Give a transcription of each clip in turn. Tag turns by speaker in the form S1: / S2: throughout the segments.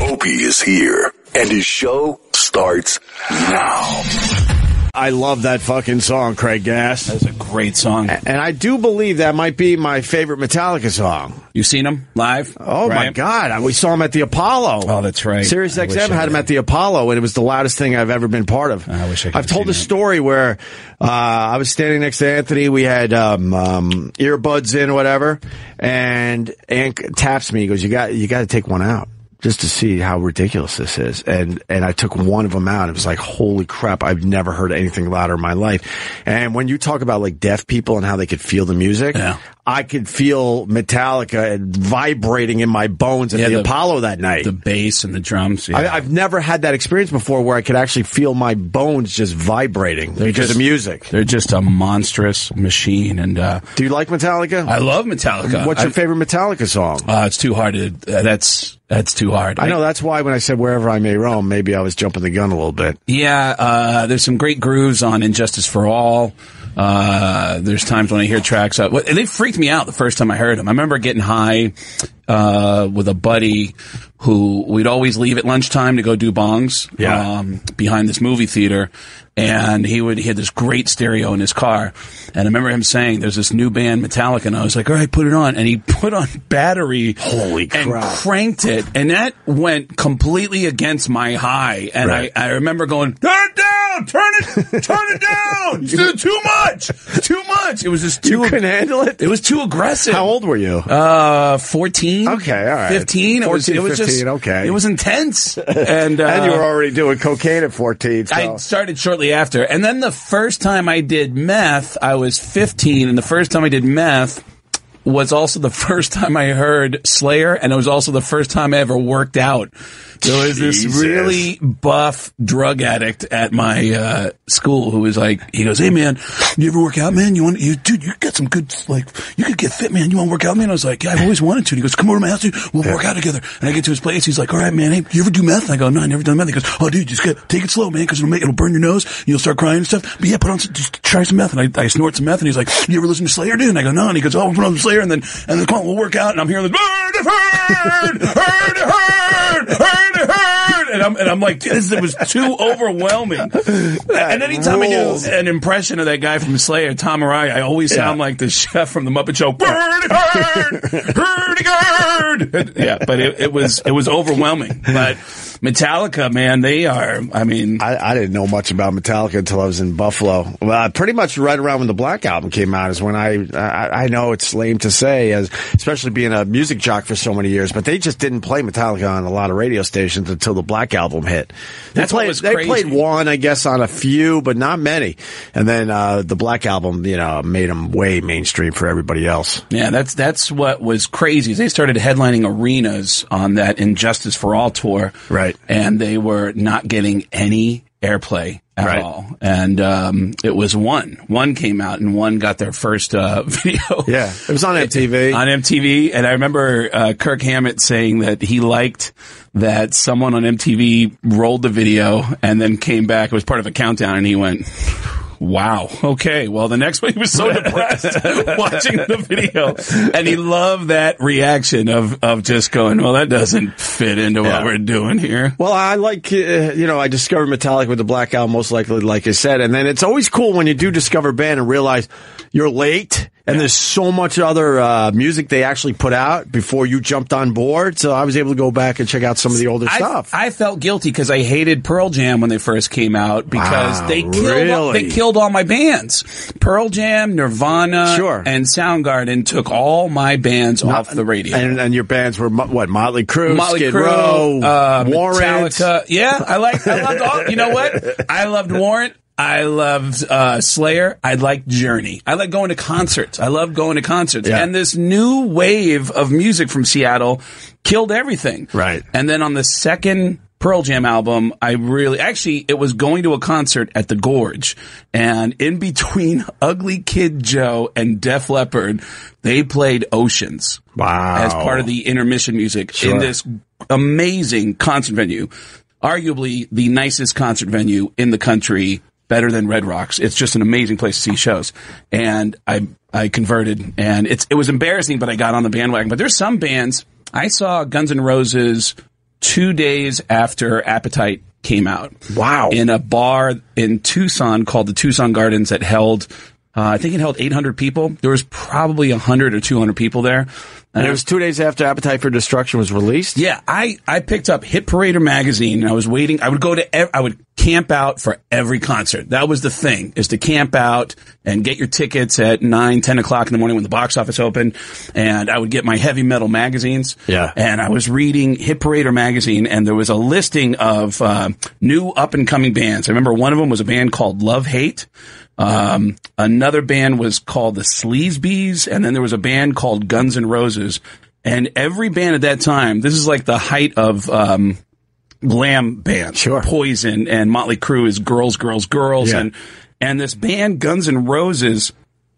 S1: Opie is here, and his show starts now.
S2: I love that fucking song, Craig Gass.
S3: That's a great song.
S2: And I do believe that might be my favorite Metallica song.
S3: You seen him live?
S2: Oh my
S3: Right?
S2: God. I- We saw him at the Apollo.
S3: Oh, that's right.
S2: Sirius
S3: I wish
S2: XM
S3: I
S2: had him
S3: did.
S2: at the Apollo, and it was the loudest thing I've ever been part of.
S3: I wish I could
S2: I've
S3: have
S2: told
S3: seen
S2: a
S3: that.
S2: story where uh, I was standing next to Anthony. We had um, um, earbuds in, or whatever, and Ank taps me. He goes, "You got, you got to take one out." Just to see how ridiculous this is, and and I took one of them out. It was like, holy crap! I've never heard anything louder in my life. And when you talk about like deaf people and how they could feel the music,
S3: Yeah.
S2: I could feel Metallica vibrating in my bones at
S3: Yeah,
S2: the,
S3: the-
S2: Apollo that night.
S3: The bass and the drums. Yeah.
S2: I, I've never had that experience before where I could actually feel my bones just vibrating to
S3: just-
S2: the music.
S3: They're just a monstrous machine. And uh,
S2: Do you like Metallica?
S3: I love Metallica.
S2: What's your
S3: I-
S2: favorite Metallica song?
S3: Uh, it's too hard to. Uh, that's that's too hard.
S2: I know that's why when I said wherever I may roam, maybe I was jumping the gun a little bit.
S3: Yeah, uh, there's some great grooves on Injustice for All. Uh, there's times when I hear tracks up. And they freaked me out the first time I heard them. I remember getting high uh, with a buddy who we'd always leave at lunchtime to go do bongs
S2: Yeah.
S3: um, behind this movie theater. And he would he had this great stereo in his car, and I remember him saying, "There's this new band, Metallica," and I was like, "All right, put it on." And he put on Battery,
S2: Holy
S3: and
S2: crap.
S3: cranked it, and that went completely against my high. And
S2: Right.
S3: I, I remember going, turn it down, turn it, turn it down, it's too, too much, too much. It was just
S2: You
S3: too.
S2: couldn't handle it?
S3: It was too aggressive.
S2: How old were you?
S3: Uh, fourteen.
S2: Okay, all right.
S3: Fifteen. It was. It
S2: 14,
S3: was just.
S2: 15, okay.
S3: It was intense, and uh,
S2: and you were already doing cocaine at 14, so.
S3: I started shortly after. And then the first time I did meth, I was 15, and the first time I did meth was also the first time I heard Slayer, and it was also the first time I ever worked out. There was this
S2: Jesus.
S3: really buff drug addict at my uh, school who was like, he goes, "Hey man, you ever work out, man? You want you dude? You got some good like you could get fit, man. You want to work out, man?" I was like, "Yeah, I've always wanted to." And he goes, "Come over to my house, dude. We'll work out together." And I get to his place. He's like, "All right, man. Hey, you ever do meth?" And I go, "No, I never done meth." He goes, "Oh, dude, just get, take it slow, man, because it'll make it'll burn your nose. And you'll start crying and stuff. But yeah, put on some, just try some meth." And I, I snort some meth, and he's like, "You ever listen to Slayer, dude?" And I go, "No." And he goes, "Oh, put on some Slayer." And then and then come on, we'll work out. And I'm hearing the bird, bird, bird, bird, bird, bird, and I'm and I'm like, this it was too overwhelming. and anytime
S2: rules.
S3: I do an impression of that guy from Slayer, Tom Araya, I always sound like the chef from the Muppet Show. Bird, bird, bird, bird. Yeah, but it, it was it was overwhelming. But Metallica, man, they are. I mean,
S2: I, I didn't know much about Metallica until I was in Buffalo. Well, I pretty much right around when the Black Album came out is when I, I I know it's lame to say, as especially being a music jock for so many years, but they just didn't play Metallica on a lot of radio stations until the Black Album hit. They
S3: That's what
S2: played,
S3: was
S2: they
S3: crazy.
S2: played one, I guess, on a few, but not many. And then uh, the Black Album, you know, made them way mainstream for everybody else.
S3: Yeah, that's that's what was crazy. is They started headlining arenas on that Injustice for All tour,
S2: Right.
S3: And they were not getting any airplay at
S2: Right.
S3: all. And um, it was one. One came out, and one got their first uh, video.
S2: Yeah, it was on MTV.
S3: On MTV, and I remember uh, Kirk Hammett saying that he liked that someone on MTV rolled the video and then came back. It was part of a countdown, and he went, "Wow, okay." Well, the next one, he was so depressed watching the video, and he loved that reaction of of just going, "Well, that doesn't fit into
S2: Yeah.
S3: what we're doing here."
S2: Well, I like, uh, you know, I discovered Metallica with the Black Album, most likely, like I said. And then it's always cool when you do discover a band and realize you're late and there's so much other uh, music they actually put out before you jumped on board. So I was able to go back and check out some of the older stuff.
S3: I felt guilty because I hated Pearl Jam when they first came out because
S2: Wow,
S3: they killed all,
S2: really?
S3: they killed all my bands. Pearl Jam, Nirvana,
S2: Sure.
S3: and Soundgarden took all my bands off the radio.
S2: and, and your bands were, Mo- what, Motley Crue,
S3: Motley
S2: Skid
S3: Crue,
S2: Row,
S3: uh,
S2: Warrant.
S3: Metallica. uh, Yeah, I like. I loved all. You know what? I loved Warrant. I loved uh, Slayer. I liked Journey. I like going to concerts. I love going to concerts.
S2: Yeah.
S3: And this new wave of music from Seattle killed everything.
S2: Right.
S3: And then on the second Pearl Jam album, I really actually it was going to a concert at the Gorge, and in between Ugly Kid Joe and Def Leppard, they played Oceans
S2: Wow.
S3: as part of the intermission music
S2: Sure.
S3: in this amazing concert venue, arguably the nicest concert venue in the country, better than Red Rocks. It's just an amazing place to see shows. And I I converted, and it's it was embarrassing, but I got on the bandwagon. But there's some bands I saw Guns N' Roses two days after Appetite came out.
S2: Wow.
S3: In a bar in Tucson called the Tucson Gardens that held, uh, I think it held 800 people. There was probably 100 or 200 people there. Uh,
S2: And it was two days after Appetite for Destruction was released.
S3: Yeah, I, I picked up Hit Parader magazine and I was waiting. I would go to ev- I would camp out for every concert. That was the thing is to camp out and get your tickets at nine, 10 o'clock in the morning when the box office opened. And I would get my heavy metal magazines.
S2: Yeah.
S3: And I was reading Hit Parader magazine and there was a listing of uh, new up and coming bands. I remember one of them was a band called Love Hate. Um, another band was called the Sleazebees, and then there was a band called Guns N' Roses. And every band at that time, this is like the height of um, glam band.
S2: Sure.
S3: Poison and Motley Crue is girls, girls, girls,
S2: Yeah.
S3: and and this band Guns N' Roses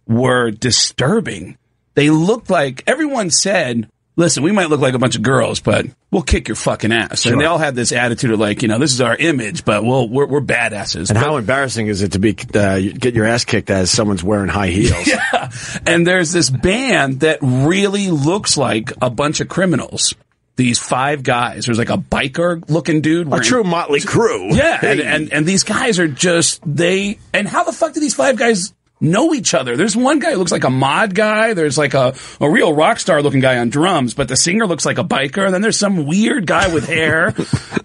S3: were disturbing. They looked like everyone said, "Listen, we might look like a bunch of girls, but we'll kick your fucking ass." And they all had this attitude of like, you know, this is our image, but we'll we're, we're badasses.
S2: And how embarrassing is it to be uh, get your ass kicked as someone's wearing high heels?
S3: and there's this band that really looks like a bunch of criminals. These five guys. There's like a biker looking dude.
S2: A
S3: wearing-
S2: true Motley Crew.
S3: Yeah, and, and and these guys are just they. And how the fuck do these five guys know each other? There's one guy who looks like a mod guy. There's like a a real rock star looking guy on drums, but the singer looks like a biker. And then there's some weird guy with hair,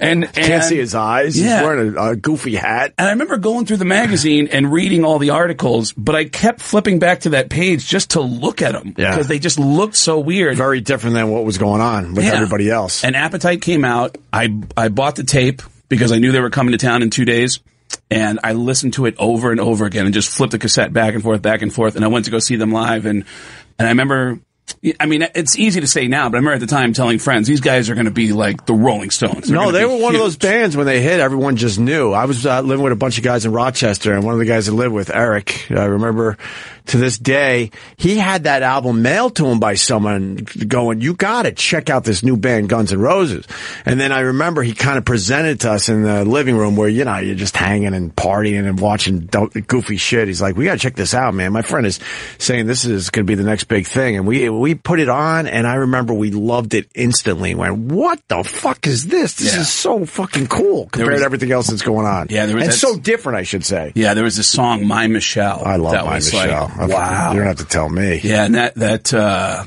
S3: and, and
S2: can't see his eyes.
S3: Yeah.
S2: He's wearing a, a goofy hat.
S3: and I remember going through the magazine and reading all the articles, but I kept flipping back to that page just to look at them
S2: Yeah.
S3: because they just looked so weird.
S2: Very different than what was going on with
S3: Yeah.
S2: everybody else.
S3: And Appetite came out. I I bought the tape because I knew they were coming to town in two days, and I listened to it over and over again and just flipped the cassette back and forth, back and forth. And I went to go see them live, and and I remember. I mean, it's easy to say now, but I remember at the time telling friends, these guys are going to be like the Rolling Stones. They're
S2: no,
S3: gonna
S2: they
S3: be
S2: were one of
S3: huge.
S2: those bands when they hit, everyone just knew. I was uh, living with a bunch of guys in Rochester, and one of the guys I lived with, Eric, I remember to this day, he had that album mailed to him by someone going, You got to check out this new band, Guns N' Roses. And then I remember he kind of presented it to us in the living room where, you know, you're just hanging and partying and watching do- goofy shit. He's like, We got to check this out, man. My friend is saying this is going to be the next big thing. And we, we put it on, and I remember we loved it instantly. Went, What the fuck is this? This
S3: Yeah.
S2: is so fucking cool compared
S3: was-
S2: to everything else that's going on.
S3: Yeah, there was
S2: and
S3: that-
S2: so different, I should say.
S3: Yeah, there was this song, My Michelle.
S2: I love
S3: that
S2: my
S3: was
S2: Michelle.
S3: Like, wow.
S2: you don't have to tell me
S3: Yeah, and that that uh,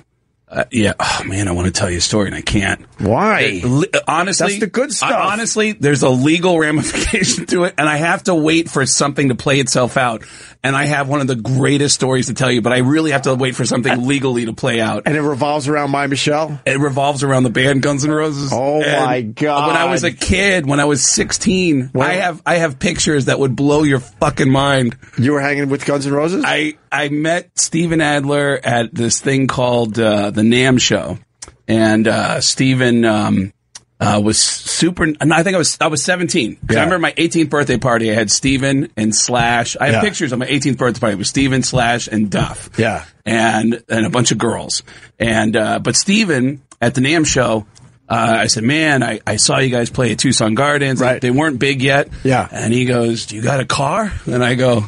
S3: uh yeah. Oh man, I want to tell you a story and I can't.
S2: why.
S3: Li- honestly,
S2: That's the good stuff.
S3: uh, honestly, there's a legal ramification to it, and I have to wait for something to play itself out. And I have one of the greatest stories to tell you, but I really have to wait for something legally to play out.
S2: and it revolves around my Michelle.
S3: It revolves around the band Guns N' Roses.
S2: Oh,
S3: And
S2: my God.
S3: When I was a kid, when I was 16,
S2: Well-
S3: I have I have pictures that would blow your fucking mind.
S2: You were hanging with Guns N' Roses.
S3: I I met Steven Adler at this thing called uh, the Nam Show, and uh, Steven um, uh, was super. And I think I was I was seventeen. 'Cause
S2: Yeah.
S3: I remember my 18th birthday party. I had Steven and Slash. I have
S2: Yeah.
S3: pictures of my 18th birthday party with Steven, Slash, and Duff.
S2: Yeah.
S3: and and a bunch of girls. And uh, but Steven at the Nam Show. Uh, I said, man, I, I saw you guys play at Tucson Gardens.
S2: Right.
S3: They weren't big yet.
S2: Yeah.
S3: And he goes, Do you got a car? And I go,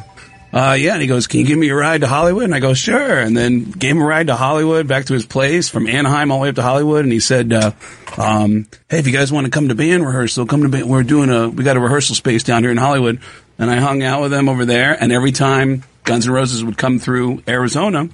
S3: uh, yeah. And he goes, Can you give me a ride to Hollywood? And I go, Sure. And then gave him a ride to Hollywood, back to his place from Anaheim all the way up to Hollywood. And he said, uh, um, Hey, if you guys want to come to band rehearsal, come to band. We're doing a, we got a rehearsal space down here in Hollywood. And I hung out with them over there. And every time Guns N' Roses would come through Arizona,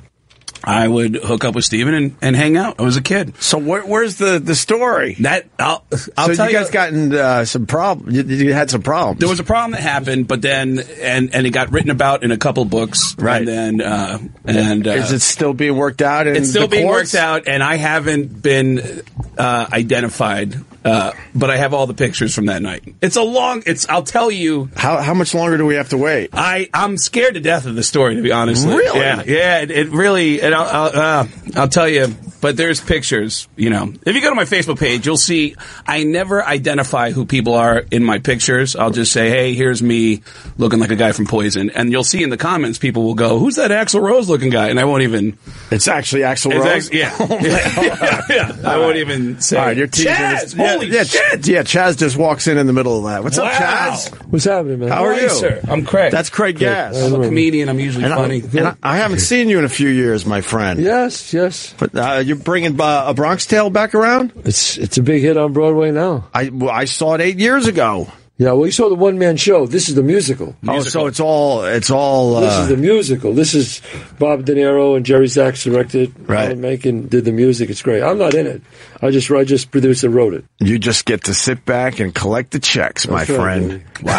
S3: I would hook up with Steven and, and hang out. I was a kid.
S2: so where, where's the the story?
S3: That, I'll, I'll
S2: so
S3: tell
S2: you guys gotten uh, some problem. You, you had some problems.
S3: there was a problem that happened, but then and and it got written about in a couple books, And
S2: Right.
S3: then uh, and uh,
S2: Is it still being worked out? In
S3: it's still
S2: the
S3: being
S2: courts?
S3: worked out, and I haven't been uh, identified, uh, but I have all the pictures from that night. It's a long. It's I'll tell you.
S2: How how much longer do we have to wait?
S3: I I'm scared to death of the story, to be honest. with you.
S2: Really?
S3: Yeah, yeah. It, it really, and I'll I'll, uh, I'll tell you. But there's pictures, you know. If you go to my Facebook page, you'll see I never identify who people are in my pictures. I'll just say, "Hey, here's me looking like a guy from Poison," and you'll see in the comments people will go, "Who's that Axl Rose looking guy?" And I won't even.
S2: It's actually Axel Rose.
S3: It's act- yeah, yeah. I won't even say.
S2: All right, you're teasing
S3: Chaz,
S2: us.
S3: holy
S2: yeah, yeah,
S3: shit!
S2: Ch- Yeah, Chaz just walks in in the middle of that. What's
S3: Wow.
S2: up, Chaz?
S4: What's happening, man?
S2: How are
S3: Hi,
S2: you?
S3: sir. I'm Craig.
S2: That's Craig Gass.
S3: I'm a comedian. I'm usually
S2: And, I,
S3: funny.
S2: and I, I haven't seen you in a few years, my friend.
S4: Yes, yes. yes.
S2: But uh, you're bringing uh, a Bronx Tale back around?
S4: It's it's a big hit on Broadway now.
S2: I well, I saw it eight years ago.
S4: Yeah, well, you saw the one man show. This is the musical.
S2: Oh, so it's all it's all. Uh,
S4: This is the musical. This is Bob De Niro and Jerry Zaks directed.
S2: Right.
S4: Alan Menken did the music. It's great. I'm not in it. I just I just produced and wrote it.
S2: you just get to sit back and collect the checks, my
S4: That's right,
S2: friend.
S4: baby.
S2: he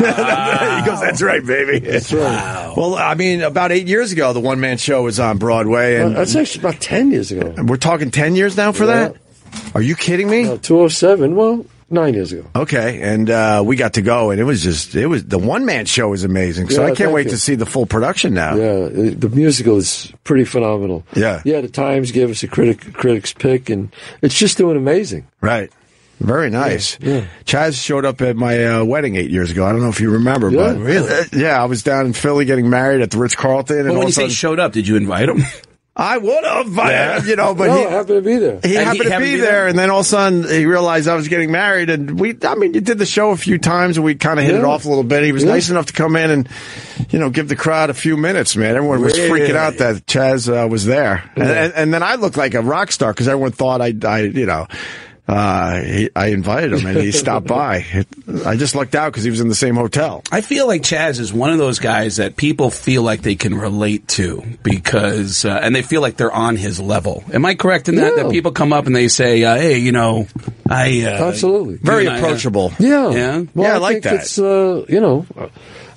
S2: goes, "That's right, baby."
S4: That's right.
S2: Well, I mean, about eight years ago, the one man show was on Broadway, and
S4: Uh, That's actually about ten years ago.
S2: we're talking ten years now for
S4: Yeah.
S2: that. Are you kidding me?
S4: No, 207. Well, nine years ago.
S2: Okay, and uh, we got to go, and it was just it was the one man show was amazing. So
S4: Yeah,
S2: I can't
S4: thank
S2: wait
S4: you.
S2: to see the full production now.
S4: Yeah, it- the musical is pretty phenomenal.
S2: Yeah.
S4: yeah. The Times gave us a critic critics pick, and it's just doing amazing.
S2: Right. Very nice.
S4: yeah.
S2: Chaz showed up at my uh, wedding eight years ago. I don't know if you remember,
S4: Yeah.
S2: but Uh, yeah, I was down in Philly getting married at the Ritz Carlton, and
S5: But
S2: all
S5: when
S2: of
S5: you
S2: a
S5: say
S2: sudden,
S5: showed up, did you invite him?
S2: I would have, but,
S5: Yeah.
S2: you know, but
S4: no,
S2: he.
S4: I happen to be there.
S2: he
S5: And
S2: happened
S5: he
S2: to
S5: happened
S2: be
S5: to be
S2: there,
S5: there?
S2: and then all of a sudden he realized I was getting married, and we—I mean, you did the show a few times, and we kind of hit it
S4: Yeah.
S2: off a little bit. He was
S4: Yeah.
S2: nice enough to come in and, you know, give the crowd a few minutes. Man, everyone was
S4: Really?
S2: freaking out that Chaz uh, was there, and, and, and then I looked like a rock star because everyone thought I—I, you know. Uh, he, I invited him and he stopped by. It- I just lucked out because he was in the same hotel.
S5: I feel like Chaz is one of those guys that people feel like they can relate to because, uh, and they feel like they're on his level. Am I correct in that?
S4: Yeah.
S5: That people come up and they say, uh, "Hey, you know, I uh,
S4: Absolutely.
S2: Very
S5: You and I, uh,
S2: approachable.
S4: Yeah.
S5: Yeah?
S4: Well,
S2: Yeah, I
S4: I,
S2: like
S4: think
S2: that.
S4: It's, uh, you know,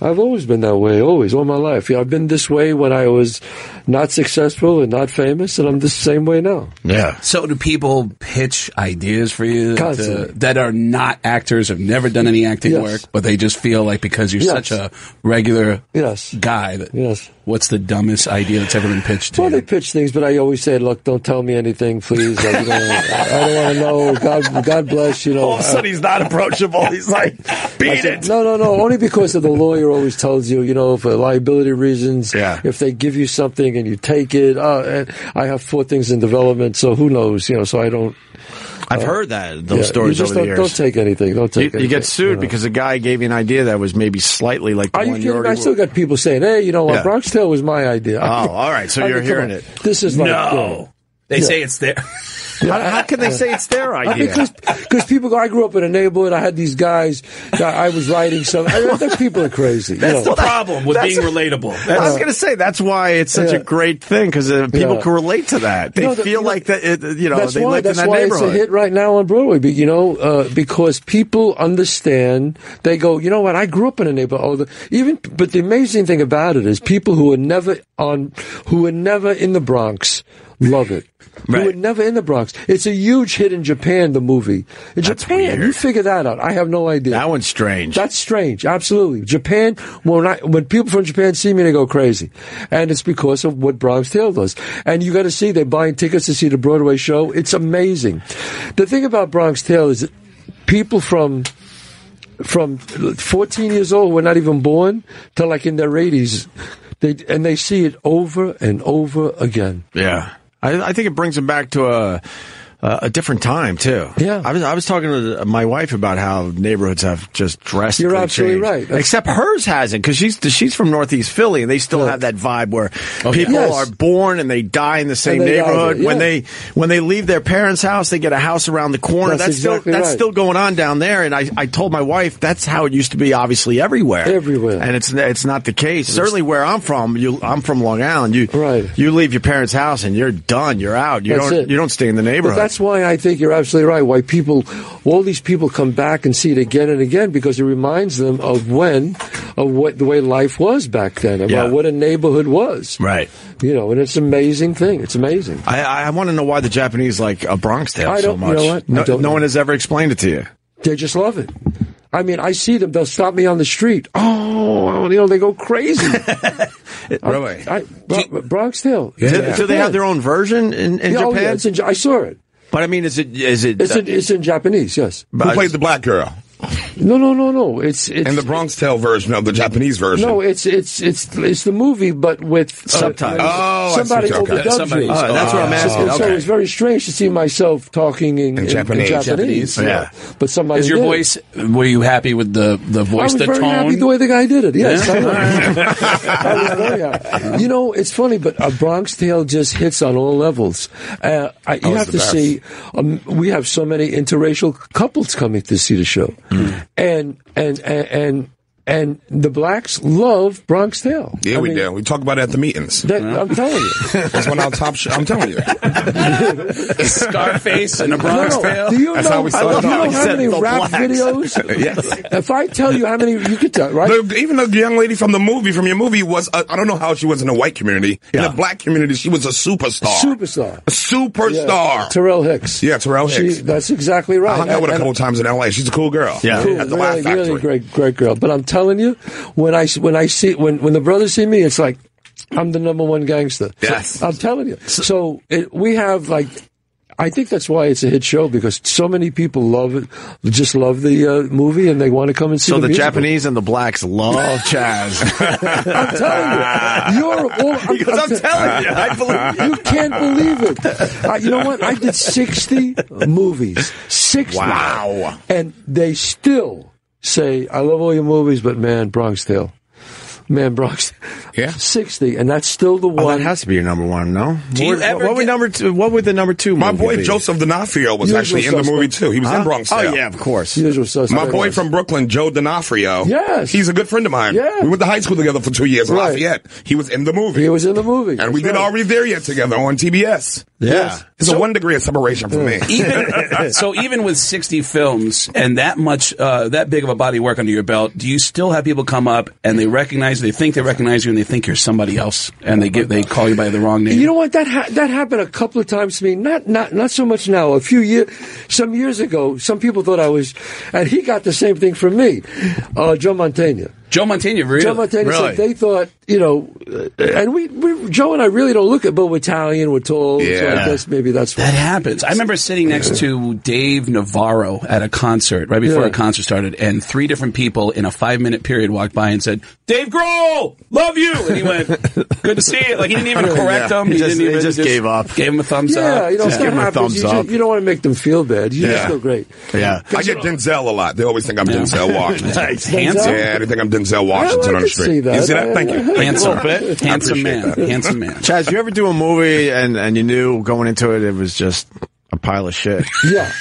S4: I've always been that way, always, all my life. Yeah, I've been this way when I was not successful and not famous, and I'm the same way now.
S2: Yeah.
S5: So do people pitch ideas for you to-
S4: Constantly.
S5: that are not actors, have never done any acting
S4: Yes.
S5: work, but they just feel like because you're
S4: Yes.
S5: such a regular
S4: Yes.
S5: guy that
S4: Yes.
S5: what's the dumbest idea that's ever been pitched to
S4: Well,
S5: you?
S4: they pitch things, but I always say, look, don't tell me anything, please. Like, you know, I don't want to know. God, God bless, you know.
S5: Oh.
S2: All of a sudden he's not approachable. He's like, beat it.
S4: No, no, no. Only because of the lawyer always tells you, you know, for liability reasons.
S2: Yeah.
S4: If they give you something and you take it, uh, and I have four things in development, so who knows? You know, so I don't. uh,
S2: I've heard that those
S4: yeah,
S2: stories
S4: you just
S2: over the
S4: don't,
S2: years.
S4: don't take anything. Don't
S2: You,
S4: take.
S2: you get
S4: anything,
S2: sued
S4: know.
S2: because a guy gave you an idea that was maybe slightly like the
S4: Are you
S2: one you,
S4: kidding? me?
S2: already.
S4: I still got people saying, "Hey, you know what?
S2: Yeah.
S4: Bronx Tale was my idea."
S2: oh, all right. So
S4: I mean,
S2: you're
S4: come
S2: hearing
S4: on.
S2: it.
S4: This is like yeah.
S5: no. They say it's there.
S2: How, how can they say it's their idea?
S4: Because because people go, I grew up in a neighborhood. I had these guys. That I was writing something. I think people are crazy. you
S5: That's
S4: know. Uh,
S5: the problem with
S2: That's-
S5: being relatable.
S2: I
S5: That's-
S2: was going to say that's why it's such
S4: Yeah.
S2: a great thing because uh, people
S4: Yeah.
S2: can relate to that. They
S4: No, the-
S2: feel
S4: you know,
S2: like that. It, you know,
S4: that's
S2: they
S4: why,
S2: lived in
S4: that's
S2: that
S4: why
S2: neighborhood.
S4: it's a hit right now on Broadway. But, you know, uh, because people understand. They go, you know what? I grew up in a neighborhood. Oh, the, even, but the amazing thing about it is people who are never on, who are never in the Bronx, love it. Who were
S2: Right.
S4: never in the Bronx. It's a huge hit in Japan. The movie in Japan.
S2: weird.
S4: You figure that out. I have no idea.
S2: That one's strange.
S4: That's strange. Absolutely. Japan, when, I, when people from Japan see me, they go crazy. And it's because of what Bronx Tale does. And you got to see, they're buying tickets to see the Broadway show. It's amazing. The thing about Bronx Tale is that people from from 14 years old were not even born till like in their 80s. They, and they see it over and over again.
S2: Yeah, I, I think it brings them back to a a a different time too.
S4: Yeah.
S2: I was I was talking to my wife about how neighborhoods have just drastically
S4: You're absolutely
S2: changed.
S4: right. That's-
S2: Except hers hasn't because she's she's from Northeast Philly and they still have that vibe where people
S4: Yes.
S2: are born and they die in the same
S4: Oh, they die
S2: neighborhood.
S4: there,
S2: When
S4: yeah.
S2: they when they leave their parents' house, they get a house around the corner.
S4: That's
S2: That's, still
S4: exactly
S2: that's
S4: right.
S2: still going on down there. And I, I told my wife that's how it used to be. Obviously, everywhere,
S4: Everywhere.
S2: and it's it's not the case. Certainly, where I'm from, you I'm from Long Island. You
S4: Right.
S2: you leave your parents' house and you're done. You're out. You
S4: That's
S2: don't.
S4: it.
S2: You don't stay in the
S4: But
S2: neighborhood.
S4: that's why I think you're absolutely right. Why people, all these people come back and see it again and again because it reminds them of when, of what the way life was back then, about
S2: Yeah.
S4: what a neighborhood was.
S2: right.
S4: You know, and it's um, an amazing thing. It's amazing.
S2: I, I want to know why the Japanese like a Bronx Tale
S4: I
S2: so
S4: don't- you
S2: much.
S4: know what? I
S2: No,
S4: don't
S2: no
S4: know.
S2: one has ever explained it to you.
S4: They just love it. I mean, I see them. They'll stop me on the street. Oh, you know, they go crazy.
S2: Really?
S4: I, Bro- Bronx Tale.
S2: Do, do they have their own version in, in
S4: Yeah, oh, yeah,
S2: Japan?
S4: it's in, Ja- I saw it.
S2: but I mean, is it is it?
S4: It's in, it's in Japanese. Yes.
S6: Who played the black girl?
S4: No, no, no, no. It's it's
S6: And the Bronx Tale version of the Japanese version.
S4: no, it's it's it's it's the movie, but with uh,
S2: Subtitles.
S6: Oh, I see
S4: somebody
S6: what you're- okay. Uh,
S4: overdubbed
S5: Somebody-
S4: you.
S5: Oh,
S2: that's what I'm asking.
S4: So, so
S2: Okay.
S4: it's very strange to see myself talking in, in- in
S6: Japanese.
S4: Japanese,
S2: Yeah.
S4: but somebody
S5: Is your
S4: did.
S5: voice? Were you happy with the the
S4: I
S5: voice?
S4: was
S5: the
S4: very
S5: tone?
S4: happy the way the guy did it. Yes,
S5: Yeah?
S4: I, was. I was very happy. You know, it's funny, but a Bronx Tale just hits on all levels. Uh, I, you
S6: Oh, it's
S4: have
S6: the
S4: to
S6: best.
S4: see. Um, we have so many interracial couples coming to see the show,
S6: Hmm.
S4: and and and. and and the blacks love Bronx Tale.
S6: yeah,
S4: Oh. I
S6: we
S4: mean,
S6: do. We talk about it at the meetings.
S4: That, I'm telling you.
S6: That's one of our top. Sh- I'm telling you.
S5: Scarface and a Bronx
S4: No, no.
S5: Tale.
S4: Do you
S6: That's
S4: know,
S6: how we
S4: I love-
S6: started
S4: you
S6: out.
S4: know
S6: He
S4: how
S2: said
S4: many
S2: the
S4: rap
S2: blacks.
S4: videos?
S6: Yes.
S4: If I tell you how many, you could tell, right?
S6: The- even the young lady from the movie, from your movie, was uh, I don't know how she was in the white community. In the black community, she was a superstar.
S4: Superstar.
S6: A superstar.
S4: Terrell Hicks.
S6: Yeah, Terrell Hicks.
S4: She, that's exactly right.
S6: I hung out with her a
S4: And-
S6: couple times in L.A. She's a cool girl.
S2: Yeah.
S4: Cool,
S6: At the Laugh
S4: really,
S6: Factory.
S4: really great, great girl. But I'm telling you, when I when I see when when the brothers see me, it's like I'm the number one gangster.
S6: Yes.
S4: So, I'm telling you. So it, we have like. I think that's why it's a hit show because so many people love it, just love the uh, movie, and they want to come and see.
S2: So the
S4: musical.
S2: Japanese and the blacks love Chaz.
S4: I'm telling you, you're all. I'm,
S2: Because I'm
S4: I'm te-
S2: telling you, I believe you.
S4: you can't believe it. Uh, you know what? I did 60 movies. 60.
S6: Wow.
S4: And they still say, I love all your movies, but man, Bronx Tale. Man, Bronx.
S6: Yeah.
S4: 60. And that's still the
S2: Well,
S4: one.
S2: Oh, that has to be your number one, no?
S5: Do you
S2: what,
S5: ever
S2: what would
S5: get-
S2: number two? What would the number two?
S6: My
S2: movie
S6: boy
S2: be?
S6: Joseph D'Onofrio was
S4: Usual
S6: actually in the
S4: suspect.
S6: movie too. He was in Bronx.
S2: Oh
S6: Tale.
S2: yeah, of course.
S4: usual suspect.
S6: My boy from Brooklyn, Joe D'Onofrio.
S4: Yes.
S6: He's a good friend of mine.
S4: Yeah.
S6: We went to high school together for two years in
S4: Right.
S6: Lafayette. He was in the movie.
S4: He was in the movie.
S6: and we
S4: That's
S6: did
S4: right.
S6: Already There Yet together on TBS.
S2: Yeah.
S6: It's a one degree of separation for me.
S5: even so, even with sixty films and that much, uh, that big of a body of work under your belt, do you still have people come up and they recognize, they think they recognize you, and they think you're somebody else, and they get they call you by the wrong name?
S4: You know what? That ha- that happened a couple of times to me. Not not not so much now. A few years, some years ago, some people thought I was, and he got the same thing from me, uh, Joe Montana.
S5: Joe Montana, really?
S4: Joe Montana said
S2: Really?
S4: they thought, you know, uh, and we, we Joe and I really don't look at, but we're Italian, we're tall, so
S6: Yeah.
S4: I guess maybe that's
S5: That
S4: why.
S5: happens. I remember sitting next to Dave Navarro at a concert right before
S4: Yeah.
S5: a concert started, and three different people in a five minute period walked by and said, "Dave Grohl, love you," and he went, "Good to see you." Like he didn't even correct
S2: Yeah.
S5: him.
S2: He just-
S5: didn't
S2: he
S5: even
S2: just gave up.
S5: Gave him a thumbs
S4: Yeah,
S5: up.
S4: you know,
S2: Just
S4: that
S2: give 'em a
S4: happens.
S2: thumbs
S4: you, ju-
S2: up.
S4: you don't want to make them feel bad. You
S6: Yeah.
S4: just feel great.
S2: Yeah.
S6: I get Denzel a lot. They always think I'm Denzel Washington.
S5: Nice. Handsome,
S6: Yeah, they think I'm Denzel
S4: I
S6: Washington on
S4: can
S6: the street.
S4: see that.
S6: You see that? Thank you.
S5: handsome,
S2: bit.
S5: handsome
S6: I
S5: man,
S6: appreciate that.
S5: handsome man.
S2: Chaz, you ever do a movie and, and you knew going into it it was just a pile of shit?
S4: Yeah,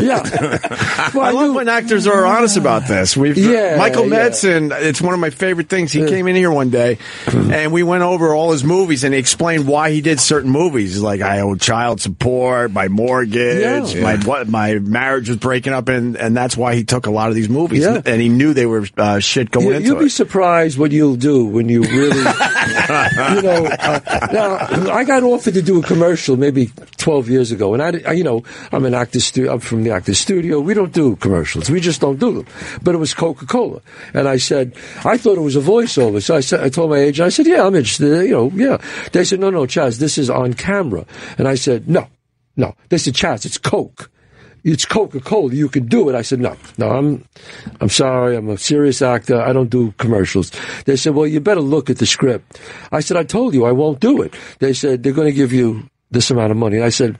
S4: yeah. Well,
S2: I love when actors are honest about this. We've uh,
S4: Yeah,
S2: Michael
S4: yeah.
S2: Madsen. It's one of my favorite things. He came in here one day, and we went over all his movies, and he explained why he did certain movies. He's like, I owe child support, my mortgage,
S4: Yeah.
S2: my what, my marriage was breaking up, and and that's why he took a lot of these movies.
S4: Yeah.
S2: And he knew they were uh, shit going
S4: you,
S2: into
S4: you'll be
S2: it.
S4: surprised what you'll do when you really, you know. Uh, now, I got offered to do a commercial maybe 12 years ago, and I, di- I- you know, I'm an actor. Stu- I'm from the actor studio. We don't do commercials. We just don't do them. But it was Coca-Cola, and I said I thought it was a voiceover. So I said I told my agent, I said, yeah, I'm interested. You know, yeah. They said, no, no, Chaz, this is on camera, and I said, no, no, this is Chaz. It's Coke it's Coca Cola. You could do it. I said, no, no, I'm, I'm sorry. I'm a serious actor. I don't do commercials. They said, well, you better look at the script. I said, I told you I won't do it. They said, they're going to give you this amount of money. And I said,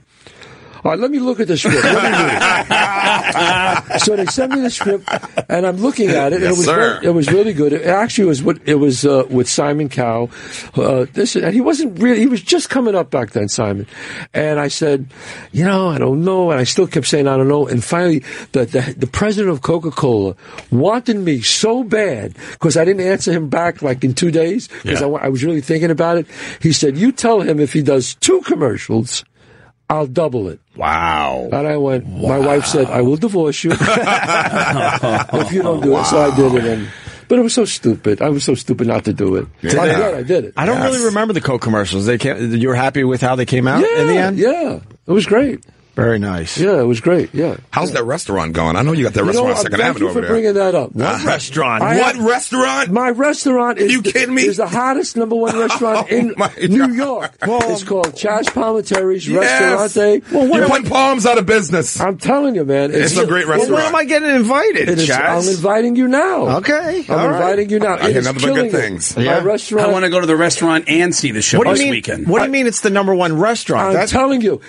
S4: all right, let me look at the script. Let me read it. so they sent me the script, and I'm looking at it. and
S6: Yes,
S4: it was
S6: sir.
S4: very- it was really good. It actually was what it was uh, with Simon Cowell. Uh, this and he wasn't really. He was just coming up back then, Simon. And I said, you know, I don't know. And I still kept saying, I don't know. And finally, the the, the president of Coca Cola wanted me so bad because I didn't answer him back like in two days because I, wa- I was really thinking about it. He said, you tell him if he does two commercials, I'll double it.
S6: Wow.
S4: And I went, my wife said, I will divorce you if you don't do it. So I did it. And, but it was so stupid. I was so stupid not to do it. I'm glad I did it.
S2: I don't really remember the Coke commercials. They came, you were happy with how they came out
S4: yeah,
S2: in the end.
S4: Yeah. It was great.
S2: Very nice.
S4: Yeah, it was great. Yeah.
S6: How's that restaurant going? I know you got that
S4: You know,
S6: restaurant on
S4: uh,
S6: Second
S4: thank
S6: Avenue
S4: you for
S6: over there. Uh,
S4: bringing that up. What
S7: restaurant.
S4: I
S6: what
S4: have-
S6: restaurant?
S4: My restaurant is
S6: You
S4: the,
S6: kidding me?
S4: is the hottest number one restaurant
S6: Oh,
S4: in
S6: my
S4: New
S6: God.
S4: York. it's called Chach Palmateri's
S6: Yes.
S4: Restaurante.
S6: You're putting palms out of business.
S4: I'm telling you, man,
S6: It's a great
S4: Well,
S2: Well, where am I getting invited,
S4: It is,
S2: Chaz?
S4: I'm inviting you now.
S2: Okay,
S4: I'm
S2: all right.
S4: inviting you now. It
S6: I hear
S4: is
S6: nothing but good
S4: killing it.
S6: things.
S4: My
S2: Yeah.
S4: restaurant.
S5: I want to go to the restaurant and see the show
S2: what do
S5: this
S2: you mean?
S5: weekend.
S2: What do you mean? It's the number one restaurant.
S4: I'm
S2: That's
S4: telling you,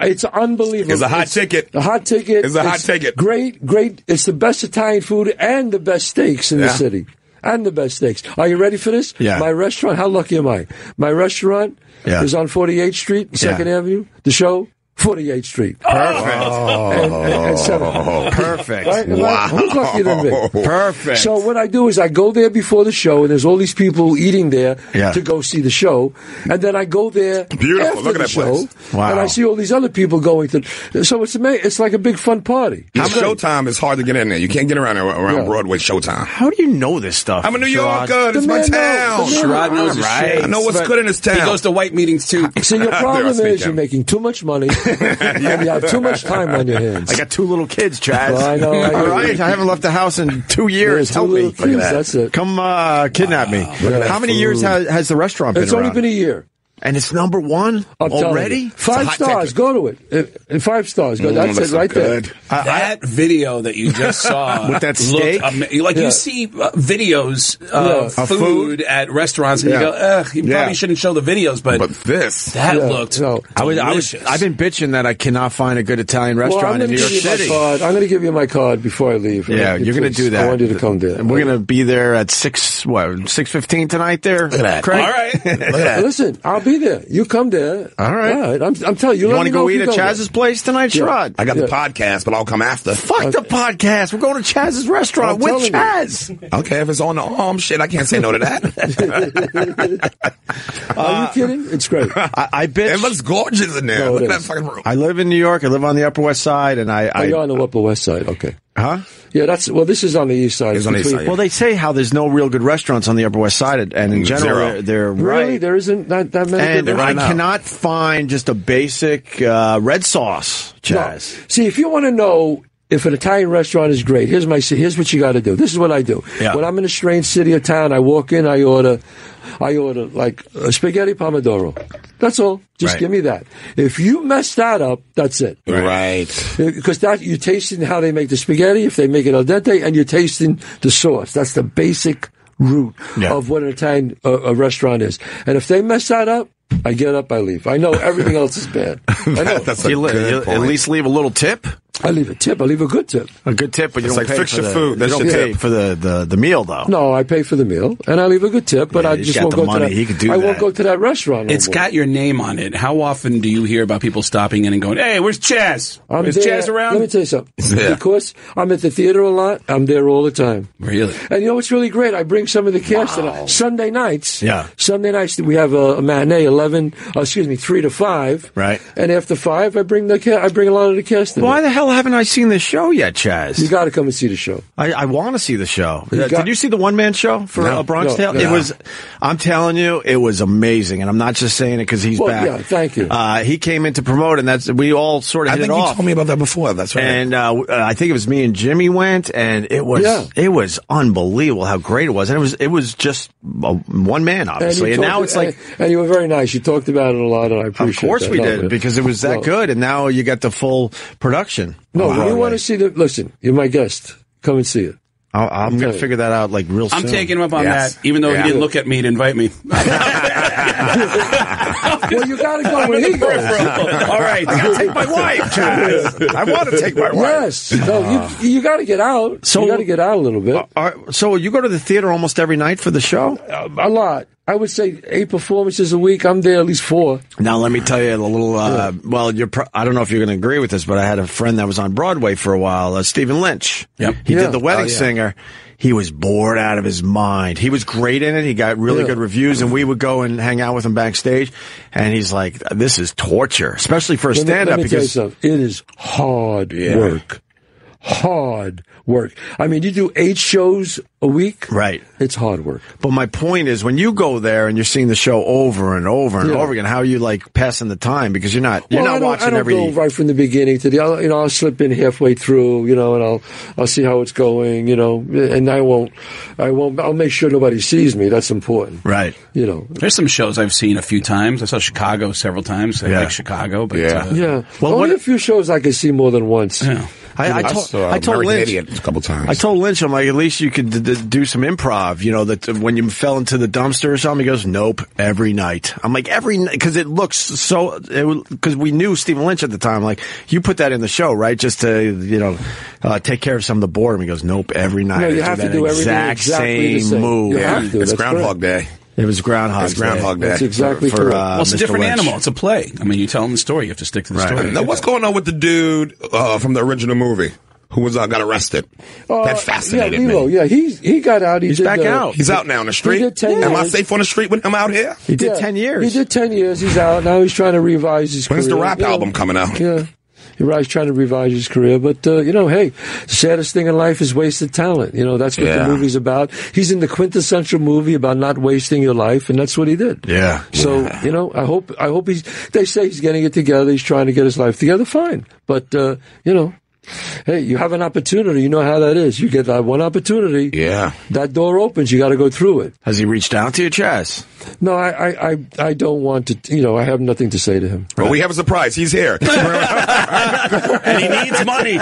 S4: it's unbelievable.
S6: It's a hot ticket.
S4: A hot ticket.
S6: It's a hot ticket.
S4: Great, great. It's the best Italian food and the best steaks in the
S6: Yeah.
S4: city. And the best steaks. Are you ready for this?
S2: Yeah.
S4: My restaurant, how lucky am I? My restaurant
S2: Yeah.
S4: is on 48th Street, 2nd
S2: Yeah.
S4: Avenue. The show, 48th Street.
S2: perfect.
S4: And, and,
S6: Oh.
S4: and seven.
S2: Perfect.
S4: Right? Am I- Who's luckier than me?
S2: Perfect.
S4: So what I do is I go there before the show, and there's all these people eating there
S2: Yeah.
S4: to go see the show, and then I go there
S6: Beautiful.
S4: after
S6: Look at
S4: the
S6: that
S4: show,
S6: place.
S2: Wow.
S4: and I see all these other people going to. So it's amazing. It's like a big fun party.
S6: It's showtime is hard to get in there. You can't get around around
S4: Yeah.
S6: Broadway showtime.
S2: How do you know this stuff?
S6: I'm a New
S2: Sherrod?
S6: Yorker.
S4: The
S6: It's my
S4: man
S6: town.
S4: knows. The man
S5: Sherrod knows his
S2: Alright.
S5: shit.
S6: I know what's
S4: But
S6: good in this
S5: He
S6: town.
S5: goes to white meetings too.
S4: See, your
S6: They're
S4: problem
S6: speaking.
S4: is you're making too much money, and you have too much time on your hands.
S2: I got two little kids, Chaz.
S4: Well, I know, I
S2: All
S4: know.
S2: right, I haven't left the house in two years.
S4: Yeah, two
S2: Help me.
S4: little
S2: Look at
S4: kids,
S2: that.
S4: that's it.
S2: Come uh, kidnap me.
S4: that
S2: How many
S4: food.
S2: years has, has the restaurant been
S4: it's only
S2: around?
S4: been a year.
S2: and it's number one
S4: I'm telling you.
S2: already.
S4: Five
S6: hot
S4: stars.
S6: ticket.
S4: Go to it. it. it- Five stars. Go.
S6: Mm,
S4: that's
S6: looks
S4: it right
S6: good.
S4: there.
S5: that video that you just saw
S2: With that
S5: looked
S2: steak?
S5: ama- like
S4: Yeah.
S5: you see uh, videos of
S4: Yeah.
S2: Of
S5: food,
S2: food?
S5: at restaurants, and
S2: Yeah.
S5: you go, "Ugh, you
S2: Yeah.
S5: probably shouldn't show the videos," but,
S6: But this,
S5: that
S4: Yeah,
S5: looked
S4: no.
S2: I was, I was,
S5: delicious.
S2: I've been bitching that I cannot find a good Italian restaurant
S4: well, I'm
S2: in New
S4: gonna
S2: York
S4: give you my
S2: City.
S4: card. I'm going to give you my card before I leave.
S2: Yeah,
S4: Uh,
S2: you're going to
S4: please.
S2: do that.
S4: I want you to come there.
S2: And we're going to be there at six. What six fifteen tonight? There. Look at that.
S5: all right.
S4: Listen, I'll be there. You come there.
S2: All right.
S4: I'm, I'm telling you.
S2: You
S4: let
S2: want
S4: me
S2: to go
S4: know if
S2: eat
S4: you
S2: at Chaz's place tonight, Sherrod?
S6: I got the podcast, but I'll come after.
S2: Fuck the podcast. We're going to Chaz's restaurant
S4: I'm
S2: with
S4: telling you.
S2: Chaz.
S6: Okay, if it's on the arm, shit, I can't say no to that.
S4: there. Are you kidding? It's great.
S2: I, I bitch.
S6: it looks gorgeous in there.
S4: No, it
S6: Look at that
S4: is.
S6: fucking room.
S2: I live in New York. I live on the Upper West Side, and I,
S4: oh,
S2: I
S4: you're on the Upper West Side. Okay.
S2: huh?
S4: Yeah, that's well. This is on the East Side.
S6: It's on the East
S4: between-
S6: Side,
S2: Well, they say how there's no real good restaurants on the Upper West Side, and in general,
S6: Zero.
S2: they're, they're
S4: Really,
S2: right.
S4: there isn't that, that many.
S2: and
S4: good
S2: I
S4: restaurants?
S2: cannot find just a basic uh, red sauce,
S4: No.
S2: Chaz.
S4: See, if you want to know if an Italian restaurant is great, here's my here's what you got to do. This is what I do.
S2: Yeah.
S4: When I'm in a strange city or town, I walk in, I order, I order like a spaghetti pomodoro. That's all. Just
S2: Right.
S4: give me that. If you mess that up, that's it.
S6: Right.
S4: Because that you're tasting how they make the spaghetti, if they make it al dente, and you're tasting the sauce. That's the basic root
S2: Yeah.
S4: of what an Italian uh, a restaurant is. And if they mess that up, I get up, I leave. I know everything else is bad. I know.
S6: That's
S2: Do
S6: a
S2: you li- you
S6: good
S2: at
S6: point.
S2: least leave a little tip,
S4: I leave a tip. I leave a good tip.
S2: a good tip, but you
S6: It's
S2: don't
S6: like,
S2: pay
S6: fix
S2: for
S6: your
S2: the,
S6: food. That's
S2: you don't
S6: your
S2: pay
S6: tip.
S2: for the, the, the meal though.
S4: No, I pay for the meal and I leave a good tip, but
S2: Yeah,
S4: I
S2: he's
S4: just
S2: got
S4: won't
S2: the
S4: go
S2: money.
S4: to that.
S2: He could do
S4: I
S2: that.
S4: won't go to that restaurant. no
S5: It's
S4: more.
S5: got your name on it. How often do you hear about people stopping in and going, "Hey, where's Chaz?
S4: I'm
S5: Is
S4: there-
S5: Chaz around?"
S4: Let me tell you something.
S6: Yeah.
S4: Because I'm at the theater a lot, I'm there all the time.
S5: really?
S4: And you know what's really great? I bring some of the cast tonight. Sunday nights.
S2: Yeah.
S4: Sunday nights we have a, a matinee eleven. Uh, excuse me, three to five.
S2: Right.
S4: And after five, I bring the ca- I bring a lot of the cast. tonight.
S2: Why the hell haven't I seen this show yet, Chaz?
S4: You got to come and see the show.
S2: I, I want to see the show.
S4: You
S2: Uh,
S4: got-
S2: Did you see the one man show for
S4: No.
S2: A Bronx
S4: No,
S2: Tale?
S4: no.
S2: It was, I'm telling you, it was amazing, and I'm not just saying it because he's
S4: Well,
S2: back.
S4: yeah, thank you.
S2: Uh, he came in to promote, and that's we all sort of
S6: I
S2: hit
S6: think
S2: it
S6: you
S2: off.
S6: told me about that before. That's right.
S2: and uh, w- uh, I think it was me and Jimmy went, and it was
S4: Yeah.
S2: it was unbelievable how great it was, and it was it was just uh, one man obviously,
S4: you
S2: and,
S4: talked-
S2: now it's like
S4: and, and you were very nice. You talked about it a lot, and I
S2: of
S4: appreciate.
S2: course
S4: that.
S2: we
S4: No,
S2: did
S4: but-
S2: because it was that
S4: No.
S2: good, and now you got the full production.
S4: No,
S2: on
S4: you
S2: Broadway.
S4: want to see the? Listen, you're my guest. Come and see it.
S2: I'll, I'm gonna
S4: Okay.
S2: figure that out like real
S5: I'm
S2: soon.
S5: taking him up on
S6: Yes.
S5: that, even though
S6: Yeah.
S5: he didn't look at me to invite me.
S4: Well, you got to go where he goes.
S5: All right, I gotta take my wife.
S6: Guys, I want to take my wife.
S4: Yes. No, you, you got to get out.
S2: So-
S4: you got to get out a little bit.
S2: Are, so you go to the theater almost every night for the show?
S4: Uh, a lot. I would say eight performances a week. I'm there at least four.
S2: Now let me tell you a little. Uh, Well, you're. Pro- I don't know if you're going to agree with this, but I had a friend that was on Broadway for a while, uh, Stephen Lynch.
S5: Yep.
S2: He
S4: Yeah.
S2: did the Wedding Singer. He was bored out of his mind. He was great in it. He got really
S4: Yeah.
S2: good reviews, and we would go and hang out with him backstage. And he's like, "This is torture, especially for a
S4: Let me-
S2: stand-up
S4: let me tell you
S2: because
S4: something. it is hard work. hard work. I mean, you do eight shows a week.
S2: Right.
S4: It's hard work.
S2: But my point is, when you go there and you're seeing the show over and over and
S4: Yeah.
S2: over again, how are you like passing the time? Because you're not you're
S4: Well, I
S2: not
S4: don't, I
S2: watching
S4: don't
S2: every.
S4: go right from the beginning to the. I'll, you know, I'll slip in halfway through. You know, and I'll I'll see how it's going. You know, and I won't, I won't. I'll make sure nobody sees me. That's important.
S2: Right.
S4: You know.
S5: There's some shows I've seen a few times. I saw Chicago several times. I
S2: Yeah.
S5: like Chicago, but
S6: Yeah.
S5: uh,
S4: Yeah.
S2: Well,
S4: Well, only
S2: what-
S4: a few shows I can see more than once.
S5: yeah.
S2: I, I told
S6: saw
S2: I told
S6: American
S2: Lynch.
S6: Idiot a couple times.
S2: I told Lynch, I'm like, at least you could d- d- do some improv. You know that uh, when you fell into the dumpster or something, he goes, nope, every night. I'm like, every night because it looks so. Because we knew Stephen Lynch at the time. Like, you put that in the show, right? Just to you know, uh, take care of some of the boredom. He goes, nope, every night.
S4: No,
S2: I
S4: you have to
S2: that
S4: do everything
S2: exact
S4: exactly the
S2: same,
S4: same.
S2: move.
S4: You have to.
S6: it's
S4: That's
S6: Groundhog Day.
S2: It was Groundhog.
S6: It's Groundhog Day.
S4: That's exactly
S2: for,
S4: correct.
S2: uh,
S5: well, it's a
S2: Mr.
S5: different
S2: Lynch.
S5: animal. It's a play. I mean, you tell them the story. You have to stick to the
S2: Right.
S5: story.
S6: Now, what's going on with the dude uh, from the original movie who was uh, got arrested? that fascinated
S4: Uh, yeah, Lilo,
S6: me.
S4: Yeah, he's he got out. He
S2: He's
S4: did
S2: back
S4: the-
S2: out.
S6: He's out now in the street.
S4: did 10
S6: Am I
S4: years.
S6: safe on the street with him out here?
S2: He did
S4: yeah,
S2: ten years.
S4: He did ten years. He's out now. He's trying to revise his.
S6: When's the
S4: career.
S6: rap
S4: You know,
S6: album coming out?
S4: Yeah. He was trying to revise his career, but uh, you know, hey, saddest thing in life is wasted talent. You know, that's what
S6: Yeah.
S4: the movie's about. He's in the quintessential movie about not wasting your life, and that's what he did.
S2: Yeah.
S4: So you know, I hope I hope he's. They say he's getting it together. He's trying to get his life together. Fine, but uh, you know, hey, you have an opportunity. You know how that is. You get that one opportunity.
S6: Yeah.
S4: That door opens. You got to go through it.
S2: Has he reached out to you, Chaz?
S4: No, I, I, I, I don't want to. You know, I have nothing to say to him.
S6: But we have a surprise. He's here.
S5: and he needs money.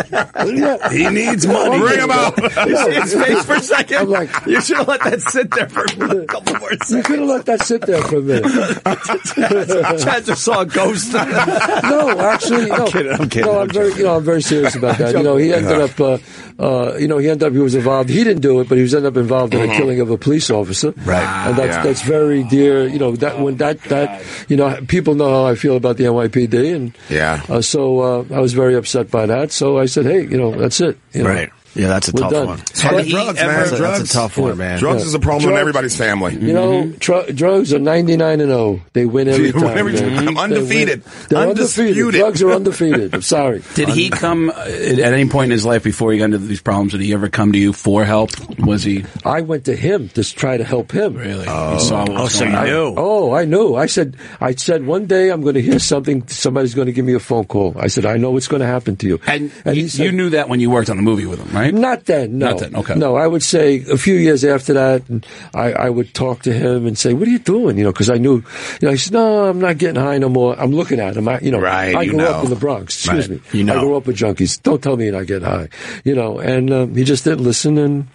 S5: he needs money.
S6: Bring him out.
S2: You see his face for a second.
S4: I'm like-
S2: you should have let that sit there for a couple more
S4: You could have let that sit there for a minute.
S2: Chaz just saw a ghost.
S4: No, actually, no.
S2: I'm kidding, I'm kidding,
S4: No, I'm,
S2: I'm
S4: very, you know, I'm very serious about that. You know, he ended up, uh, uh, you know, he ended up, he was involved. He didn't do it, but he was ended up involved in a killing of a police officer.
S2: Mm-hmm. Right.
S4: and that's
S6: Yeah.
S4: that's very dear. You know, that when that that you know, people know how I feel about the NYPD, and
S6: Yeah.
S4: uh, so uh, I was very upset by that. So I said, hey, you know, that's it. You know.
S2: Right. Yeah, that's a
S4: We're
S2: tough
S4: done.
S2: one.
S6: It's hard to
S5: He
S6: drugs, man.
S5: ever-
S2: That's a, that's a
S6: drugs.
S2: tough one, man. Mm-hmm.
S6: Drugs is a problem in
S4: Drugs.
S6: everybody's family.
S4: You know, tr- drugs are 99 and 0. They win every time.
S6: Every
S4: man.
S6: time.
S4: They win.
S6: Undefeated.
S4: They're
S6: Undisputed.
S4: undefeated. Drugs are undefeated. I'm sorry.
S5: Did he come uh, at any point in his life before he got into these problems? Did he ever come to you for help? Was he
S4: I went to him to s- try to help him.
S5: really? Oh, you saw what was going on.
S4: Oh, I knew. I said, I said one day I'm going to hear something. Somebody's going to give me a phone call. I said, I know what's going to happen to you.
S5: And,
S4: he
S5: you,
S4: said-
S5: you knew that when you worked on the movie with him, right?
S4: Not then, no.
S5: Not then, okay.
S4: No, I would say a few years after that, and I, I would talk to him and say, "What are you doing?" You know, because I knew. You know, he said, "No, I'm not getting high no more." I'm looking at him. I, you know,
S6: Right,
S4: I
S6: you
S4: grew
S6: know.
S4: up in the Bronx. Excuse
S2: Right,
S4: me.
S2: you know.
S4: I grew up with junkies. Don't tell me you're not getting high. You know, and um, he just didn't listen. And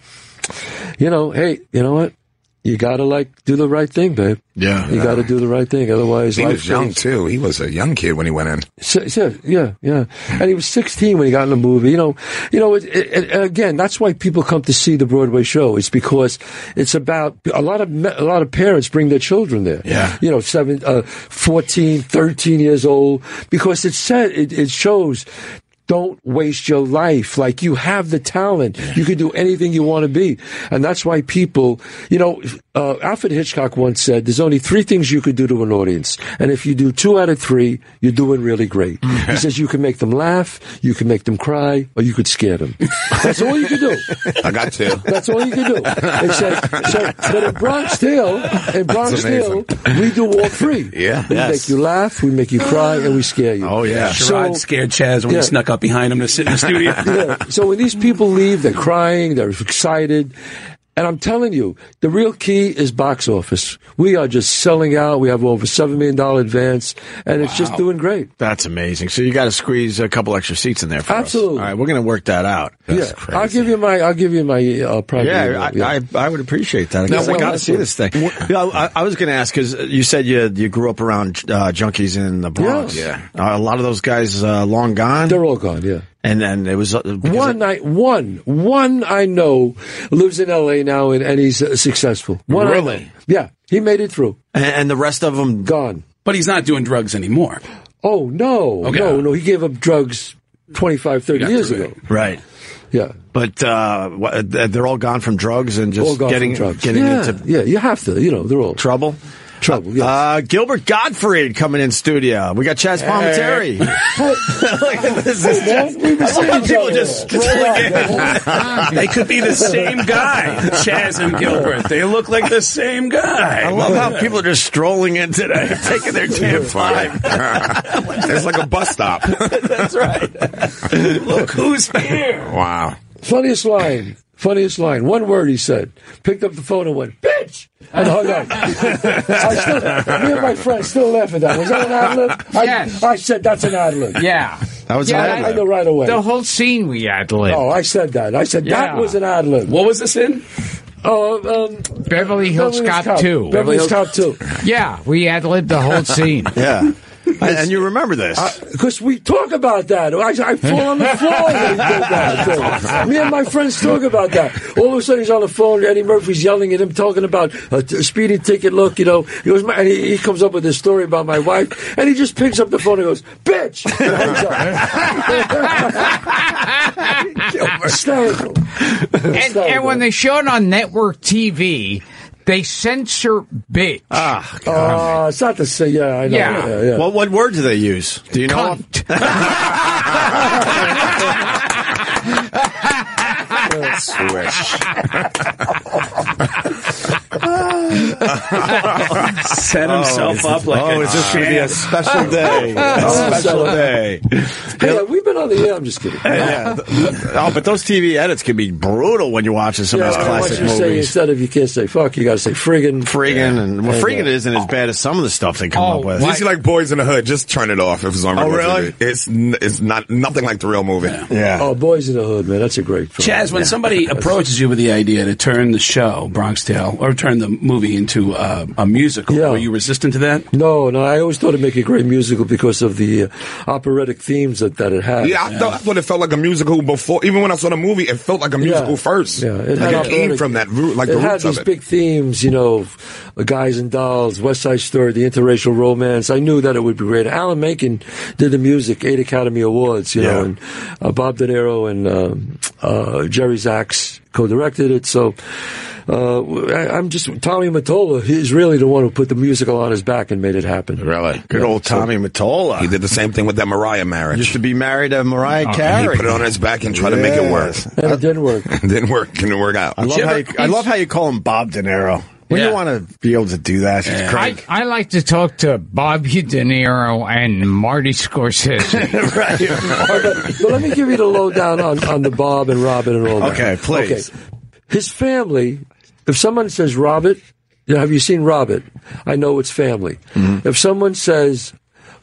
S4: you know, hey, you know what? You gotta like do the right thing, babe.
S2: Yeah.
S4: You gotta do the right thing, otherwise
S6: He
S4: life
S6: was young,
S4: goes-
S6: too. He was a young kid when he went in.
S4: so, so, yeah, yeah. And he was 16 when he got in the movie. You know, you know. It, it, it- again, that's why people come to see the Broadway show. It's because it's about a lot of me- a lot of parents bring their children there.
S2: Yeah.
S4: You know, seven, uh, 14, 13 years old, because it said it, it shows. Don't waste your life. Like you have the talent, you can do anything you want to be, and that's why people, you know, uh, Alfred Hitchcock once said, "There's only three things you could do to an audience, and if you do two out of three, you're doing really great." he says you can make them laugh, you can make them cry, or you could scare them. That's all you can do.
S6: I got two.
S4: That's all you can do. It says, so, but in Bronx Tale, in Bronx Tale,
S6: amazing.
S4: we do all three.
S6: Yeah.
S4: We make
S2: Yes.
S4: you laugh, we make you cry, and we scare you.
S2: Oh, yeah.
S5: Sherrod
S4: So-
S5: scared Chaz when
S4: Yeah.
S5: he snuck up behind him to sit in the studio.
S4: yeah. So when these people leave, they're crying, they're excited. And I'm telling you, the real key is box office. We are just selling out. We have over $7 million advance, and
S6: Mm-hmm.
S4: it's just doing great.
S2: That's amazing. So you got to squeeze a couple extra seats in there for us.
S4: Absolutely.
S2: All right, we're going to work that out.
S4: yeah. I'll give you my, I'll give you my, uh, private email.
S2: Yeah, I, I, I would appreciate that. I guess I
S4: well,
S2: got to
S4: that's
S2: see
S4: what-
S2: this thing. You know, I, I was going to ask because you said you you grew up around uh, junkies in the Bronx.
S4: Yeah.
S2: Uh, a lot of those guys uh, long gone,
S4: They're all gone, yeah.
S2: and then it was uh, because
S4: One I one one I know lives in L.A. now and, and he's uh, successful. One I know.
S2: Really?
S4: yeah, he made it through.
S2: and, and the rest of them.
S4: Gone.
S5: But he's not doing drugs anymore.
S4: Oh no,
S5: Okay.
S4: no, no. He gave up drugs 25, 30
S5: got
S4: years
S5: through
S4: ago.
S2: Right.
S4: Yeah,
S2: But uh, wha- they're all gone from drugs and just
S4: all gone
S2: getting
S4: from drugs.
S2: getting
S4: yeah,
S2: into
S4: yeah, you have to. You know, they're all
S2: trouble.
S4: trouble. Yes.
S2: Uh, Gilbert Gottfried coming in studio. We got Chaz Palmateri. this is just,
S4: We've been seeing each
S5: People
S4: other.
S5: just strolling in. they could be the same guy, Chaz and Gilbert. They look like the same guy.
S2: I love how people are just strolling in today, taking their damn time.
S6: it's like a bus stop.
S5: That's right. look who's here.
S6: wow.
S4: Funniest line. Funniest line. One word he said. Picked up the phone and went, bitch! And hung up. I still, me and my friends still laugh at that. Was that an ad lib? I,
S7: Yes.
S4: I said, that's an ad lib.
S7: Yeah.
S2: That was
S7: yeah,
S2: an ad
S4: I
S2: lib.
S4: know right away.
S7: The whole scene we ad lib.
S4: Oh, I said that. I said, that
S7: Yeah.
S4: was an ad lib.
S5: What was this in?
S4: Oh, um,
S7: Beverly Hills Cop 2.
S4: Beverly Hills Cop 2.
S7: Yeah, we ad libbed the whole scene.
S2: Yeah. And, and you remember this.
S4: Because we talk about that. I, I fall on the floor when he did that. too. Me and my friends talk about that. All of a sudden, he's on the phone. Eddie Murphy's yelling at him, talking about a, t- a speeding ticket. Look, you know, he was my, and he, he comes up with this story about my wife, and he just picks up the phone and goes, "Bitch!" And hangs up. Hysterical.
S7: and, and when they show it on network TV, they censor bitch.
S2: Ah,
S4: Uh, it's not to say, yeah, I know.
S7: Yeah.
S4: yeah, yeah.
S2: What what word do they use? Do you know?
S7: Cunt.
S6: Swish.
S5: Set himself up like
S2: oh,
S5: a
S2: is this going to be a
S5: Chaz.
S2: special
S4: Oh,
S2: day? a special day.
S4: Hey, we've been on the air. I'm just kidding.
S2: Yeah. Oh, but those TV edits can be brutal when you're watching some
S4: Yeah,
S2: of those
S4: I want
S2: classic
S4: you to say
S2: movies.
S4: instead of you can't say fuck, you got to say friggin'.
S2: Friggin' and well,
S4: Yeah.
S2: friggin' isn't as bad as some of the stuff they come
S7: Oh,
S2: up with.
S7: what?
S6: It's like Boys in the Hood. Just turn it off if it's on.
S2: Oh,
S6: regular
S2: really?
S6: TV. It's n- it's not nothing like the real movie.
S2: Yeah.
S4: Oh, Boys in the Hood, man, that's a great film.
S5: Chaz, when somebody approaches you with the idea to turn the show Bronx Tale or turn the movie into uh, a musical,
S4: Yeah.
S5: were you resistant to that?
S4: No, no, I always thought it'd make a great musical because of the uh, operatic themes that, that it had.
S6: Yeah, I thought I thought it felt like a musical before. Even when I saw the movie, it felt like a musical first.
S4: Yeah, it, had
S6: like it came
S4: operatic-
S6: from that root, like
S4: it
S6: the
S4: had
S6: roots
S4: these
S6: of it.
S4: big themes, you know, uh, guys and dolls, West Side Story, the interracial romance. I knew that it would be great. Alan Menken did the music, eight Academy Awards, you know,
S2: Yeah.
S4: and uh, Bob De Niro and um, uh, Jerry Zaks co-directed it. So. Uh, I, I'm just Tommy Mottola. He's really the one who put the musical on his back and made it happen.
S6: really
S2: Good old Tommy Mottola.
S6: He did the same thing with that Mariah marriage.
S2: used to be married to Mariah
S6: he
S2: Carey.
S6: put it on his back and tried to make it work.
S2: Yes.
S4: And it didn't work.
S6: Didn't work. Didn't work out.
S2: I love, how you, I love how you call him Bob De Niro. When
S5: Yeah.
S2: you want to be able to do that, it's
S7: I,
S2: Craig.
S7: I like to talk to Bobby De Niro and Marty Scorsese.
S4: but, but let me give you the lowdown on, on the Bob and Robin and all that.
S2: Okay, please.
S4: His family, if someone says Robert, you know, have you seen Robert? I know it's family.
S2: Mm-hmm.
S4: If someone says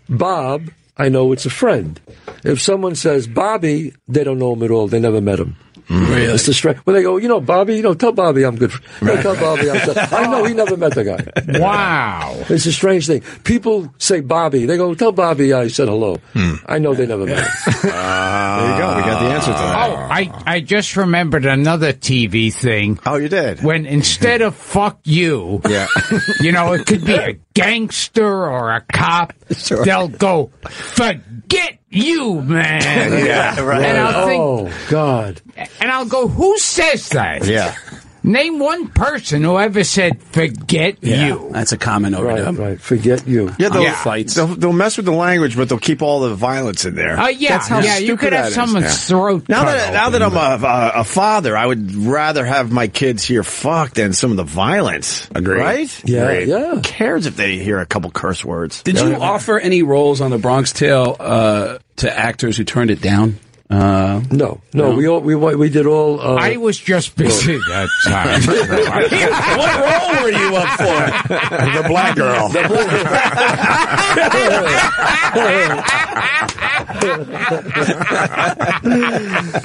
S4: Bob, I know it's a friend. If someone says Bobby, they don't know him at all. They never met him.
S2: Mm-hmm.
S5: Really?
S4: It's the strength. When they go, you know, Bobby, you know, tell Bobby I'm good. For, no, tell Bobby I'm good. I know he never met the guy.
S7: wow.
S4: It's a strange thing. People say Bobby. They go, tell Bobby I said hello.
S2: Hmm.
S4: I know they never met him.
S2: there you go. We got the answer to
S7: Oh,
S2: that.
S7: I, I just remembered another TV thing.
S2: Oh, you did.
S7: When instead of fuck you,
S2: Yeah.
S7: you know, it could be a gangster or a cop, they'll go, forget you, man.
S2: yeah, right.
S7: And I'll think,
S4: Oh, God.
S7: and I'll go, who says that?
S2: Yeah.
S7: Name one person who ever said, forget you.
S5: That's a comment over
S4: Right,
S5: to him.
S4: right. Forget you.
S2: Yeah, they'll,
S5: Yeah. Fights.
S2: They'll, they'll mess with the language, but they'll keep all the violence in there.
S7: Uh, yeah,
S2: That's how
S7: yeah, you
S2: stupid
S7: could
S2: that
S7: have
S2: is.
S7: someone's throat
S2: Now
S7: cut
S2: that now
S7: open.
S2: that I'm a, a, a father, I would rather have my kids hear "fuck" than some of the violence.
S6: Agreed.
S2: Right?
S4: Yeah,
S6: Great.
S4: yeah.
S2: Who cares if they hear a couple curse words?
S5: Did you offer any roles on The Bronx Tale uh, to actors who turned it down? Uh,
S4: No, no, we all we wa- we did all. Uh,
S7: I was just busy that time.
S5: what role were you up for?
S6: the black girl.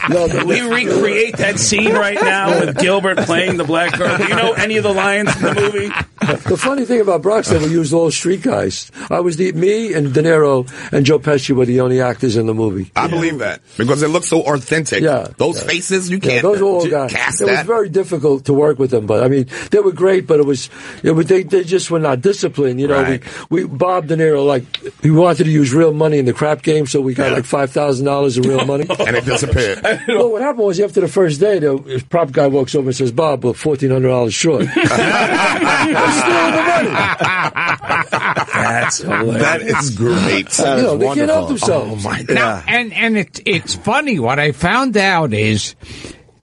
S4: no, no,
S5: We recreate that scene right now with Gilbert playing the black girl. Do you know any of the lines from the movie?
S4: the funny thing about Bronx that we used all street guys. I was the me and De Niro and Joe Pesci were the only actors in the movie.
S6: I believe that because it looks so authentic.
S4: Yeah.
S6: those
S4: Yeah.
S6: faces you
S4: Yeah,
S6: can't
S4: those were all
S6: ju-
S4: guys.
S6: cast
S4: it was
S6: that.
S4: very difficult to work with them, but I mean, they were great. But it was, it was they, they just were not disciplined. You know,
S6: Right.
S4: we, we Bob De Niro like we wanted to use real money in the crap game, so we got like five thousand dollars in real money.
S6: and it disappeared.
S4: Well, what happened was after the first day, the prop guy walks over and says, "Bob, we're fourteen hundred dollars short." I stealing the money.
S5: That's hilarious.
S6: That is great.
S4: you know,
S2: is
S4: they can't help
S2: wonderful.
S4: themselves. Oh my God.
S2: Yeah.
S7: and and it, it's funny what I found out is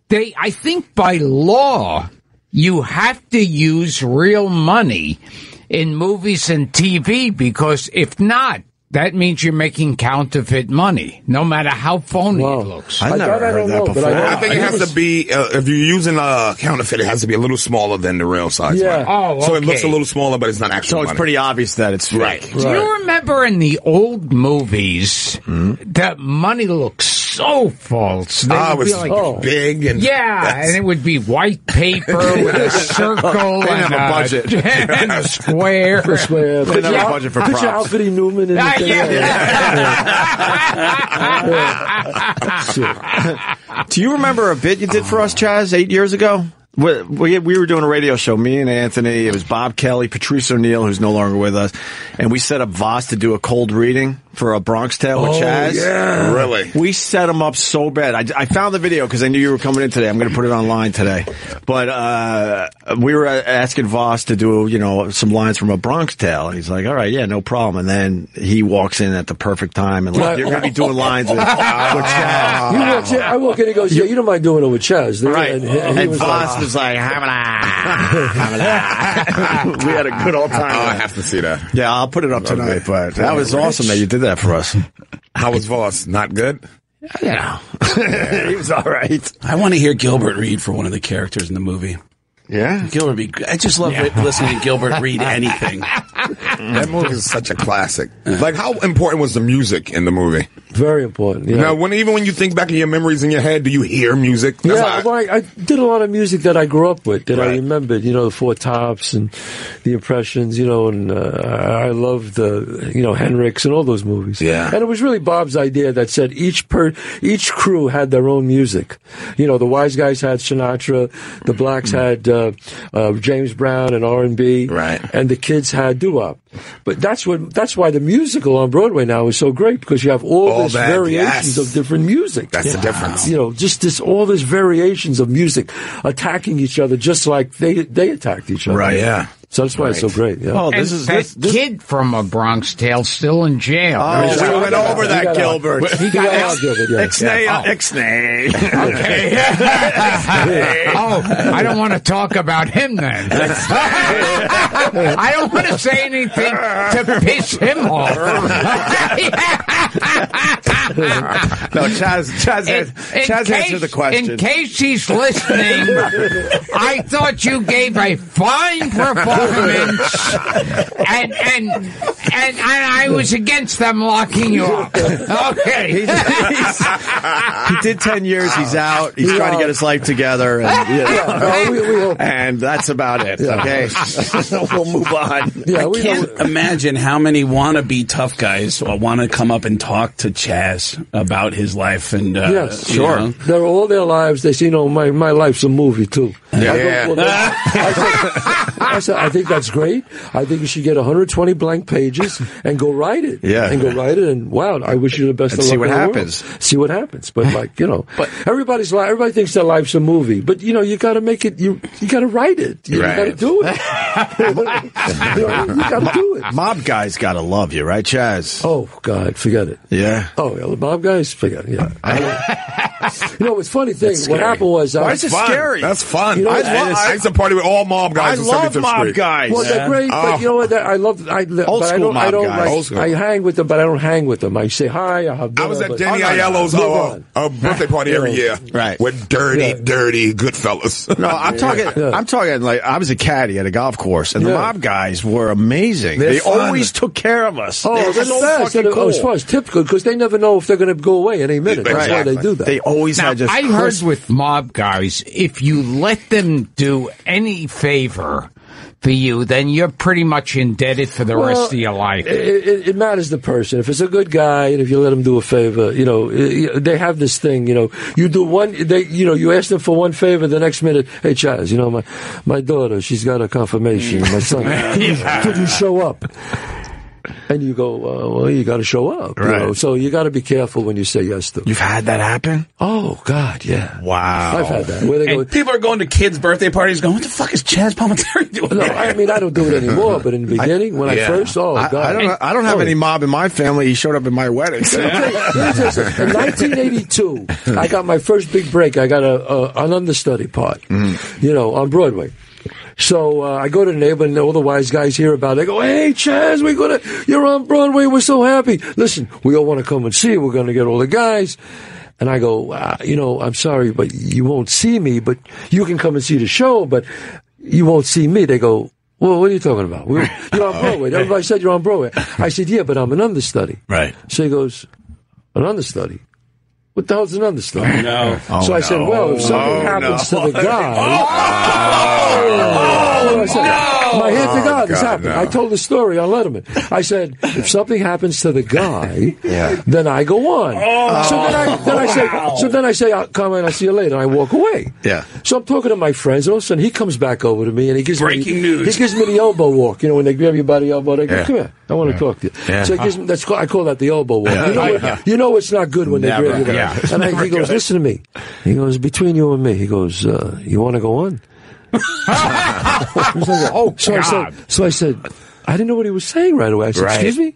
S7: they I think by law you have to use real money in movies and TV because if not that means you're making counterfeit money no matter how phony
S4: Wow.
S7: it looks.
S2: I've
S4: I
S2: never
S4: thought I
S2: heard
S4: don't
S2: that
S4: know, but
S2: before.
S4: I
S6: I think it has to be uh, if you're using a uh, counterfeit, it has to be a little smaller than the real size.
S4: Yeah.
S6: one.
S7: Oh,
S6: so it looks a
S7: okay.
S6: little smaller, but it's not actual.
S2: so it's
S6: money.
S2: pretty obvious that it's fake.
S6: right.
S7: Do you remember in the old movies that money looked so false? They
S6: Ah, it
S7: would
S6: was
S7: be like,
S2: Oh.
S6: big and
S7: Yeah, and it would be white paper with a circle
S2: They
S7: and
S2: didn't have a budget.
S7: and a square.
S4: Swear.
S2: They never
S4: Picture-
S2: budget for
S4: picture
S2: props.
S4: Alfred E. Newman in the
S7: Ah,
S4: thing.
S7: yeah.
S2: Do you remember a bit you did for us, Chaz, eight years ago? We, we, we were doing a radio show, me and Anthony. It was Bob Kelly, Patrice O'Neill, who's no longer with us. And we set up Voss to do a cold reading for a Bronx Tale with Chaz.
S6: really.
S2: We set him up so bad. I, I found the video because I knew you were coming in today. I'm going to put it online today. But uh, we were uh, asking Voss to do, you know, some lines from a Bronx Tale, and he's like, "All right, yeah, no problem." And then he walks in at the perfect time, and like, you're going to be doing lines with, with Chaz.
S4: You walk in, I walk in and goes, yeah, you don't mind doing it with Chaz. do you?"
S2: Right.
S4: And,
S2: And,
S4: he- and he was
S2: Voss
S4: like,
S2: Oh, was like, "Hamala, hamala." we had a good old
S6: Oh, I
S2: time.
S6: have to see that.
S2: Yeah, I'll put it up tonight, but that was awesome that you did that for us.
S6: How was Voss? Not good.
S4: Oh,
S2: You know, he was all right.
S5: I want to hear Gilbert read for one of the characters in the movie.
S2: Yeah.
S5: Gilbert, be, I just love it- listening to Gilbert read anything.
S6: That movie is such a classic. Like, how important was the music in the movie?
S4: very important. Yeah.
S6: Now, when even when you think back of your memories in your head, do you hear music? That's
S4: yeah,
S6: how
S4: well, I, I did a lot of music that I grew up with that I
S6: Right.
S4: remembered. You know, the Four Tops and the Impressions. You know, and uh, I I loved uh, you know Hendrix and all those movies.
S6: Yeah.
S4: and it was really Bob's idea that said each per each crew had their own music. You know, the Wise Guys had Sinatra, the Blacks
S6: Mm.
S4: had uh, uh, James Brown and R and B,
S6: Right.
S4: and the kids had doo wop. But that's what that's why the musical on Broadway now is so great because you have all,
S6: All
S4: these
S6: that,
S4: variations
S6: yes.
S4: of different music.
S6: That's the difference.
S4: You know, just this all these variations of music attacking each other, just like they they attacked each other.
S6: Right, yeah.
S4: So that's why it's so great. Yeah.
S2: Oh, this
S7: And
S2: is
S7: that
S2: this, this
S7: kid from a Bronx Tale still in jail.
S2: Oh,
S6: we
S2: we went
S6: got-
S2: over
S6: we
S2: that,
S4: got-
S2: Gilbert.
S4: he got out of it. Yeah. Oh.
S2: Ixnay, uh, Ixnay.
S7: Okay. oh, I don't want to talk about him then. I don't want to say anything to piss him off.
S2: No, Chaz, Chaz,
S7: In- in
S2: Chaz
S7: case-
S2: answered the question.
S7: In case he's listening, I thought you gave a fine performance, and and and, and I was against them locking you up. Okay.
S2: he did 10 years. He's out. He's trying to get his life together. And, yeah.
S4: No, we, we all,
S2: and that's about it. Okay. we'll move on.
S4: yeah, we
S5: Can't imagine how many wannabe tough guys want to come up and talk to Chaz about his life and uh,
S4: Yes,
S5: you
S4: sure.
S5: know.
S4: They're all their lives. They say, you know, my, my life's a movie too. I,
S6: Yeah.
S4: go, well, that- I, said, I said, I think that's great. I think you should get 120 blank pages and go write it.
S2: Yeah.
S4: and go write it. And wow, I wish you the best.
S2: And
S4: of
S2: see
S4: luck
S2: what
S4: in the world.
S2: happens.
S4: See what happens. But like you know, but everybody's li everybody thinks their life's a movie. But you know, you got to make it. You you got to write it. You,
S6: Right.
S4: got to do it. you got to do it.
S2: Mob guys got to love you, right, Chaz?
S4: Oh God, forget it.
S2: Yeah.
S4: Oh, yeah, the mob guys, forget. it, Yeah, I don't- you know, it's funny thing. What happened was, uh,
S2: Why is it
S6: Fun.
S2: scary?
S6: That's fun.
S4: You know,
S6: I,
S4: I-
S6: love, I used to party with all mob
S2: I
S6: guys. on
S2: love
S6: 75th
S2: mob
S6: Street.
S2: guys.
S4: Well, they're great,
S6: Oh.
S4: but you know what? I love. I, li-
S2: Old
S4: but I
S2: school
S4: don't. I
S2: mob
S4: don't
S2: guys.
S4: like-
S6: Old school.
S4: I hang with them, but I don't hang with them. I say hi. I have.
S6: I was
S4: dinner,
S6: at
S4: but-
S6: Danny
S4: Oh, no, no,
S6: Aiello's
S4: move
S6: uh,
S4: on.
S6: uh, birthday party every year.
S2: Right.
S6: With dirty, dirty good fellas.
S2: No, I'm talking. I'm talking like I was a caddy at a golf course, and the
S4: Yeah.
S2: mob guys were amazing.
S6: They're
S2: they
S6: fun.
S2: always took care of us.
S4: Oh,
S2: They were
S4: that's
S2: so
S4: fast.
S2: fucking
S4: Oh, it's
S2: cool.
S4: fast. Typical because they never know if they're going to go away at any minute. That's why
S6: Exactly.
S4: they do that.
S2: They always
S7: Now,
S2: had just.
S7: I heard with mob guys, if you let them do any favor for you, then you're pretty much indebted for the
S4: Well,
S7: rest of your life.
S4: It, it, it matters the person. If it's a good guy, and if you let him do a favor, you know eh, they have this thing. You know, you do one. They, you know, you ask them for one favor. The next minute, hey Chaz, you know my my daughter, she's got a confirmation. My son, could you show up? and you go, uh, well, you got to show up. you
S2: Right.
S4: know. So you got to be careful when you say yes to.
S2: You've had that happen?
S4: Oh God, yeah.
S2: Wow.
S4: I've had that. Where they go,
S5: And people are going to kids' birthday parties going, what the fuck is Chaz Palminteri doing?
S4: no,
S5: there?"
S4: I mean I don't do it anymore. But in the beginning, when I
S6: yeah.
S4: first, oh
S2: I,
S4: God,
S2: I don't. I don't have
S4: Oh.
S2: any mob in my family. He showed up at my wedding.
S4: In 1982, I got my first big break. I got a, a an understudy part, you know, on Broadway. So uh, I go to the neighborhood, and all the wise guys hear about it. They go, "Hey, Chaz, we go to you're on Broadway. We're so happy. Listen, we all want to come and see you. We're going to get all the guys." And I go, uh, you know, I'm sorry, but you won't see me. But you can come and see the show, but you won't see me. They go, well, what are you talking about? We're, you're on Broadway. Everybody said you're on Broadway. I said, yeah, but I'm an understudy.
S5: Right.
S4: So he goes, an understudy. What the hell's an understudy?
S5: No.
S4: so I said, well, if something happens to the guy. oh, So I said,
S2: Oh,
S4: My hand to God, this happened. I told the story on Letterman. I said, if something happens to the guy, then I go on.
S2: Oh.
S4: so then I, then I say, so then I say, I'll come and I'll see you later, and I walk away.
S2: Yeah.
S4: So I'm talking to my friends, and all of a sudden he comes back over to me and he gives
S5: Breaking
S4: me,
S5: news.
S4: He gives me the elbow walk. You know when they grab you by the elbow, they go,
S2: Yeah.
S4: "Come here, I want to talk to you."
S2: Yeah.
S4: So he gives me, that's called- I call that the elbow walk. You, know, what- you know it's not good when they
S2: Never.
S4: grab you. by-
S2: Yeah.
S4: And I, he goes, "Listen to me." He goes, "Between you and me," he goes, uh, "You want to go on?"
S7: Oh,
S4: So I
S7: God.
S4: said, so I said, I didn't know what he was saying right away. I said,
S2: Right.
S4: excuse me?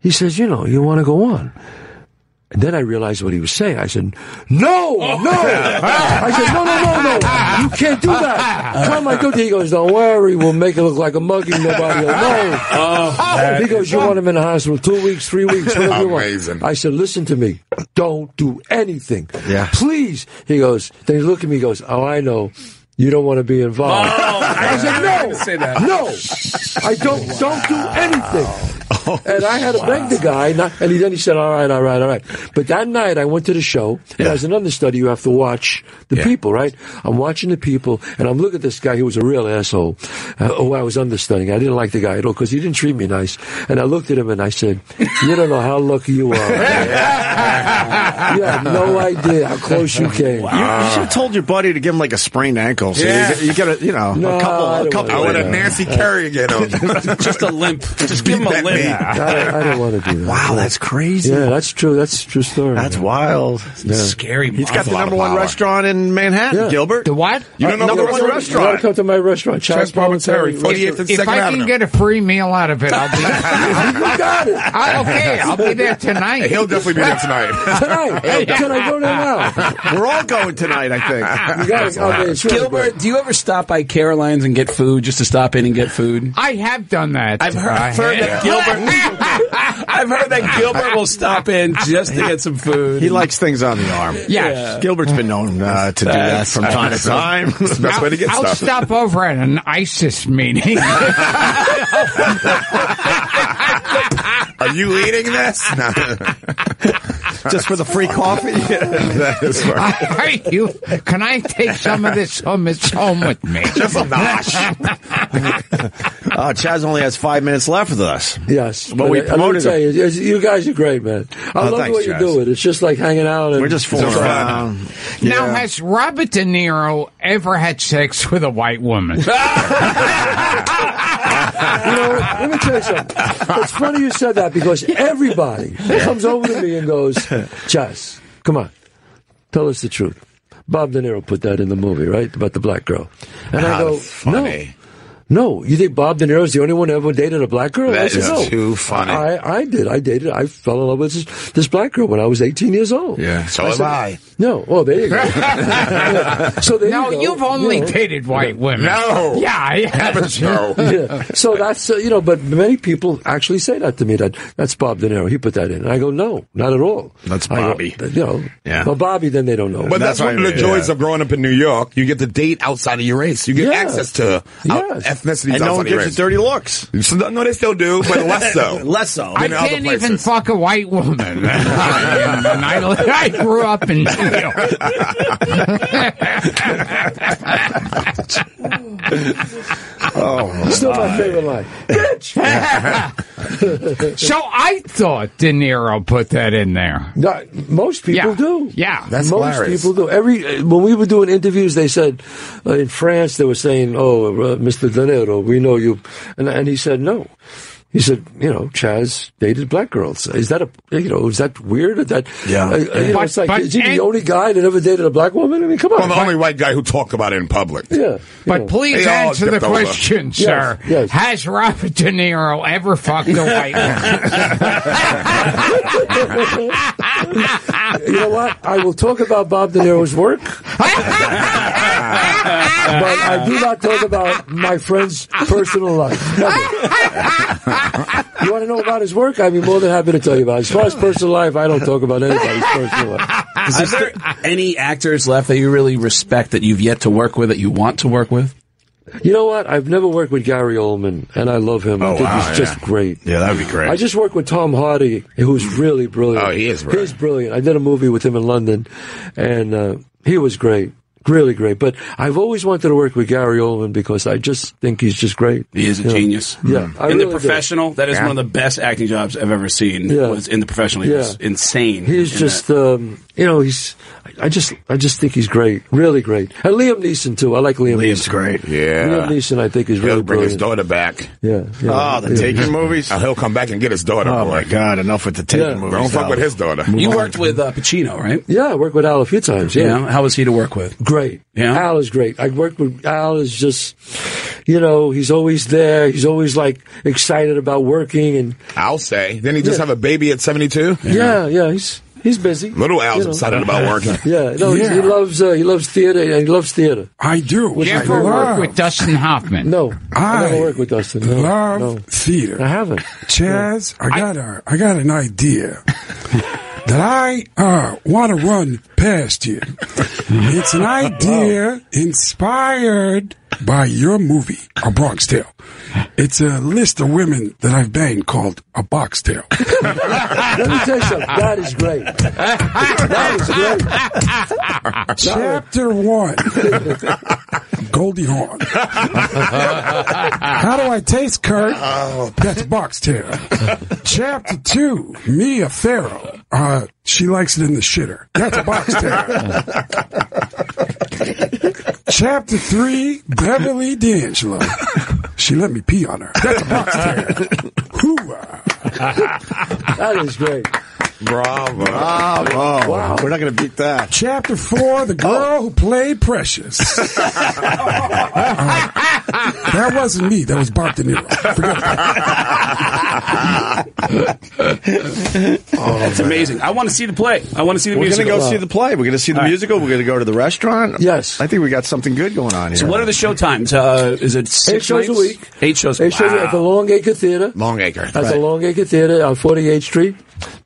S4: He says, you know, you want to go on. And then I realized what he was saying. I said, no, no. I said, no, no, no, no. You can't do that. Come, I go. He goes, don't worry. We'll make it look like a mugging. Nobody will know. he goes, you want him in the hospital two weeks, three weeks, whatever you want.
S6: Amazing.
S4: I said, listen to me. Don't do anything.
S2: Yeah.
S4: Please. He goes, then he looked at me he goes, oh, I know. You don't want to be involved. I said,
S5: I
S4: no,
S5: didn't say that.
S4: no, I don't, don't do anything. and I had to beg the guy, not, and he, then he said, all right, all right, all right. But that night I went to the show, and as an understudy, you have to watch the people, right? I'm watching the people, and I'm looking at this guy, he was a real asshole. Uh, oh, I was understudying. I didn't like the guy at all, because he didn't treat me nice. And I looked at him and I said, you don't know how lucky you are. you have no idea how close you came.
S2: You, you should have told your buddy to give him like a sprained ankle. So
S5: Yeah.
S2: you, get- you get a you know
S4: No,
S2: a
S4: I
S2: couple a
S4: don't
S2: couple.
S6: I would have
S4: Yeah.
S6: Nancy Kerry again on.
S5: Just a limp. Just give him a
S6: Beat that
S5: limp.
S6: beat.
S4: I, I don't want to do that.
S2: Wow, that's crazy.
S4: Yeah, that's true. That's a true story.
S2: That's wild.
S5: Scary.
S2: He's got
S5: monster.
S2: the number one restaurant in Manhattan,
S4: Yeah.
S2: Gilbert.
S7: The what?
S6: You don't know
S2: Number
S6: the
S2: one
S4: You want to
S2: restaurant.
S4: come to my restaurant, Chaz
S6: Chaz Palminteri,
S4: Palminteri.
S6: 48th and
S7: if
S6: 2nd
S7: I
S6: Avenue.
S7: can get a free meal out of it, I'll be.
S4: You got it
S7: I, okay, I'll be there tonight.
S6: He'll definitely be there tonight.
S4: tonight. Can I go there now?
S2: We're all going tonight, I think.
S4: You got it. Okay, it's really
S5: Gilbert,
S4: great.
S5: do you ever stop by Caroline's and get food just to stop in and get food?
S7: I have done that.
S5: I've heard,
S7: I
S5: I've heard
S7: have.
S5: that Gilbert. I've heard that Gilbert will stop in just to get some food.
S2: He likes things on the arm.
S7: Yes.
S2: Gilbert's been known uh, to do that
S5: That's-
S2: from time to time.
S6: Best way to get
S7: I'll
S6: stuff.
S7: stop over at an ISIS meeting.
S6: Are you eating this? No.
S2: Just for the free coffee.
S6: that is right.
S7: Are you? Can I take some of this home, it's home with me?
S2: Uh, Chaz only has five minutes left with us.
S4: Yes,
S2: But we
S4: I- I gotta
S2: promoted
S4: tell
S2: him.
S4: you,
S2: Oh,
S4: it's- you guys are great, man. I love
S2: thanks,
S4: the way you
S2: Chaz.
S4: do it. It's just like hanging out. And
S2: We're just fooling
S6: It's fun.
S2: around.
S7: Now, has Robert De Niro ever had sex with a white woman?
S4: You know, let me tell you something. It's funny you said that because everybody comes over to me and goes, Chaz, come on, tell us the truth. Bob De Niro put that in the movie, right? About the black girl. And I go,
S6: funny.
S4: no. No, you think Bob De Niro's the only one who ever dated a black girl?
S6: That
S4: I said,
S6: is
S4: no.
S6: too funny.
S4: I, I did. I dated. I fell in love with this, this black girl when I was 18 years old.
S6: Yeah. So am I.
S4: No. Oh, there you go. Yeah. So there
S7: no,
S4: you go.
S7: you've only
S4: You know.
S7: dated white women.
S6: No.
S7: Yeah, I haven't.
S6: No.
S4: yeah. So that's uh, you know, but many people actually say that to me. That that's Bob De Niro. He put that in. And I go, no, not at all.
S2: That's
S4: I go,
S2: Bobby.
S4: you know,
S2: Yeah.
S4: Well, Bobby. Then they don't know.
S6: But
S2: That's
S6: that's, one of
S2: what I
S6: the
S2: mean,
S6: joys
S2: yeah.
S6: of growing up in New York. You get to date outside of your race. You get
S4: Yeah.
S6: access to out-
S4: Yes.
S6: ethnicities
S2: And
S6: outside
S2: no one
S6: of your
S2: gives
S6: race.
S2: you dirty looks.
S6: So, no, they still do, but less so.
S2: Less so.
S7: I
S6: Been other
S7: can't even
S6: places.
S7: fuck a white woman. and I, I grew up in New York.
S6: Oh,
S4: Still my favorite line.
S7: So I thought De Niro put that in there.
S4: No, most people
S7: Yeah.
S4: do.
S7: Yeah. That's
S4: most
S6: hilarious.
S4: people do. Every uh, when we were doing interviews, they said uh, in France they were saying, "Oh, uh, Mr. De Niro, we know you," and, and he said, "No, He said, you know, Chaz dated black girls. Is that a, you know, is that weird? Is that,
S2: Yeah.
S4: Uh, you know,
S7: But-
S4: it's like,
S7: but-
S4: is he the
S7: and-
S4: only guy that ever dated a black woman? I mean, come on.
S6: Well, the only white guy who talked about it in public.
S4: yeah.
S7: But please
S6: They all uh,
S7: answer the
S6: dipped over.
S7: question, sir.
S4: yes.
S7: Has Robert De Niro ever fucked a white woman?
S4: You know what? I will talk about Bob De Niro's work, but I do not talk about my friend's personal life. Never. you want to know about his work? I'd be more than happy to tell you about. it. As far as personal life, I don't talk about anybody's personal life.
S3: Is there st- any actors left that you really respect that you've yet to work with that you want to work with?
S4: You know what? I've never worked with Gary Oldman, and I love him. I think
S6: wow,
S4: he's just great.
S2: Yeah, that'd be great.
S4: I just worked with Tom Hardy, who's really brilliant.
S6: Oh, he is brilliant.
S4: He's brilliant. I did a movie with him in London, and uh, he was great, really great. But I've always wanted to work with Gary Oldman because I just think he's just great.
S3: He is a
S4: You know?
S3: genius. Mm-hmm.
S4: Yeah, I
S3: in
S4: really
S3: the
S4: do.
S3: professional, that is one of the best acting jobs I've ever seen.
S4: Yeah.
S3: Was in the professional, he
S4: Yeah.
S3: was insane.
S4: He's
S3: in
S4: just,
S3: that.
S4: um, you know, he's. I I just, I just think he's great, really great. And Liam Neeson too. I like Liam.
S2: Liam's
S4: Neeson.
S2: great.
S6: Yeah.
S4: Liam Neeson, I think, is really
S6: He'll bring his
S4: brilliant.
S6: daughter back.
S4: yeah, yeah. Oh,
S2: Oh, the Taken movies.
S6: Uh,
S2: Oh
S6: he'll come back and get his daughter. boy.
S2: my God! Enough with the Taken
S4: Yeah.
S2: movies.
S6: Don't fuck
S2: though.
S6: with his daughter.
S3: you worked with uh, Pacino, right?
S4: yeah, I worked with Al a few times.
S3: You
S4: Yeah,
S3: know, how was he to work with?
S4: great.
S3: Yeah?
S4: Al is great. I worked with Al is just, you know, he's always there. He's always like excited about working and
S6: I'll say. Then he just have a baby at 72?
S4: yeah, yeah, he's he's busy.
S6: Little Al's
S4: You know.
S6: excited about working.
S4: Yeah, no, he- He, loves uh, he loves theater and he loves theater.
S5: I do.
S7: you ever work with Dustin Hoffman?
S4: No, I,
S5: I
S4: never work with Dustin. No,
S5: love
S4: no. I
S5: theater.
S4: haven't.
S5: Chaz, I got a, I got an idea that I uh, want to run past you. It's an idea inspired by your movie, A Bronx Tale. It's a list of women that I've banged called A Box Tale.
S4: Let me tell you something. That is great. That is great.
S5: Chapter one Goldie Hawn. How do I taste Kurt? That's Boxtail. Chapter two Mia Farrow. Uh, she likes it in the shitter. That's Boxtail. Chapter three Beverly D'Angelo. She let me pee on her. That's Boxtail. Hoo-ah.
S4: That is great.
S6: Bravo.
S2: Oh, wow. We're not going to beat that.
S5: Chapter four, the girl who played Precious. that wasn't me. That was Bob De Niro. Forget that.
S3: That's amazing. I want to see the play. I want to see the
S2: We're going to
S3: musical.
S2: go see the play. We're going to see the musical. We're going to go to the restaurant.
S4: Yes.
S2: I think we got something good going on here.
S3: So what are the show times? Uh, is it
S4: Eight
S3: six
S4: shows a
S3: nights?
S4: week.
S3: Eight shows.
S4: Eight shows at the
S3: Wow.
S4: Long Acre Theater.
S6: Longacre.
S4: At the Long Acre Theater on 48th Street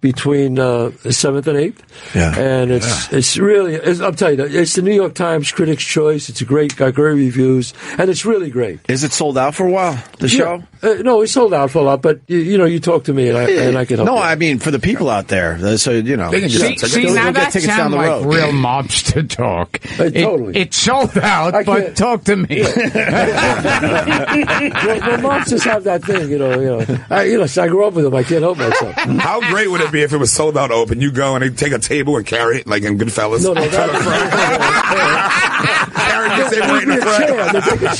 S4: between uh, 7th and 8th.
S2: Yeah.
S4: And it's it's really, it's, I'm telling you, it's the New York Times Critics' Choice. It's a great, got great reviews, and it's really great.
S2: Is it sold out for a while? The show?
S4: Yeah. Uh, no, it's sold out for a lot, but you, you know, you talk to me and I, and I can help
S2: No,
S4: you.
S2: I mean for the people out there. uh, So you know,
S7: See, see
S2: They'll
S7: now
S2: get
S7: that
S2: tickets down
S7: sounds
S2: the
S7: like
S2: road.
S7: real mobster talk.
S4: Hey, totally.
S7: It, it's sold out,
S4: I
S7: but
S4: can't-
S7: talk to me.
S4: well, well, moms just have that thing, you know. You know, I, you know so I grew up with them. I can't help myself.
S6: How great would it be if it was sold out open? You go and they take a table and carry it, like in Goodfellas.
S4: No, no, that,
S6: Carry the
S4: they
S6: table right in
S4: a
S6: the
S4: chair.
S6: front.
S4: They take a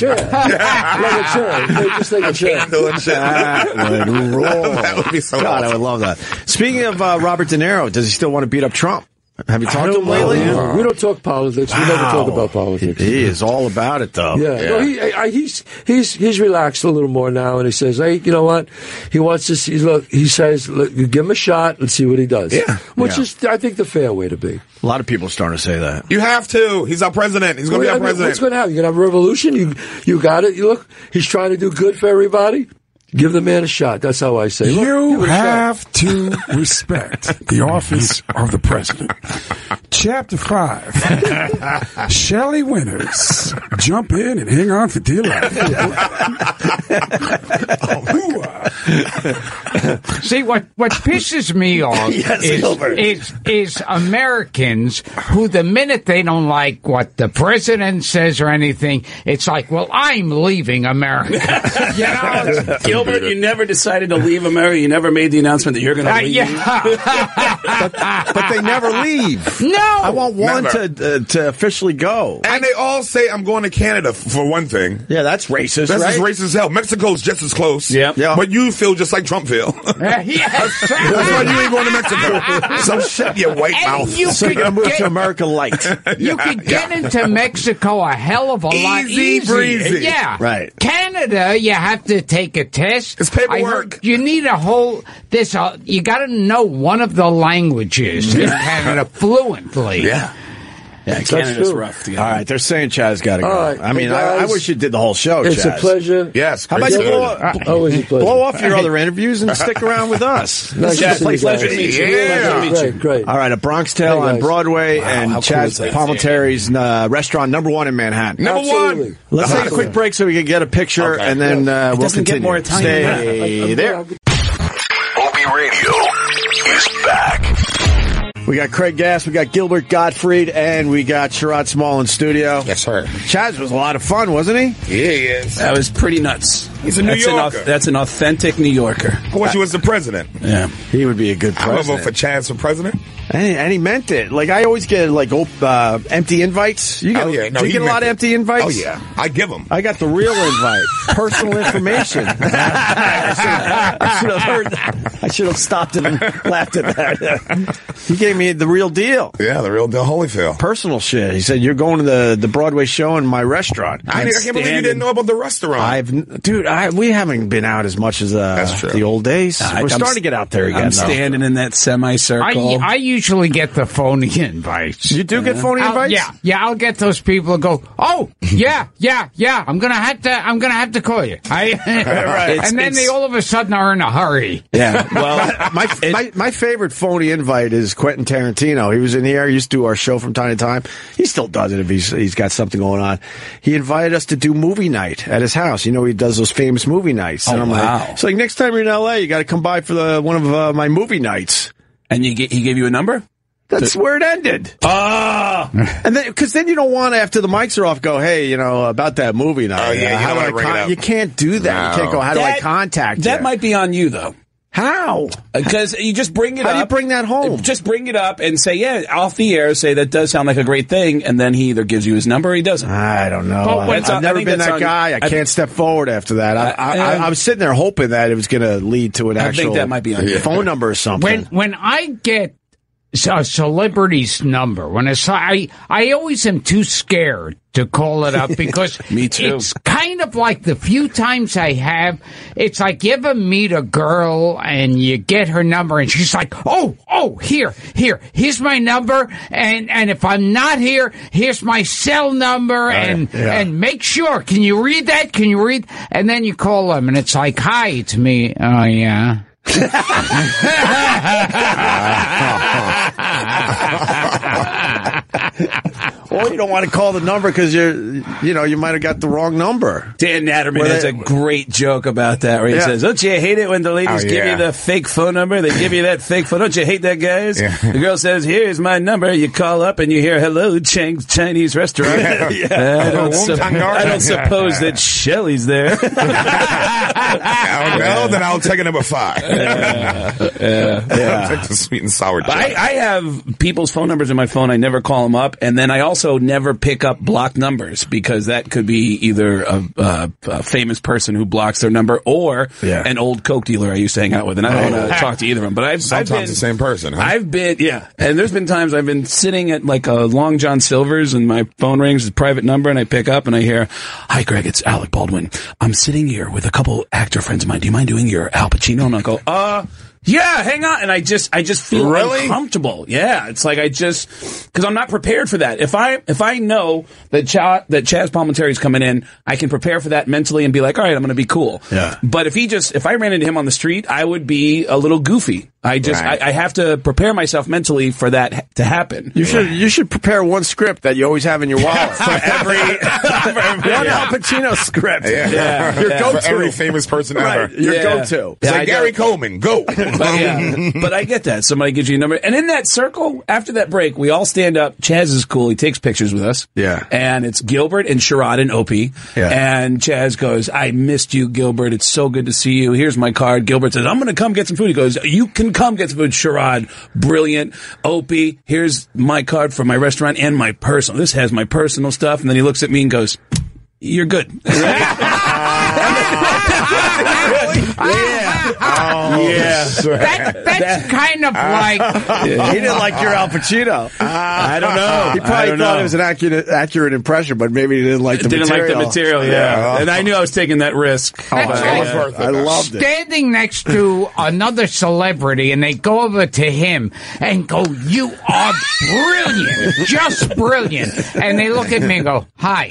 S4: chair, like a chair. They just take a chair.
S6: Handle and shit.
S2: That would roll.
S6: That would be so
S2: God, I
S6: awesome.
S2: would love that. Speaking of uh, Robert De Niro, does he still want to beat up Trump? Have you
S4: I
S2: talked to
S4: don't
S2: him
S4: know.
S2: lately?
S4: We don't talk politics. We never talk
S2: Wow.
S4: about politics.
S2: He is all about it, though.
S4: Yeah, No, he, I, I- he's he's he's relaxed a little more now, and he says, "Hey, you know what? He wants to see. Look, he says, look, you give him a shot and see what he does.
S6: Yeah.
S4: which
S2: Yeah.
S4: is, I think, the fair way to be.
S2: A lot of people are starting to say that.
S6: You have to. He's our president. He's going to
S4: Well, I
S6: be our
S4: mean,
S6: president.
S4: What's going to happen? You're going to have a revolution. You you got it. You look, he's trying to do good for everybody. Give the man a shot. That's how I say. Look,
S5: You
S4: give it a shot.
S5: have to respect the office of the president. Chapter five. Shelley Winters. Jump in and hang on for dear life. Hoo-ah.
S7: See what what pisses me off is, is is Americans who the minute they don't like what the president says or anything, it's like, well, I'm leaving America. you know, it's-
S3: Kill Gilbert, you never decided to leave America. You never made the announcement that you're
S6: Ah,
S3: going to
S7: Uh,
S3: leave.
S7: yeah.
S2: but they never leave.
S7: no.
S2: I want one
S6: Never.
S2: to uh, to officially go.
S6: And they all say I'm going to Canada f- for one thing.
S2: Yeah, that's racist,
S6: That's
S2: right?
S6: as racist as hell. Mexico's just as close.
S3: Yep.
S2: Yeah.
S6: But you feel just like Trump feel.
S7: yes.
S6: That's why you ain't going to Mexico. so shut your white
S7: And
S6: mouth.
S7: you
S2: so you gotta
S7: could
S2: move
S7: get,
S2: to America light.
S7: you could get into Mexico a hell of a lot
S6: Easy
S7: easier.
S6: breezy.
S7: Yeah.
S2: Right.
S7: Canada, you have to take a test.
S6: It's
S7: I heard
S6: paperwork.
S7: You need a whole this uh, you got to know one of the languages in Canada fluently.
S6: yeah.
S3: Yeah, Canada's
S4: true.
S3: rough. To get
S2: All right, they're saying Chaz's got to go.
S4: All right,
S2: I mean,
S4: hey,
S2: I, I
S4: guys,
S2: wish you did the whole show.
S4: It's
S2: Chaz.
S4: a pleasure.
S6: Yes.
S2: How about you
S6: great
S2: blow,
S6: Canada.
S4: Always a pleasure.
S2: blow off your other interviews and stick around with us?
S4: Nice
S2: This is
S4: to
S2: a place
S4: see you guys.
S2: like-
S6: Yeah.
S4: Great, Great, great.
S2: All right, a Bronx Tale
S4: Hey,
S2: on
S4: guys.
S2: Broadway and
S3: how cool is
S2: Chaz
S3: that?
S2: Palminteri's uh, restaurant, number one in Manhattan.
S6: Number
S4: Absolutely.
S6: one.
S2: Let's take a quick break so we can get a picture, and then uh, we'll
S3: doesn't get
S2: continue.
S3: more Italian than
S2: Stay there.
S8: Opie Radio is back.
S2: We got Craig Gass, we got Gilbert Gottfried, and we got Sherrod Small in studio.
S6: Yes, sir.
S2: Chaz was a lot of fun, wasn't he?
S6: Yeah, he is.
S3: That was pretty nuts.
S6: He's a New
S3: that's
S6: Yorker.
S3: An, au- that's an authentic New Yorker.
S6: I wish he was the president.
S3: Yeah.
S2: He would be a good
S6: I would vote
S2: president.
S6: for Chaz for president.
S2: and, he, and he meant it. Like I always get like op- uh, empty invites. You get,
S6: Oh, yeah. No,
S2: do
S6: he
S2: you get a
S6: meant
S2: lot of
S6: it.
S2: empty invites.
S6: Oh, yeah. I give him.
S2: I got the real invite, personal information. I should have heard. That. I should have stopped and laughed at that. he gave me the real deal,
S6: yeah, the real Del Holyfield.
S2: personal shit. He said, "You're going to the the Broadway show in my restaurant."
S6: I, I can't believe you didn't know about the restaurant.
S2: I've, dude, I, we haven't been out as much as uh,
S6: That's true.
S2: the old days.
S3: I- I'm
S2: We're starting
S3: s-
S2: to get out there again.
S3: I'm
S2: though.
S3: standing in that
S7: I,
S3: semicircle.
S7: I usually get the phony invites.
S2: You do get phony
S7: I'll-
S2: invites?
S7: Yeah, yeah. I'll get those people who go, "Oh, yeah, yeah, yeah." I'm gonna have to. I'm gonna have to call you. I,
S3: It's-
S7: and then they
S3: it's-
S7: all of a sudden are in a hurry.
S2: Yeah. Well, my, my my favorite phony invite is Quentin Tarantino. He was in here. He used to do our show from time to time. He still does it if he's he's got something going on. He invited us to do movie night at his house. You know, he does those famous movie nights.
S3: Oh, wow.
S2: like, it's like next time you're in L.A., you got to come by for the one of uh, my movie nights.
S3: and you get, he gave you a number?
S2: That's where it ended.
S3: Ah!
S2: And then, because then you don't want to, after the mics are off, go, hey, you know, about that movie night. uh,
S6: Oh, yeah, you don't
S2: how do
S6: wanna
S2: I
S6: bring it up.
S2: You can't do that. You
S6: No.
S2: can't go, how do I
S3: That-
S2: contact
S3: That
S2: you?
S3: might be on you, though.
S2: How?
S3: Because you just bring it
S2: How
S3: up.
S2: do you bring that home?
S3: Just bring it up and say, yeah, off the air, say that does sound like a great thing, and then he either gives you his number or he doesn't.
S2: I don't know.
S3: But when-
S2: Oh, I, have
S3: I
S2: never
S3: think
S2: been
S3: that's
S2: that
S3: on-
S2: guy. I,
S3: I-
S2: can't step forward after that. I, I, I,
S3: I-
S2: I was sitting there hoping that it was going to lead to an
S3: I
S2: actual
S3: think that might be on you.
S2: phone number or something.
S7: When when I get a celebrity's number, when a ce- I I always am too scared to call it up because
S3: Me too.
S7: It's kind of like the few times I have. It's like you ever meet a girl and you get her number and she's like, oh oh here here here's my number and and if I'm not here, here's my cell
S3: Oh,
S7: number and and make sure. Can you read that? Can you read? And then you call them and it's like, hi, it's me. Oh yeah.
S2: or you don't want to call the number because you're, you know, you might have got the wrong number.
S3: Dan Natterman
S2: Well,
S3: has
S2: that-
S3: a great joke about that where he
S2: Yeah.
S3: says, Don't you hate it when the ladies
S6: Oh,
S3: give
S6: yeah.
S3: you the fake phone number? They give you that fake phone. Don't you hate that, guys? The girl says, Here's my number. You call up and you hear, Hello, Chang's Chinese restaurant. I, don't sup-
S6: Wonton
S3: I
S6: Garden.
S3: don't suppose that Shelly's there.
S6: I don't know, Oh, then I'll take a number five. I'll take the sweet and sour.
S3: But I,
S6: Jack.
S3: I have people's phone numbers in my phone. I never call them up, and then I also never pick up blocked numbers because that could be either a, a, a famous person who blocks their number or
S2: Yeah.
S3: an old coke dealer I used to hang out with, and I don't
S9: Oh.
S3: want to talk to either of them. But I've
S6: Sometimes
S3: I've been-
S6: the same person, huh?
S3: I've been yeah, and there's been times I've been sitting at like a Long John Silver's, and my phone rings, it's a private number, and I pick up and I hear, "Hi, Greg, it's Alec Baldwin. I'm sitting here with a couple actor friends of mine. Do you mind doing your Al Pacino?" And I go, "Uh." Yeah, hang on, and I just I just feel
S6: Really?
S3: uncomfortable. Yeah, it's like I just because I'm not prepared for that. If I if I know that Cha, that Chaz Palminteri is coming in, I can prepare for that mentally and be like, all right, I'm going to be cool.
S2: Yeah.
S3: But if he just if I ran into him on the street, I would be a little goofy. I just
S2: Right.
S3: I, I have to prepare myself mentally for that ha- to happen.
S2: You should you should prepare one script that you always have in your wallet for every one Al Pacino script.
S6: Yeah. Yeah.
S2: Your
S6: Yeah.
S2: go-to.
S6: For every famous person
S2: right.
S6: ever.
S2: Your
S3: Yeah.
S2: go-to.
S6: It's
S3: Yeah,
S6: like
S3: I
S6: Gary Coleman, go.
S3: But, yeah, but I get that. Somebody gives you a number. And in that circle, after that break, we all stand up. Chaz is cool. He takes pictures with us.
S2: Yeah.
S3: And it's Gilbert and Sherrod and Opie.
S2: Yeah.
S3: And Chaz goes, I missed you, Gilbert. It's so good to see you. Here's my card. Gilbert says, I'm going to come get some food. He goes, You can come get some food. Sherrod, brilliant. Opie, here's my card for my restaurant and my personal. This has my personal stuff. And then he looks at me and goes, You're good.
S7: That, that's kind of
S2: Ah.
S7: like
S2: He didn't like your Al Pacino. I don't know.
S3: I
S2: He probably thought
S3: don't know.
S2: it was an accurate, accurate impression, but maybe he didn't like the
S3: Didn't like
S2: material.
S3: the material, yeah.
S2: Yeah.
S3: And I knew I was taking that risk.
S7: That's
S3: But,
S7: right.
S3: uh,
S6: worth it.
S2: I loved it.
S7: standing next to another celebrity and they go over to him and go, You are brilliant, just brilliant. And they look at me and go, Hi.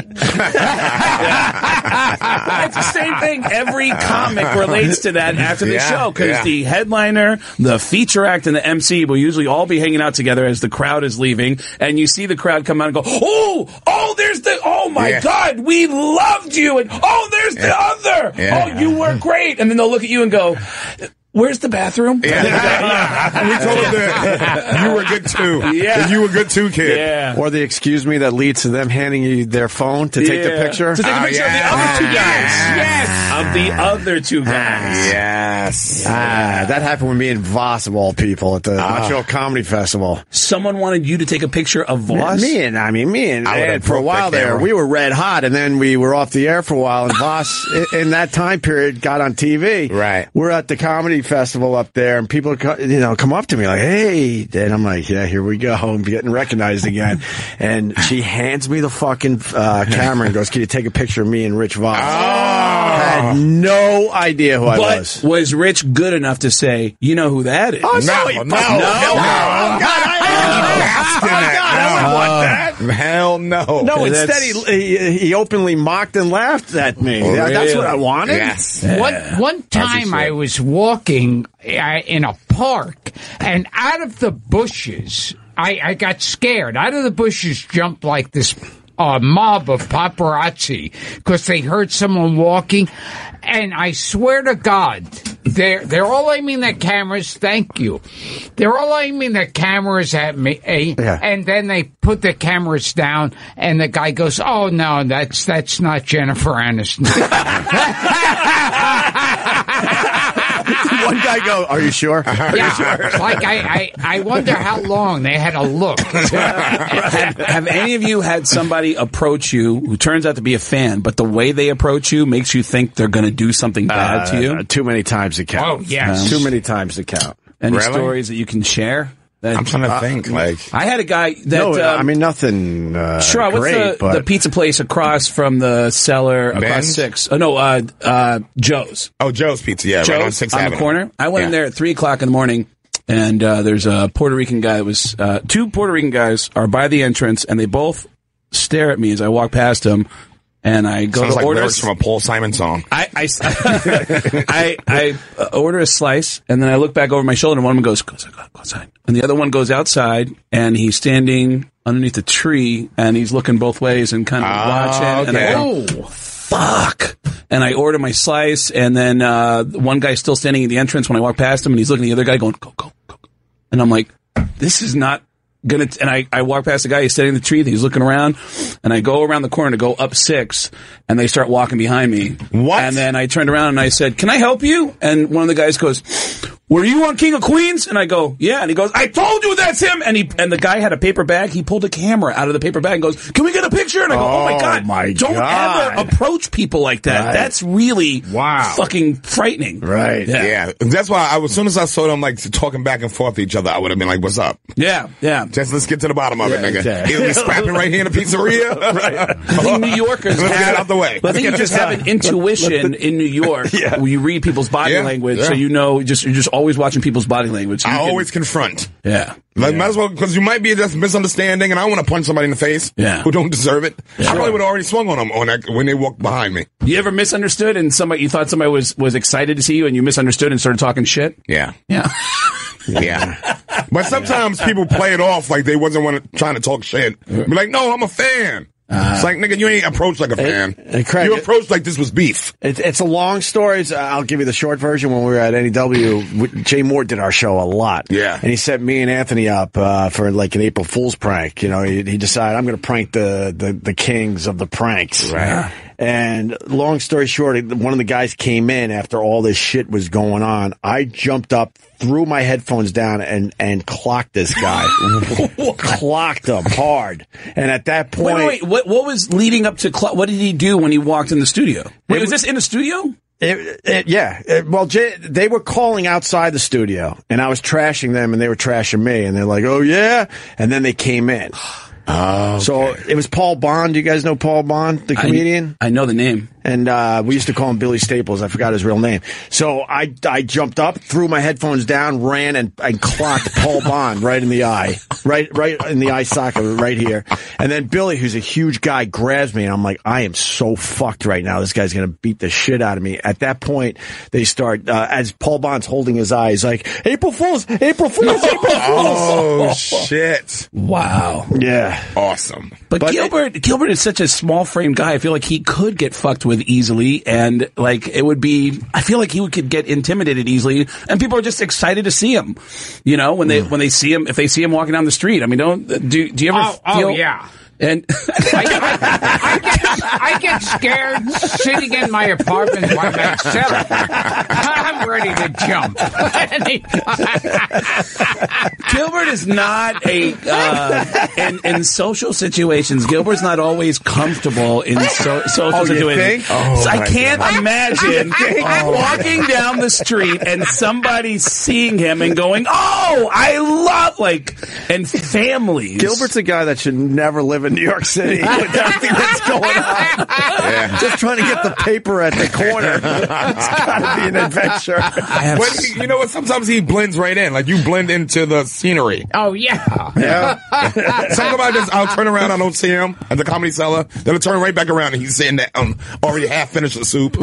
S3: it's the same thing. Every
S2: Ah.
S3: comic relates to that after the
S6: Yeah,
S3: show because
S6: yeah.
S3: the headliner, the feature act, and the MC will usually all be hanging out together as the crowd is leaving, and you see the crowd come out and go, "Oh, oh, there's the, oh my
S6: Yeah.
S3: God, we loved you," and "Oh, there's the other,
S6: Yeah.
S3: oh, you were great," and then they'll look at you and go. Where's the bathroom?
S6: And we told him that you were good too.
S3: Yeah.
S6: That you were good too, kid.
S3: Yeah.
S2: Or the excuse me that leads to them handing you their phone to take the
S3: Yeah.
S2: picture.
S3: To take a
S6: Oh,
S3: picture
S6: yeah.
S3: of the other two guys.
S7: Yes,
S3: Of the other two guys.
S6: Yes. Ah.
S2: Ah, that happened with me and Voss of all people at the Montreal Comedy Festival.
S3: Someone wanted you to take a picture of Voss.
S2: Me and I mean me and
S6: I would've
S2: Ed for a
S6: broke
S2: while
S6: that
S2: there,
S6: camera.
S2: we were red hot, and then we were off the air for a while. And Voss, i- in that time period, got on TV.
S6: Right.
S2: We're at the comedy festival up there, and people, co- you know, come up to me like, "Hey," and I'm like, "Yeah, here we go. I'm getting recognized again." and she hands me the fucking uh, camera and goes, "Can you take a picture of me and Rich Voss?"
S6: Oh.
S2: I had no idea who I
S3: But
S2: was.
S3: was Rich good enough to say, you know who that is?
S6: No, no, no,
S3: Oh,
S2: Oh, God, I, oh, God, I wouldn't want that.
S6: Hell no.
S2: No,
S3: that's-
S2: instead he, he he openly mocked and laughed at me. Yeah, That's what I wanted.
S6: Yes.
S7: yes. One, one time I was walking uh, in a park and out of the bushes, I, I got scared. Out of the bushes jumped like this uh, mob of paparazzi because they heard someone walking. And I swear to God, they're, they're all aiming their cameras. Thank you. They're all aiming their cameras at me. eh,
S2: Yeah.
S7: And then they put the cameras down and the guy goes, Oh no, that's, that's not Jennifer Aniston.
S2: One guy go, "Are you sure?"
S7: Yeah, it's like I, I, I wonder how long they had a look.
S2: Oh,
S3: have, have any of you had somebody approach you who turns out to be a fan, but the way they approach you makes you think they're going to do something bad to
S2: Uh,
S3: you?
S2: too many times to count.
S7: Oh, yes.
S2: too many times to count.
S3: Any
S6: really?
S3: stories that you can share? That,
S6: I'm
S2: Uh,
S6: trying to think. Like,
S3: I had a guy that.
S2: no,
S3: um,
S2: I mean nothing. Uh,
S3: Sure, what's
S2: great,
S3: the,
S2: but
S3: the pizza place across from the cellar across
S6: Ben's?
S3: six? Oh no, uh, uh, Joe's.
S6: oh, Joe's Pizza. Yeah,
S3: Joe's
S6: right on Sixth Avenue.
S3: the corner. I went in
S6: Yeah.
S3: there at three o'clock in the morning, and uh, there's a Puerto Rican guy that was uh, two Puerto Rican guys are by the entrance, and they both stare at me as I walk past them, and I go
S6: Sounds
S3: to
S6: like
S3: order.
S6: lyrics from a Paul Simon song.
S3: I, I, s- I- I, uh, order a slice and then I look back over my shoulder and one of them goes, go outside, go outside. And the other one goes outside and he's standing underneath a tree and he's looking both ways and kind of
S10: Ah,
S3: watching.
S6: Ah, okay.
S10: Oh.
S3: And I go, fuck. And I order my slice and then uh, one guy's still standing at the entrance when I walk past him and he's looking at the other guy going, go, go, go. go." And I'm like, this is not gonna and I, I walk past the guy he's sitting in the tree he's looking around and I go around the corner to go up six and they start walking behind me
S6: What?
S3: and then I turned around and I said can I help you and one of the guys goes were you on King of Queens and I go yeah and he goes I told you that's him and he and the guy had a paper bag he pulled a camera out of the paper bag and goes can we get a picture and I go oh, my
S2: Oh,
S3: god
S2: my
S3: don't
S2: God.
S3: ever approach people like that
S2: Right.
S3: that's really
S2: Wow.
S3: fucking frightening
S2: right.
S3: Yeah.
S6: Yeah. That's why I, as soon as I saw them like talking back and forth to each other, I would have been like, what's up?
S3: yeah yeah
S6: Just let's get to the bottom of
S2: Yeah,
S6: it, nigga.
S2: okay.
S6: Either we scrapping right here in the pizzeria. right.
S3: I think New Yorkers
S6: Let's get
S3: have,
S6: it out the way.
S3: But I think you just have an intuition in New York. where you read people's body
S6: Yeah,
S3: language, so
S6: yeah.
S3: you know. Just you're just always watching people's body language. So
S6: I
S3: you can-
S6: always confront.
S3: yeah.
S6: Like, might as well, because you might be just misunderstanding, and I want to punch somebody in the face
S3: Yeah.
S6: who don't deserve it. I probably would have already swung on them on that, when they walked behind me.
S3: You ever misunderstood and somebody you thought somebody was was excited to see you and you misunderstood and started talking shit?
S6: Yeah.
S3: Yeah.
S8: Yeah.
S6: But sometimes people play it off like they wasn't want to, trying to talk shit. Be like, no, I'm a fan.
S3: Uh-huh.
S6: it's like, nigga, you ain't approached like a fan.
S2: and Craig-
S6: you approached like this was beef.
S2: It's, it's a long story. It's- uh, I'll give you the short version. When we were at NEW, we- Jay Moore did our show a lot.
S6: Yeah.
S2: And he set me and Anthony up uh, for like an April Fool's prank. You know, he, he decided I'm going to prank the, the, the kings of the pranks. Right. And long story short, one of the guys came in after all this shit was going on. I jumped up, threw my headphones down, and, and clocked this guy. clocked him hard. And at that
S3: Wait,
S2: point,
S3: wait, wait. What, what was leading up to? Cl- what did he do when he walked in the studio? Wait, was this in the studio?
S2: It, it, Uh, yeah. It- well, J- they were calling outside the studio, and I was trashing them, and they were trashing me, and they're like, "Oh yeah," and then they came in. Oh, so it was Paul Bond. You guys know Paul Bond, the
S3: I-
S2: comedian,
S3: I, know the name.
S2: and uh, we used to call him Billy Staples. I forgot his real name. So I I jumped up, threw my headphones down, ran and, and clocked Paul Bond right in the eye, right right in the eye socket, right here. And then Billy, who's a huge guy, grabs me, and I'm like, I am so fucked right now. This guy's gonna beat the shit out of me. At that point, they start uh, as Paul Bond's holding his eye, he's like, April Fools, April Fools, April Fools.
S6: Oh, shit.
S3: Wow.
S2: Yeah.
S6: Awesome.
S3: But, Gilbert, Gilbert is such a small framed guy. I feel like he could get fucked with easily, and like it would be. I feel like he could get intimidated easily, and people are just excited to see him. You know, when they when they see him, if they see him walking down the street. I mean, don't do do you ever?
S7: Oh, oh,
S3: feel,
S7: yeah.
S3: And
S7: I, I, I, get, I get scared sitting in my apartment by myself. I'm ready to jump.
S3: Gilbert is not a uh, in, in social situations. Gilbert's not always comfortable in so, social
S2: you
S3: situations.
S2: think?
S3: so I can't imagine walking down the street and somebody seeing him and going, "Oh, I love like and families."
S2: Gilbert's a guy that should never live in New York City with everything that's going on. Just trying to get the paper at the corner. It's got to be an adventure.
S3: I have
S6: But he- you know what? Sometimes he blends right in. Like you blend into the scenery.
S7: oh yeah.
S6: Talk about this. I'll turn around. I don't see him at the comedy cellar. Then I'll turn right back around and he's sitting there, um, already half finished the soup. I'm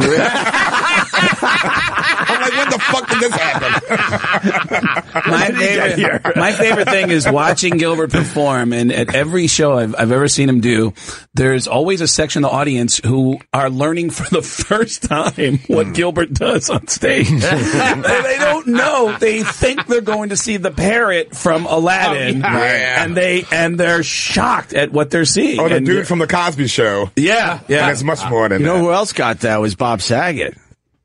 S6: like, when the fuck did this happen?
S3: my favorite, my favorite thing is watching Gilbert perform, and at every show I've, I've ever seen him do, there's always a section of the audience who are learning for the first time what Gilbert does on stage. And they don't know. They think they're going to see the parrot from Aladdin,
S7: Oh,
S6: yeah.
S3: and they and they're shocked at what they're seeing.
S6: Oh, the
S3: And-
S6: dude from the Cosby Show.
S3: yeah,
S6: And
S3: yeah.
S6: it's
S9: Uh,
S6: much more than
S2: You know
S6: that.
S2: who else got that was Bob Saget.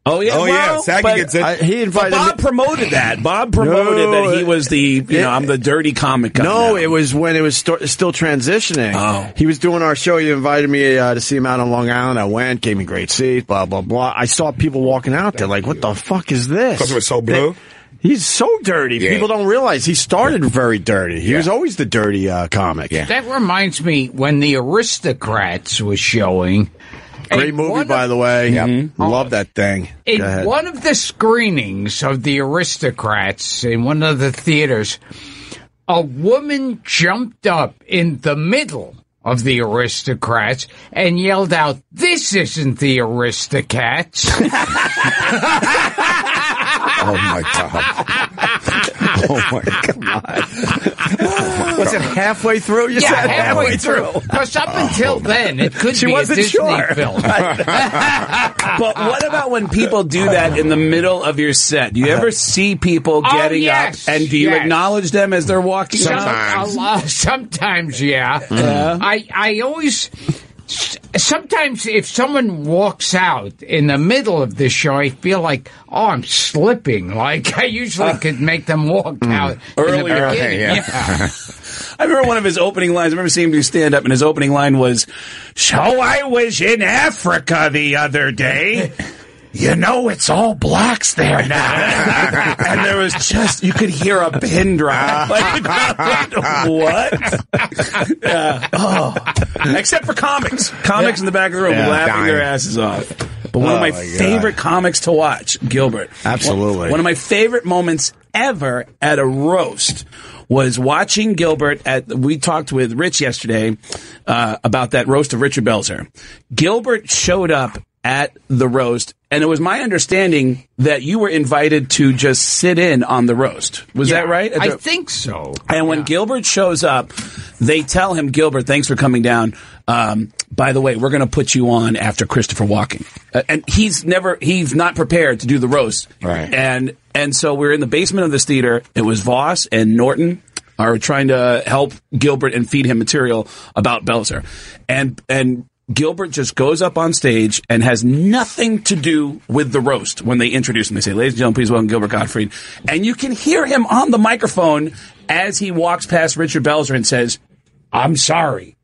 S3: Oh yeah.
S6: Oh, yeah,
S3: well,
S6: Saget
S3: but-
S6: gets it.
S2: I, he
S3: But
S2: invited
S3: Bob
S2: me-
S3: promoted that. Bob promoted
S2: No,
S3: that he was the, you know, I'm the dirty comic guy.
S2: No,
S3: now.
S2: it was when it was sto- still transitioning.
S3: Oh.
S2: He was doing our show. He invited me uh, to see him out on Long Island. I went, gave me great seats, blah, blah, blah. I saw people walking out there like, what the fuck is this?
S6: Because it was so blue.
S2: He's so dirty.
S6: Yeah.
S2: People don't realize he started very dirty. He was always the dirty uh, comic. Yeah.
S7: That reminds me when the aristocrats was showing.
S2: Great
S7: in
S2: movie,
S7: one
S2: by
S7: of,
S2: the way. Mm-hmm. Love that thing. Go
S7: In
S2: ahead.
S7: one of the screenings of the aristocrats in one of the theaters, a woman jumped up in the middle of the aristocrats and yelled out, "This isn't the aristocrats."
S6: Oh my god. oh my god.
S2: Was it halfway through? You
S7: Yeah,
S2: said Oh.
S7: halfway through. Because up until then, it could be
S2: wasn't
S7: a Disney
S2: sure.
S7: film.
S3: But what about when people do that in the middle of your set? Do you ever see people
S7: Oh,
S3: getting
S7: yes,
S3: up and do you
S7: yes.
S3: acknowledge them as they're walking out?
S6: Sometimes.
S7: A lot- sometimes, yeah.
S2: Mm.
S7: I I always. s- Sometimes, if someone walks out in the middle of the show, I feel like, oh, I'm slipping. Like I usually
S2: Uh.
S7: could make them walk
S2: Mm.
S7: out earlier.
S3: earlier,
S6: yeah.
S3: I remember one of his opening lines. I remember seeing him do stand up, and his opening line was, So I was in Africa the other day. You know, it's all blacks there now. and there was just, you could hear a pin drop. Like, the crowd went, what? Yeah. Oh. Except for comics. Comics in the back of the room
S2: Yeah,
S3: laughing their
S6: dying.
S3: asses off. But one of
S2: Oh,
S3: my
S2: my God.
S3: favorite comics to watch, Gilbert.
S2: Absolutely.
S3: One of my favorite moments ever at a roast was watching Gilbert at. We talked with Rich yesterday uh, about that roast of Richard Belzer. Gilbert showed up at the roast, and it was my understanding that you were invited to just sit in on the roast. Was that right? At
S7: I
S3: the-
S7: think so.
S3: and when Gilbert shows up, they tell him, Gilbert, thanks for coming down. Um, by the way, we're going to put you on after Christopher Walken. Uh, and he's never, he's not prepared to do the roast.
S6: Right.
S3: And, and so we're in the basement of this theater. It was Voss and Norton are trying to help Gilbert and feed him material about Belzer. And, and, Gilbert just goes up on stage and has nothing to do with the roast when they introduce him. They say, ladies and gentlemen, please welcome Gilbert Gottfried. And you can hear him on the microphone as he walks past Richard Belzer and says, I'm sorry.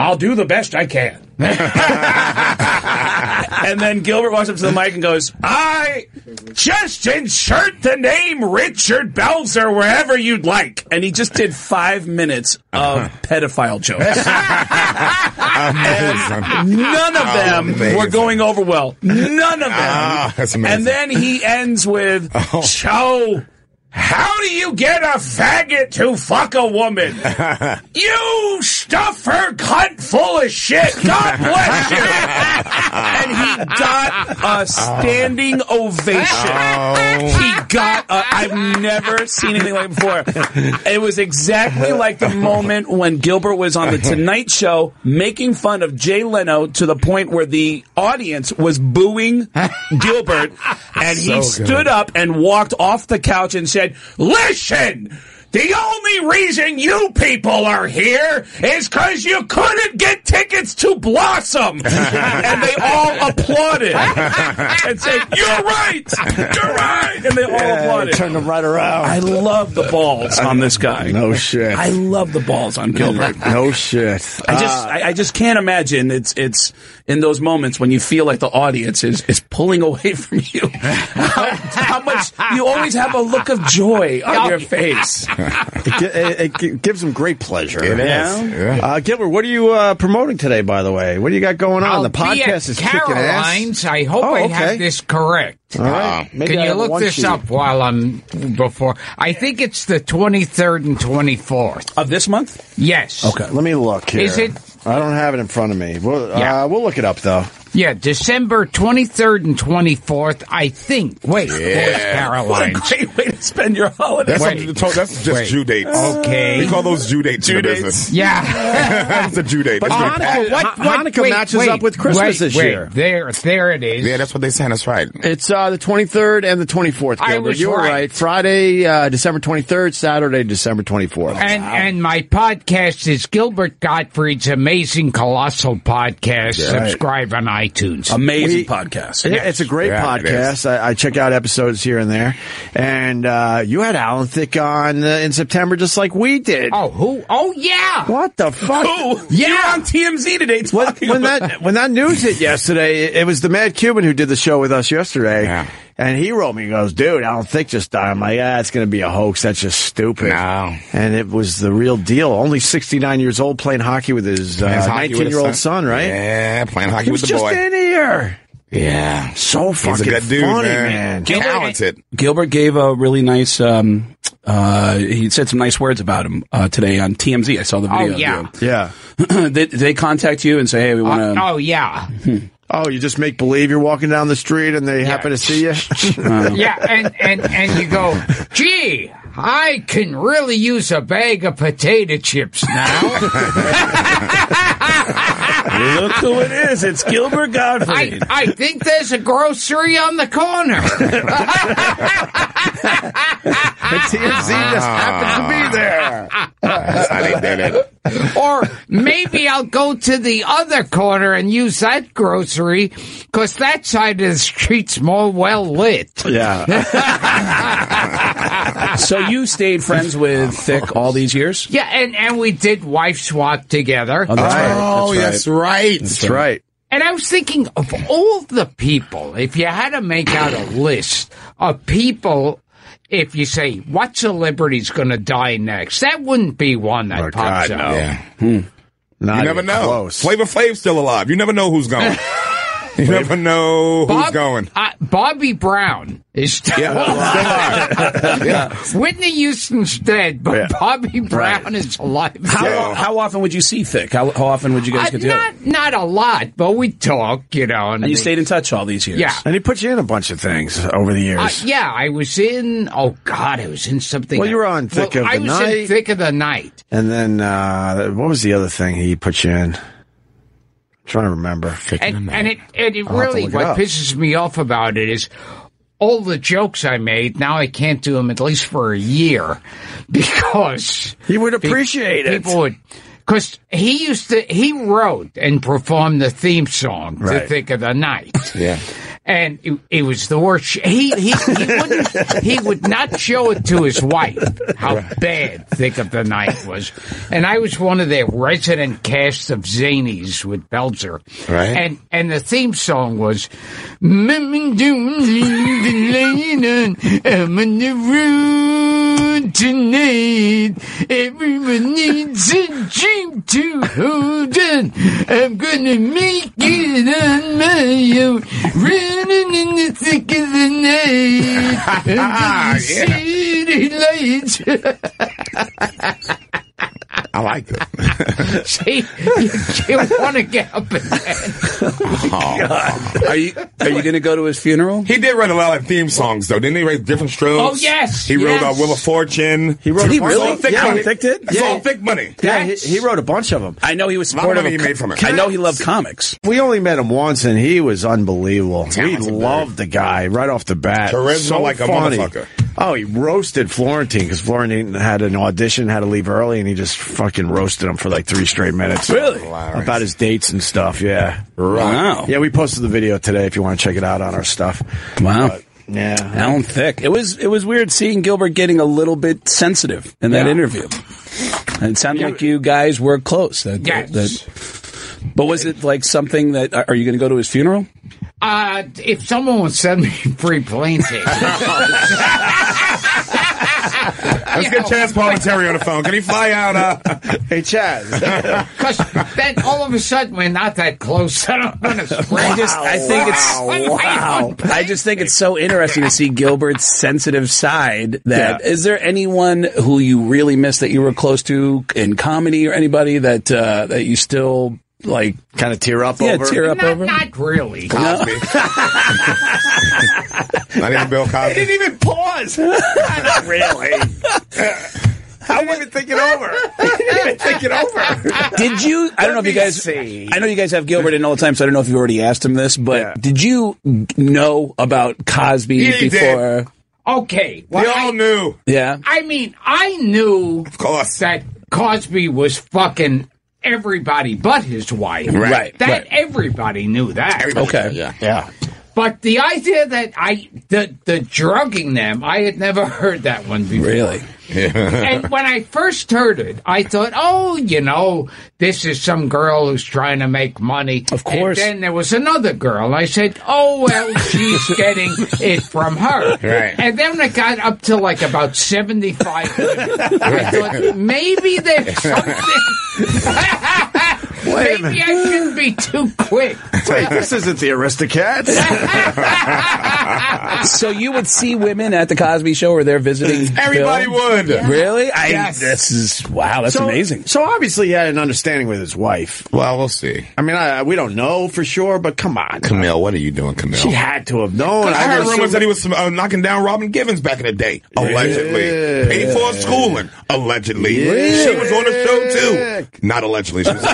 S3: I'll do the best I can. and then Gilbert walks up to the mic and goes, I just insert the name Richard Belzer wherever you'd like. And he just did five minutes
S6: Uh-huh.
S3: of pedophile jokes.
S6: Amazing.
S3: None of them
S6: Amazing.
S3: were going over well. None of them.
S6: Ah, that's amazing.
S3: And then he ends with, so how do you get a faggot to fuck a woman? you stuff her cunt full of shit. God bless you. and he got a standing ovation. He got a, I've never seen anything like it before. It was exactly like the moment when Gilbert was on the Tonight Show making fun of Jay Leno to the point where the audience was booing Gilbert and he stood up and walked off the couch and said, listen, the only reason you people are here is because you couldn't get tickets to Blossom. and they all applauded and said, You're right! You're right! And they all applauded.
S2: Turned him right around.
S3: I love the balls on this guy.
S2: no shit.
S3: I love the balls on Gilbert.
S2: no shit.
S3: I just, I, I just can't imagine. It's, it's in those moments when you feel like the audience is, is pulling away from you. How, how much you always have a look of joy on your face.
S2: It, it, it gi- gives him great pleasure.
S6: It is.
S3: Yeah.
S6: Yeah.
S2: Uh, Gilbert, what are you uh, promoting today? By the way, what do you got going on?
S7: I'll
S2: the
S7: be at
S2: podcast is kicking ass.
S7: Caroline's. I hope
S2: Oh,
S7: I
S2: okay.
S7: have this correct. Uh,
S2: All right. Maybe
S7: Can
S2: I
S7: you
S2: have
S7: look
S2: one
S7: this
S2: sheet.
S7: up while I'm before? I think it's the 23rd and 24th.
S3: Of this month?
S7: Yes.
S2: Okay, let me look here.
S7: Is it-
S2: I don't have it in front of me. We'll,
S7: Yeah.
S2: uh, we'll look it up though.
S7: Yeah, December 23rd and 24th, I think. Wait, there's
S3: What a
S7: Caroline.
S3: great way to spend your holiday.
S6: That's,
S7: Wait.
S6: something to talk- that's just
S7: oh, Wait.
S6: Jew dates.
S7: Okay.
S6: We call those Jew dates in the
S3: dates.
S6: business.
S7: Yeah.
S6: that's a Jew date.
S2: But
S6: That's
S2: Hanukkah-
S6: what-
S2: what- what- Hanukkah matches up with Christmas
S7: wait,
S2: this
S7: wait,
S2: year.
S7: There, there it is.
S6: yeah, that's what they saying. That's right.
S2: It's uh, the 23rd and the 24th.
S7: I
S2: Gilbert.
S7: was
S2: you were
S7: right.
S2: right. Friday, uh, December 23rd. Saturday, December 24th.
S7: and and my podcast is Gilbert Gottfried's Amazing Colossal Podcast. Subscribe on iTunes.
S3: Amazing
S2: We-
S3: podcast.
S2: It- It's a great
S6: Yeah, it
S2: podcast.
S6: is.
S2: I, I check out episodes here and there. And uh, you had Alan Thick on uh, in September, just like we did.
S7: oh, who? Oh, yeah.
S2: What the fuck?
S3: Oh, yeah. You're on TMZ today
S2: When,
S3: talking
S2: when
S3: about
S2: that when that news hit yesterday, it, it was the Mad Cuban who did the show with us yesterday,
S6: Yeah.
S2: and he wrote me. He goes, "Dude, Alan Thick just died." I'm like, "Ah, it's going to be a hoax. That's just stupid."
S6: No.
S2: And it was the real deal. Only 69 years old, playing hockey with his
S6: Playing hockey with
S2: 19
S6: his
S2: year old son. Right?
S6: Yeah, playing hockey
S2: He was
S6: with the
S2: just
S6: boy.
S2: in here.
S6: yeah.
S2: So
S6: He's
S2: fucking
S6: a good dude,
S2: funny,
S6: man.
S2: man.
S6: Talented.
S3: Gilbert gave a really nice. Um, uh, he said some nice words about him uh, today on TMZ. I saw the video.
S7: Oh, yeah.
S3: of
S2: Yeah.
S3: you. Did did they contact you and say, "Hey, we want
S7: Uh,
S3: to"?
S7: oh, yeah.
S2: Oh, you just make believe you're walking down the street and they happen to see you. Uh-huh.
S7: Yeah, and, and, and you go, gee, I can really use a bag of potato chips now.
S3: Look who it is! It's Gilbert
S7: I,
S3: Godfrey.
S7: I think there's a grocery on the corner.
S2: TMZ just
S6: Ah.
S2: happens to be there.
S6: That's how they did it.
S7: or maybe I'll go to the other corner and use that grocery because that side of the street's more well lit.
S3: oh.
S2: Yeah.
S3: so you stayed friends with Thick all these years?
S7: Yeah, and, and we did wife swap together.
S6: Oh, that's right.
S2: That's right.
S7: And I was thinking of all the people, if you had to make out a list of people, if you say, what celebrity's going to die next, that wouldn't be one that pops
S2: Oh, God,
S7: up.
S6: Yeah.
S2: Not
S6: You never
S2: even
S6: know.
S2: Close.
S6: Flavor Flav's still alive. You never know who's going. you never know who's
S7: Bob,
S6: going.
S7: I, Bobby Brown is still alive. Whitney Houston's dead, but Bobby Brown is alive.
S3: How,
S7: still.
S3: how often would you see Thick? How, how often would you guys
S7: Uh,
S3: get together?
S7: not not a lot, but we talk, you know. And,
S3: And you
S7: they-
S3: stayed in touch all these years.
S7: Yeah.
S2: And he put you in a bunch of things over the
S7: Uh,
S2: years.
S7: yeah, I was in. Oh God, I was in something.
S2: Well, you were on Thick
S7: Well,
S2: of
S7: I
S2: the
S7: was in
S2: Night.
S7: thick of the night.
S2: And then uh, what was the other thing he put you in? I'm trying to remember.
S7: and, and it and it
S2: have to
S7: really
S2: look it
S7: what
S2: up.
S7: pisses me off about it is all the jokes I made now I can't do them at least for a year because
S2: You would appreciate it.
S7: people would because he used to he wrote and performed the theme song to
S2: Right.
S7: Thick of the Night yeah. And it, it was the worst. sh- He he he, wouldn't, he would not show it to his wife how bad Thick of the Night was, and I was one of their resident cast of zanies with Belzer,
S2: Right.
S7: And and the theme song was, "Mmm, doom, doom, laying on, "I'm on the road tonight. Everyone needs a dream to hold on. I'm gonna make it on my own, running in the thick of the night under the city lights."
S6: I like that.
S7: See, you, want to get up in bed.
S3: Are you Are you going to go to his funeral?
S6: Oh. He did write a lot of theme songs, though. Didn't he write different
S7: Oh,
S6: strokes?
S7: yes,
S6: He wrote uh,
S7: yes.
S6: Will of Fortune. He
S2: wrote Did a he bunch of
S6: Song
S2: really? them.
S6: Thick
S2: Yeah,
S6: Money.
S2: Thick did?
S6: It's all thick money.
S2: yeah, he, he wrote a bunch of them.
S3: I know he was
S6: lot of
S3: supportive.
S6: money
S3: of
S6: he made from it.
S3: I know he loved comics.
S2: We only met him once, and he was unbelievable. we loved the guy right off the bat.
S6: Charisma
S2: so
S6: like a
S2: funny.
S6: motherfucker.
S2: Oh, he roasted Florentine because Florentine had an audition, had to leave early, and he just fucking roasted him for like three straight minutes.
S3: Really?
S2: About his dates and stuff. Yeah.
S3: Wow.
S2: Yeah, we posted the video today if you want to check it out on our stuff.
S3: Wow.
S2: Yeah.
S3: Alan Thick. It was it was weird seeing Gilbert getting a little bit sensitive in that interview. And it sounded like you guys were close. That,
S7: Yes.
S3: that- but was it like something that are are you going to go to his funeral?
S7: Uh, if someone would send me free plane tickets,
S6: Let's get Chance Palminteri on the phone. Can he fly out? Uh,
S2: Hey, Chaz.
S7: because then all of a sudden we're not that close. I don't want to spread.
S3: I just I think it's
S7: wow.
S2: Oh,
S3: I just think it's so interesting to see Gilbert's sensitive side. That is
S2: Yeah.
S3: there anyone who you really miss that you were close to in comedy or anybody that uh, that you still like?
S2: kind of tear up
S3: Yeah,
S2: over.
S3: tear up
S7: Not,
S3: over.
S7: not really.
S6: not even Bill Cosby.
S2: even pause. Not really. I didn't even think it over. I didn't even think it over.
S3: Did you? I don't know if you
S2: me
S3: guys.
S2: see.
S3: I know you guys have Gilbert in all the time, so I don't know if you already asked him this, but
S2: Yeah.
S3: did you know about Cosby
S6: he did.
S3: before?
S7: Okay.
S6: We
S7: Well,
S6: all
S7: I,
S6: knew, of
S3: Yeah.
S7: I mean, I knew
S6: course.
S7: that Cosby was fucking everybody but his wife.
S3: Right,
S7: That
S3: right.
S7: everybody knew that.
S3: Okay. Yeah.
S2: Yeah.
S7: But the idea that I the the drugging them, I had never heard that one before.
S3: Really?
S7: and when I first heard it, I thought, oh, you know, this is some girl who's trying to make money.
S3: Of course.
S7: And then there was another girl. and I said, oh, well, she's getting it from her.
S6: Right.
S7: And then when it got up to like about 75 women, I thought, maybe there's something.
S2: Wait a
S7: maybe I shouldn't be too quick.
S2: Wait, this isn't the Aristocats.
S3: so you would see women at the Cosby Show, or they're visiting.
S6: Everybody
S3: Bill?
S6: would.
S3: Really? I.
S2: Yes.
S3: This is wow. That's amazing.
S2: So obviously he had an understanding with his wife.
S6: Well, we'll see.
S2: I mean, I, we don't know for sure, but come on.
S6: Camille, what are you doing, Camille? Oh,
S2: She had to have known.
S6: I heard
S2: would
S6: rumors
S2: assume-
S6: that he was uh, knocking down Robin Givens back in the day, allegedly. Paid for his schooling, allegedly. She was on the show too, not allegedly. She was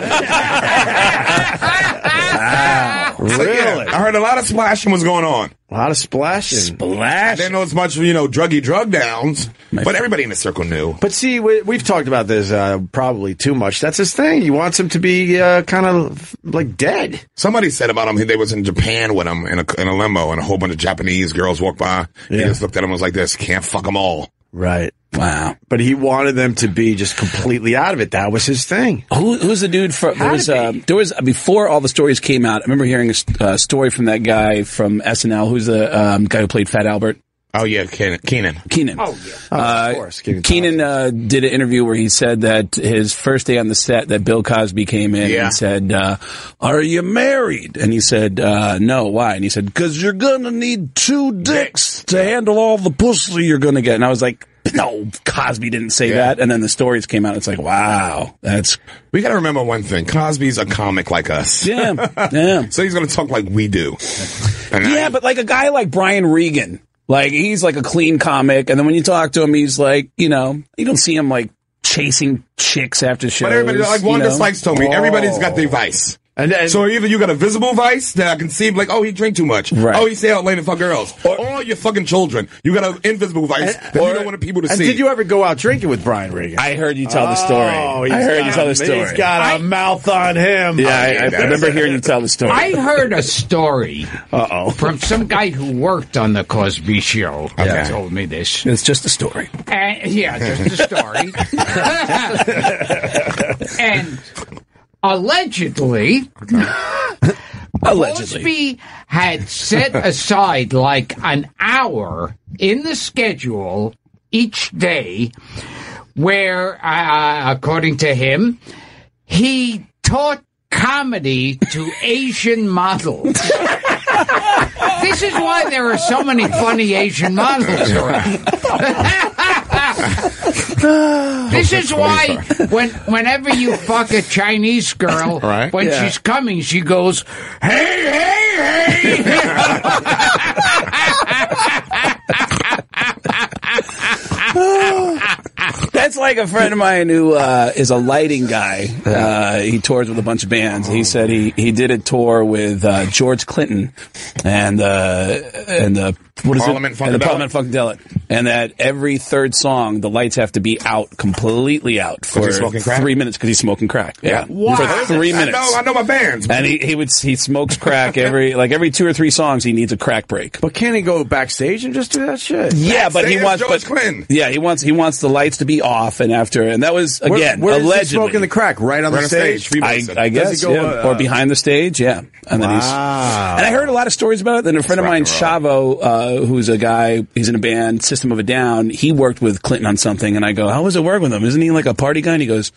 S2: Really?
S6: I heard a lot of splashing was going on.
S2: A lot of splashing.
S6: I didn't know as much, you know, druggy drug downs, but everybody in the circle knew.
S2: But see, we, we've talked about this uh, probably too much. That's his thing. He wants him to be uh, kind of like dead.
S6: Somebody said about him, they was in Japan with him in a, in a limo and a whole bunch of Japanese girls walked by. He
S2: Yeah.
S6: just looked at him and was like this, can't fuck them all.
S2: Right.
S3: Wow.
S2: But he wanted them to be just completely out of it. That was his thing.
S3: Who, who's the dude from? There
S2: Had
S3: was,
S2: to
S3: uh,
S2: be.
S3: there was before all the stories came out. I remember hearing a s- uh, story from that guy from SNL, who's the um, guy who played Fat Albert.
S6: Oh yeah, Keenan. Keenan.
S3: Keenan.
S7: Oh, yeah.
S3: Uh,
S2: of course, Keenan
S3: Keenan uh, did an interview where he said that his first day on the set, that Bill Cosby came in
S6: Yeah.
S3: and said, uh, "Are you married?" And he said, uh, "No." Why? And he said, "Cause you're gonna need two dicks to handle all the pussy you're gonna get." And I was like. No, Cosby didn't say that. And then the stories came out. It's like, wow, that's
S6: We got to remember one thing. Cosby's a comic like us.
S3: damn, damn.
S6: So he's going to talk like we do. And I-
S3: Yeah, but like a guy like Brian Regan, like he's like a clean comic, and then when you talk to him, he's like, you know, you don't see him like chasing chicks after shows.
S6: But everybody, like
S3: you
S6: Wanda
S3: know?
S6: Sykes told me, everybody's got their vice.
S2: And, and
S6: So either you got a visible vice that I can see, like, oh, he drink too much.
S3: Right.
S6: Oh, he stay out late and fuck girls. Or, your fucking children. You got an invisible vice that you don't want people to
S2: and
S6: see.
S2: did you ever go out drinking with Brian Reagan?
S3: I heard you tell the story.
S2: Oh, he's
S3: I heard
S2: got
S3: you tell
S2: a-
S3: the story.
S2: He's got a mouth on him.
S3: yeah, I, I
S6: that's-
S3: remember hearing you tell the story.
S7: I heard a story from some guy who worked on the Cosby Show.
S6: Okay.
S7: Told me this.
S3: it's just a story.
S7: And, yeah, just a story. and allegedly,
S3: Allegedly.
S7: Cosby had set aside like an hour in the schedule each day where, uh, according to him, he taught comedy to Asian models. this is why there are so many funny Asian models around. this is why when whenever you fuck a Chinese girl,
S6: Right.
S7: when
S3: Yeah.
S7: she's coming, she goes, "Hey, hey, hey!"
S3: That's like a friend of mine who uh, is a lighting guy. Uh, he tours with a bunch of bands. He said he, he did a tour with uh, George Clinton and uh, and the what is
S6: Parliament
S3: it? And the
S6: Funkadelic?
S3: Parliament Funkadelic, and that every third song the lights have to be out, completely out for
S6: he's smoking crack?
S3: three minutes because he's smoking crack. Yeah, for three
S6: I
S3: minutes.
S6: know, I know my bands.
S3: And he, he would he smokes crack every like every two or three songs he needs a crack break.
S2: But can he go backstage and just do that shit?
S3: Yeah, but he
S6: Same as
S3: wants
S6: George
S3: but,
S6: Clinton.
S3: Yeah, he wants he wants the lights to be off and after and that was
S2: Where-
S3: again
S2: where is he
S3: allegedly
S2: smoking the crack right on
S6: Right
S2: the
S6: on
S2: stage.
S6: stage.
S3: I,
S6: Freemason.
S3: I
S2: Does
S3: guess
S2: he go,
S3: yeah.
S2: uh,
S3: or behind the stage, yeah. And then
S2: Wow.
S3: he's and I heard a lot of stories about it. Then a friend of mine, Chavo, uh, who's a guy, he's in a band, System of a Down. He worked with Clinton on something, and I go, "How was it working with him? Isn't he like a party guy?" And he goes,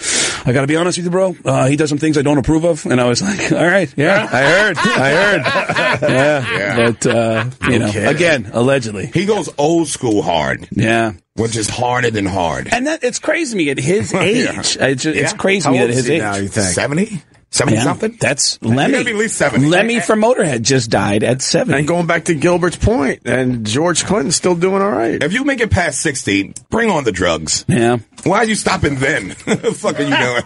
S3: "I got to be honest with you, bro. Uh, he does some things I don't approve of." And I was like, "All right, yeah, I heard, I heard, yeah."
S6: Yeah.
S3: But uh, you know, again, allegedly,
S6: He goes old school hard,
S3: yeah.
S6: which is harder than hard.
S3: And that it's crazy to me at his age. It's, just, it's
S6: Yeah.
S3: crazy to
S2: How
S3: me
S2: old
S3: at
S2: is
S3: his
S2: he
S3: age.
S2: now, you think?
S6: 70? 70
S3: Yeah.
S6: something?
S3: That's
S6: gotta
S3: Lemmy.
S6: be at least 70.
S3: Lemmy from Motorhead just died at
S2: And
S3: 70.
S2: going back to Gilbert's point, and George Clinton's still doing all right.
S6: if you make it past 60, bring on the drugs.
S3: Yeah.
S6: Why are you stopping then? fuck are you doing?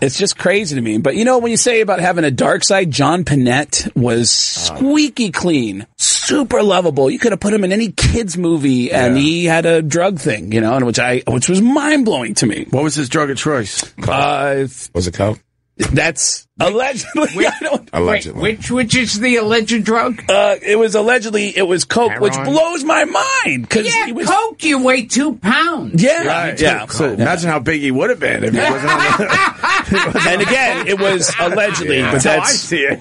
S3: It's just crazy to me. But you know, when you say about having a dark side, John Panette was squeaky clean, super lovable. You could have put him in any kids movie and he had a drug thing, you know, and which I, which was mind blowing to me.
S2: What was his drug of choice?
S3: Uh,
S6: Was it coke?
S3: that's allegedly, I don't,
S7: Wait,
S6: Allegedly.
S7: which which is the alleged drug?
S3: uh, it was allegedly, it was coke, which
S6: Heroin.
S3: blows my mind. Cause
S7: yeah,
S3: he was,
S7: coke. You weigh two pounds.
S3: yeah, yeah.
S2: So imagine how big he would have been if he wasn't on the
S3: and again, it was allegedly, but
S2: how I
S3: that's,
S2: see it.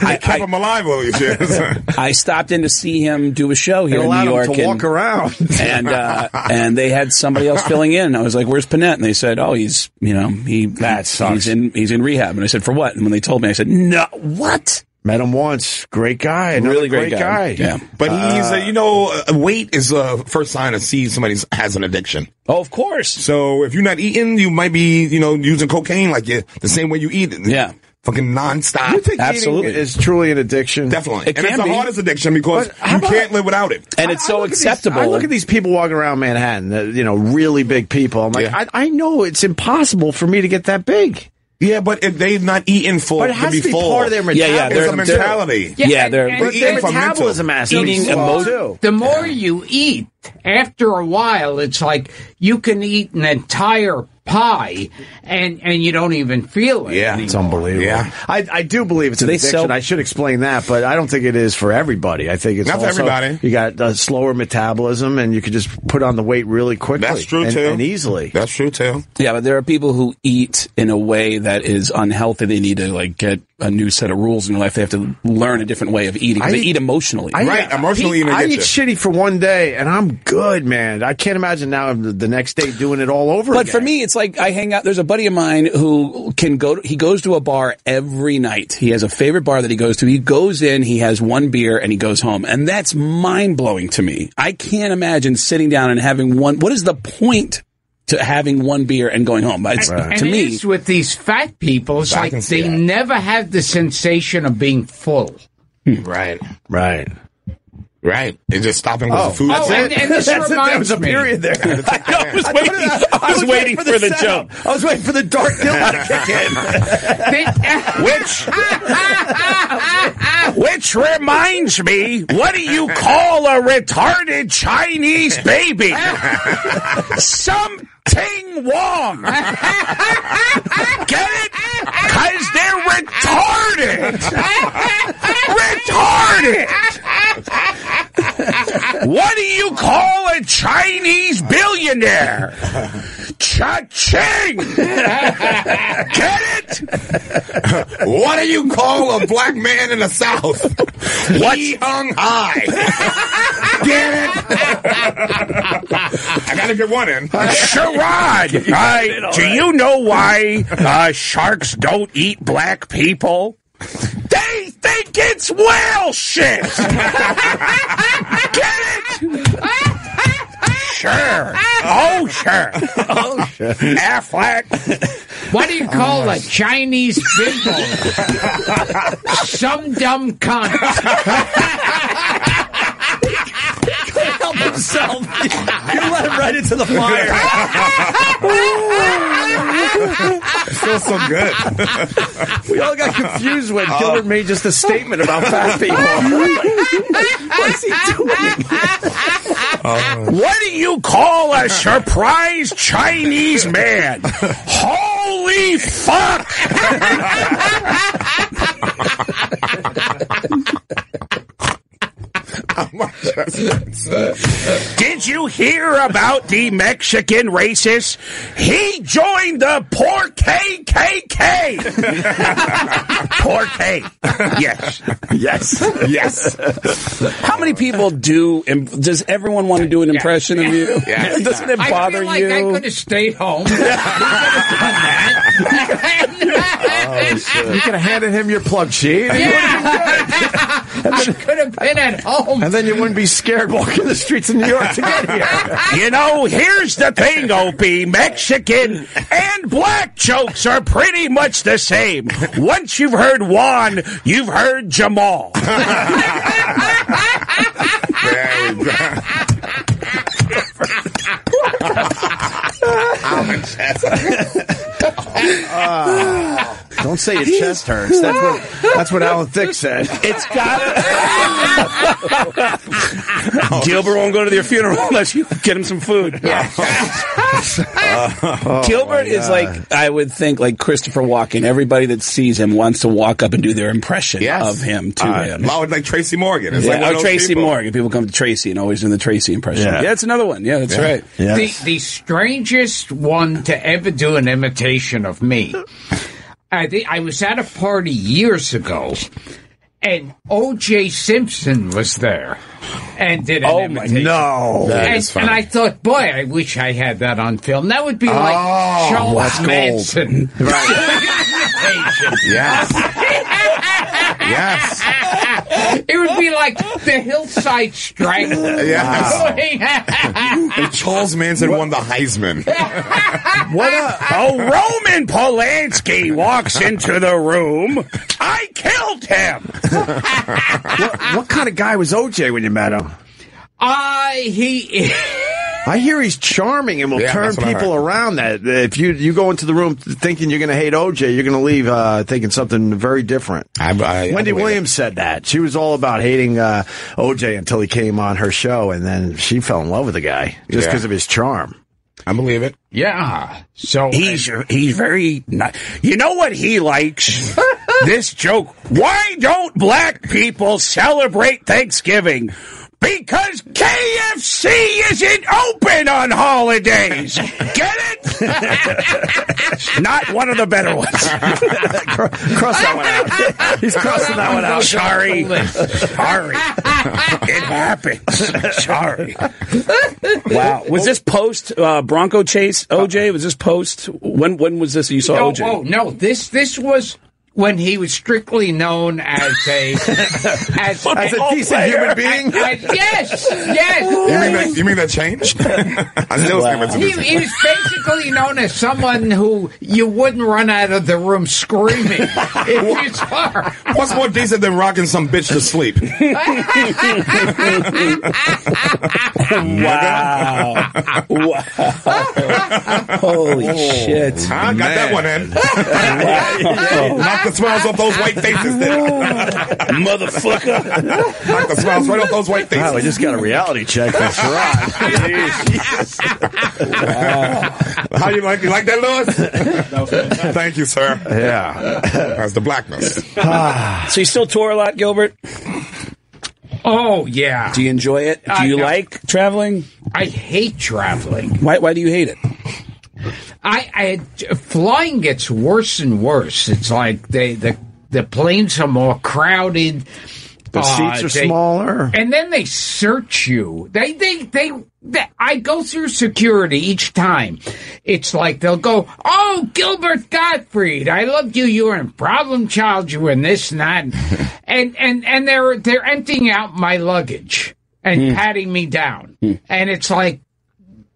S3: I,
S6: Kept him alive all these years.
S3: I stopped in to see him do a show here in
S2: Allowed
S3: New
S2: him
S3: York.
S2: to
S3: and,
S2: walk around.
S3: and uh, and they had somebody else filling in. And I was like, "Where's Panette?" And they said, "Oh, he's you know he that
S2: sucks.
S3: He's in he's in rehab." And I said, "For what?" And when they told me, I said, "No, what?
S2: Met him once. Great guy. Another
S3: Really great, guy. Yeah.
S6: But he's, uh, you know, uh, weight is a first sign to see somebody has an addiction.
S3: Oh, of course.
S6: So if you're not eating, you might be, you know, using cocaine like you the same way you eat it.
S3: Yeah.
S6: Fucking nonstop.
S2: You think
S3: Absolutely.
S2: eating is truly an addiction?
S6: Definitely.
S3: It
S6: and it's
S3: can
S6: the
S3: be.
S6: hardest addiction because
S2: But how
S6: you
S2: about-
S6: can't live without it.
S3: And it's
S2: I- I
S3: so
S2: look at these-
S3: acceptable.
S2: I look at these people walking around Manhattan, that, you know, really big people. I'm like,
S6: Yeah.
S2: I, I know it's impossible for me to get that big.
S6: Yeah, but if they've not eaten for
S2: But it has to be
S6: before,
S2: part of their
S3: yeah,
S2: mentality.
S3: yeah,
S6: it's
S3: they're
S6: a mentality.
S3: Yeah, they're-
S6: We're
S2: But
S6: eating
S2: their
S6: for mental.
S2: metabolism has to be
S3: Eating
S2: slow,
S3: emo-
S2: too.
S7: The more you eat, after a while, it's like you can eat an entire pie and and you don't even feel it.
S6: Yeah.
S2: It's unbelievable.
S6: Yeah.
S2: I, I do believe it's an
S3: they
S2: addiction.
S3: sell-
S2: I should explain that, but I don't think it is for everybody. I think it's
S6: Not for
S2: also-
S6: everybody.
S2: You got a slower metabolism, and you can just put on the weight really quickly.
S6: That's true,
S2: and,
S6: too.
S2: and easily.
S6: That's true too.
S3: Yeah, but there are people who eat in a way that is unhealthy. They need to like get a new set of rules in their life. They have to learn a different way of eating.
S2: I
S3: they
S2: eat-
S3: eat emotionally.
S2: I
S6: Right, emotional eating
S2: I
S6: gets
S2: eat
S6: you.
S2: shitty for one day, and I'm good, man. I can't imagine now the, the next day doing it all over.
S3: But
S2: again.
S3: for me, it's like I hang out. There's a buddy of mine who can go. To, he goes to a bar every night. He has a favorite bar that he goes to. He goes in, he has one beer, and he goes home. And that's mind blowing to me. I can't imagine sitting down and having one. What is the point to having one beer and going home? It's,
S7: And
S3: To
S7: it
S3: me,
S7: is with these fat people, it's
S6: I
S7: like
S6: can see
S7: they
S6: that.
S7: never have the sensation of being full.
S6: Right.
S2: right?
S6: Right. And just stopping with the food.
S7: oh, and, and this
S2: That's it.
S7: reminds
S2: There was a
S7: me.
S2: period there.
S3: I was waiting, I was waiting for the joke.
S2: setup. I was waiting for the dark guilt to kick in.
S7: Which?
S9: Which reminds me, what do you call a retarded Chinese baby? Something wrong. Get it? Because they're retarded. Retarded. What do you call a Chinese billionaire? Cha-ching. Get it?
S6: What do you call a black man in the South? What hung high? Get it? I gotta get one in.
S9: Sherrod, I, do you know why uh, sharks don't eat black people? They think it's whale shit. Get it? Sure. Oh, sure. Oh, sure. Affleck.
S7: What do you call a Chinese bimbo? Some dumb cunt.
S2: himself. You let him right into the fire.
S6: Feels so good.
S2: We all got confused when
S6: Oh.
S2: Gilbert made just a statement about fat people.
S9: What do you call a surprised Chinese man? Holy fuck! Did you hear about the Mexican racist? He joined the Por KKK. Por K. Yes.
S2: yes.
S6: Yes.
S3: How many people do? im- Does everyone want to do an impression of you? Doesn't it
S7: I
S3: bother
S7: feel like
S3: you?
S7: I could have stayed home. We could have done that.
S2: You could have handed him your plug sheet.
S7: I could have been at home.
S2: And then you wouldn't be scared walking the streets of New York to get here.
S9: You know, here's the thing, OP. Mexican and black jokes are pretty much the same. Once you've heard Juan, you've heard Jamal.
S6: Very good.
S2: Don't say your chest hurts. That's what that's what Alan Thicke said.
S9: It's gotta. Gilbert won't go to your funeral unless you get him some food.
S3: Gilbert
S6: Oh
S3: is like I would think like Christopher Walken. Everybody that sees him wants to walk up and do their impression
S6: Yes.
S3: of him to him.
S6: I was like Tracy Morgan. It's
S3: Yeah,
S6: like one of
S3: oh,
S6: those
S3: Tracy
S6: people.
S3: Morgan. People come to Tracy and always do the Tracy impression.
S2: Yeah.
S3: Yeah, that's another one. Yeah, that's right.
S7: The, the strangest one to ever do an imitation of me. I, thi- I was at a party years ago, and O.J. Simpson was there and did an
S3: Oh my
S7: imitation.
S2: No.
S6: That
S7: and,
S6: is funny.
S7: and I thought, boy, I wish I had that on film. That would be like Charles Manson.
S6: Yes. yes.
S7: it would be like the hillside strangler.
S6: And Charles Manson won the Heisman.
S9: What a, a Roman Polanski walks into the room. I killed him.
S2: What, what kind of guy was OJ when you met him?
S7: I he
S2: I hear he's charming and will
S6: Yeah,
S2: turn
S6: that's what I
S2: people
S6: heard.
S2: around. That if you you go into the room thinking you're going to hate OJ, you're going to leave uh, thinking something very different.
S6: I- I- I
S2: Wendy
S6: believe
S2: Williams said that she was all about hating uh, OJ until he came on her show, and then she fell in love with the guy
S6: Yeah.
S2: just because of his charm.
S6: I believe it.
S9: Yeah.
S7: So
S9: He's he's very nice. You know what he likes? this joke. Why don't black people celebrate Thanksgiving? Because KFC isn't open on holidays. Get it? Not one of the better ones.
S2: Cross that one out. He's crossing that one out.
S9: Sorry. Sorry. It happens. Sorry.
S3: Wow. Was this post uh, Bronco chase?
S6: Uh-uh.
S3: OJ was this post? When when was this? You saw
S7: oh,
S3: OJ?
S7: oh no, this this was when he was strictly known as a as,
S2: As a decent human being.
S7: as- yes, yes.
S6: You mean that, you mean that changed? I still wow. it's a
S7: He,
S6: decent-
S7: he was basically known as someone who you wouldn't run out of the room screaming if you saw. her.
S6: What's more decent than rocking some bitch to sleep?
S3: Wow. wow. Holy shit.
S6: Oh, I got that one in. Knock the smiles off those white faces. Then.
S3: Motherfucker.
S6: Knock the smiles right off those white faces.
S2: Wow, we just got a reality check from Sherrod.
S6: How you like? You like that, Lewis? Thank you, sir. Ah.
S2: yeah.
S6: That's the blackness.
S3: So you still tour a lot, Gilbert?
S7: Oh yeah,
S3: Do you enjoy it? Do
S7: I-
S3: you
S7: no.
S3: like traveling?
S7: I hate traveling.
S3: Why why do you hate it?
S7: I, I flying gets worse and worse. It's like they the the planes are more crowded. Uh,
S2: The seats are smaller.
S7: and then they search you. They, they, they, they. I go through security each time. It's like they'll go, "Oh, Gilbert Gottfried, I loved you. You were in Problem Child. You were in this and that," and and and they're they're emptying out my luggage and patting me down, and it's like.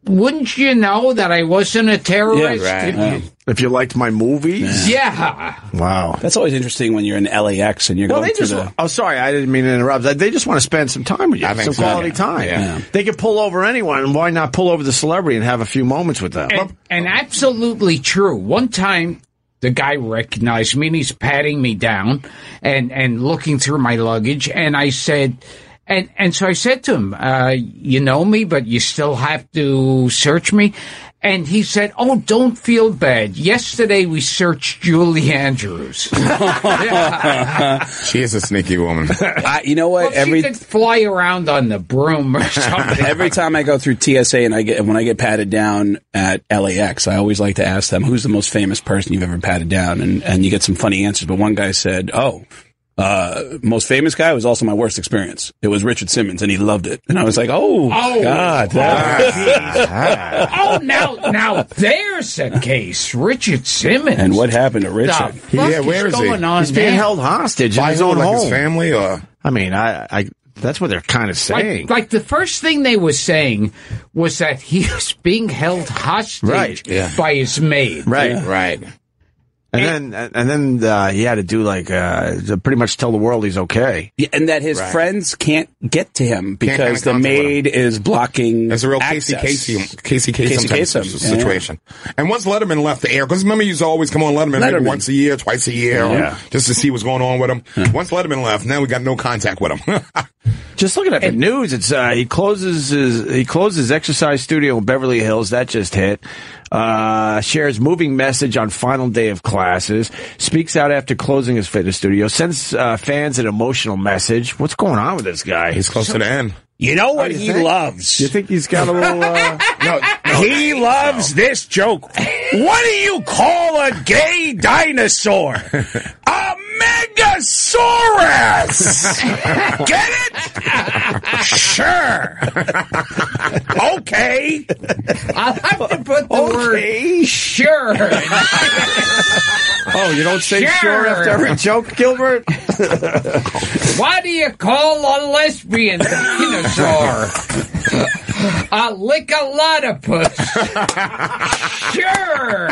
S7: Wouldn't you know that I wasn't a terrorist?
S3: right.
S7: If you-
S2: If you liked my movies,
S7: yeah.
S2: wow.
S3: That's always interesting when you're in LAX and you're
S2: Well,
S3: going
S2: they
S3: to
S2: just.
S3: the
S2: Oh, sorry, I didn't mean to interrupt. They just want to spend some time with you,
S6: I think
S2: some
S6: so,
S2: quality
S6: yeah.
S2: time.
S6: Yeah.
S2: They could pull over anyone, and why not pull over the celebrity and have a few moments with them?
S7: and, and absolutely true. One time, the guy recognized me and he's patting me down and, and looking through my luggage. And I said, and, and so I said to him, uh, you know me, but you still have to search me. And he said, Oh, don't feel bad. Yesterday we searched Julie Andrews.
S6: She is a sneaky woman.
S3: I, you know what?
S7: Well,
S3: every
S7: she could fly around on the broom or something.
S3: Every time I go through TSA and I get when I get patted down at LAX, I always like to ask them who's the most famous person you've ever patted down, and and you get some funny answers. But one guy said, "Oh, uh, most famous guy was also my worst experience. It was Richard Simmons, and he loved it." And I was like, "Oh,
S7: Oh.
S3: God, that-
S7: oh, now, now there's a case. Richard Simmons.
S3: and what happened to Richard?"
S7: the fuck
S6: Yeah, where is he?
S7: going on?
S2: He's being
S7: now?
S2: held hostage in
S6: By
S2: his
S6: who,
S2: own
S6: like his
S2: home.
S6: family or
S2: I mean, I, I. That's what they're kind of saying.
S7: Like, like the first thing they were saying was that he was being held hostage
S2: Right,
S7: by his maid.
S2: right.
S6: right.
S2: And then, and then uh, he had to do like uh, to pretty much tell the world he's okay.
S3: Yeah, and that his friends can't get to him because
S6: kinda
S3: the
S6: contact with
S3: maid is blocking.
S6: That's a real Casey
S3: access.
S6: Casey Casey Casey
S3: Casey
S6: type of
S3: Kasem,
S6: s-
S3: yeah.
S6: situation. And once Letterman left the air, because remember, he used to always come on Letterman, maybe
S3: Letterman.
S6: once a year, twice a year, or
S3: Yeah.
S6: just to see what's going on with him. Once Letterman left, now we got no contact with him.
S2: Just looking at the news, it's uh, he closes his he closes exercise studio in Beverly Hills. That just hit. Uh, shares moving message on final day of classes. Speaks out after closing his fitness studio. Sends uh, fans an emotional message. What's going on with this guy?
S6: He's close to the end.
S9: You know what he loves?
S2: you think he's got a little? Uh,
S6: No,
S9: He loves this joke. What do you call a gay dinosaur? A Megasaurus! Get it? Sure. Okay.
S7: I'll have to put the word sure.
S2: oh, you don't say
S7: Sure.
S2: sure after every joke, Gilbert.
S7: Why do you call a lesbian dinosaur? I lick a lot of puss. Sure.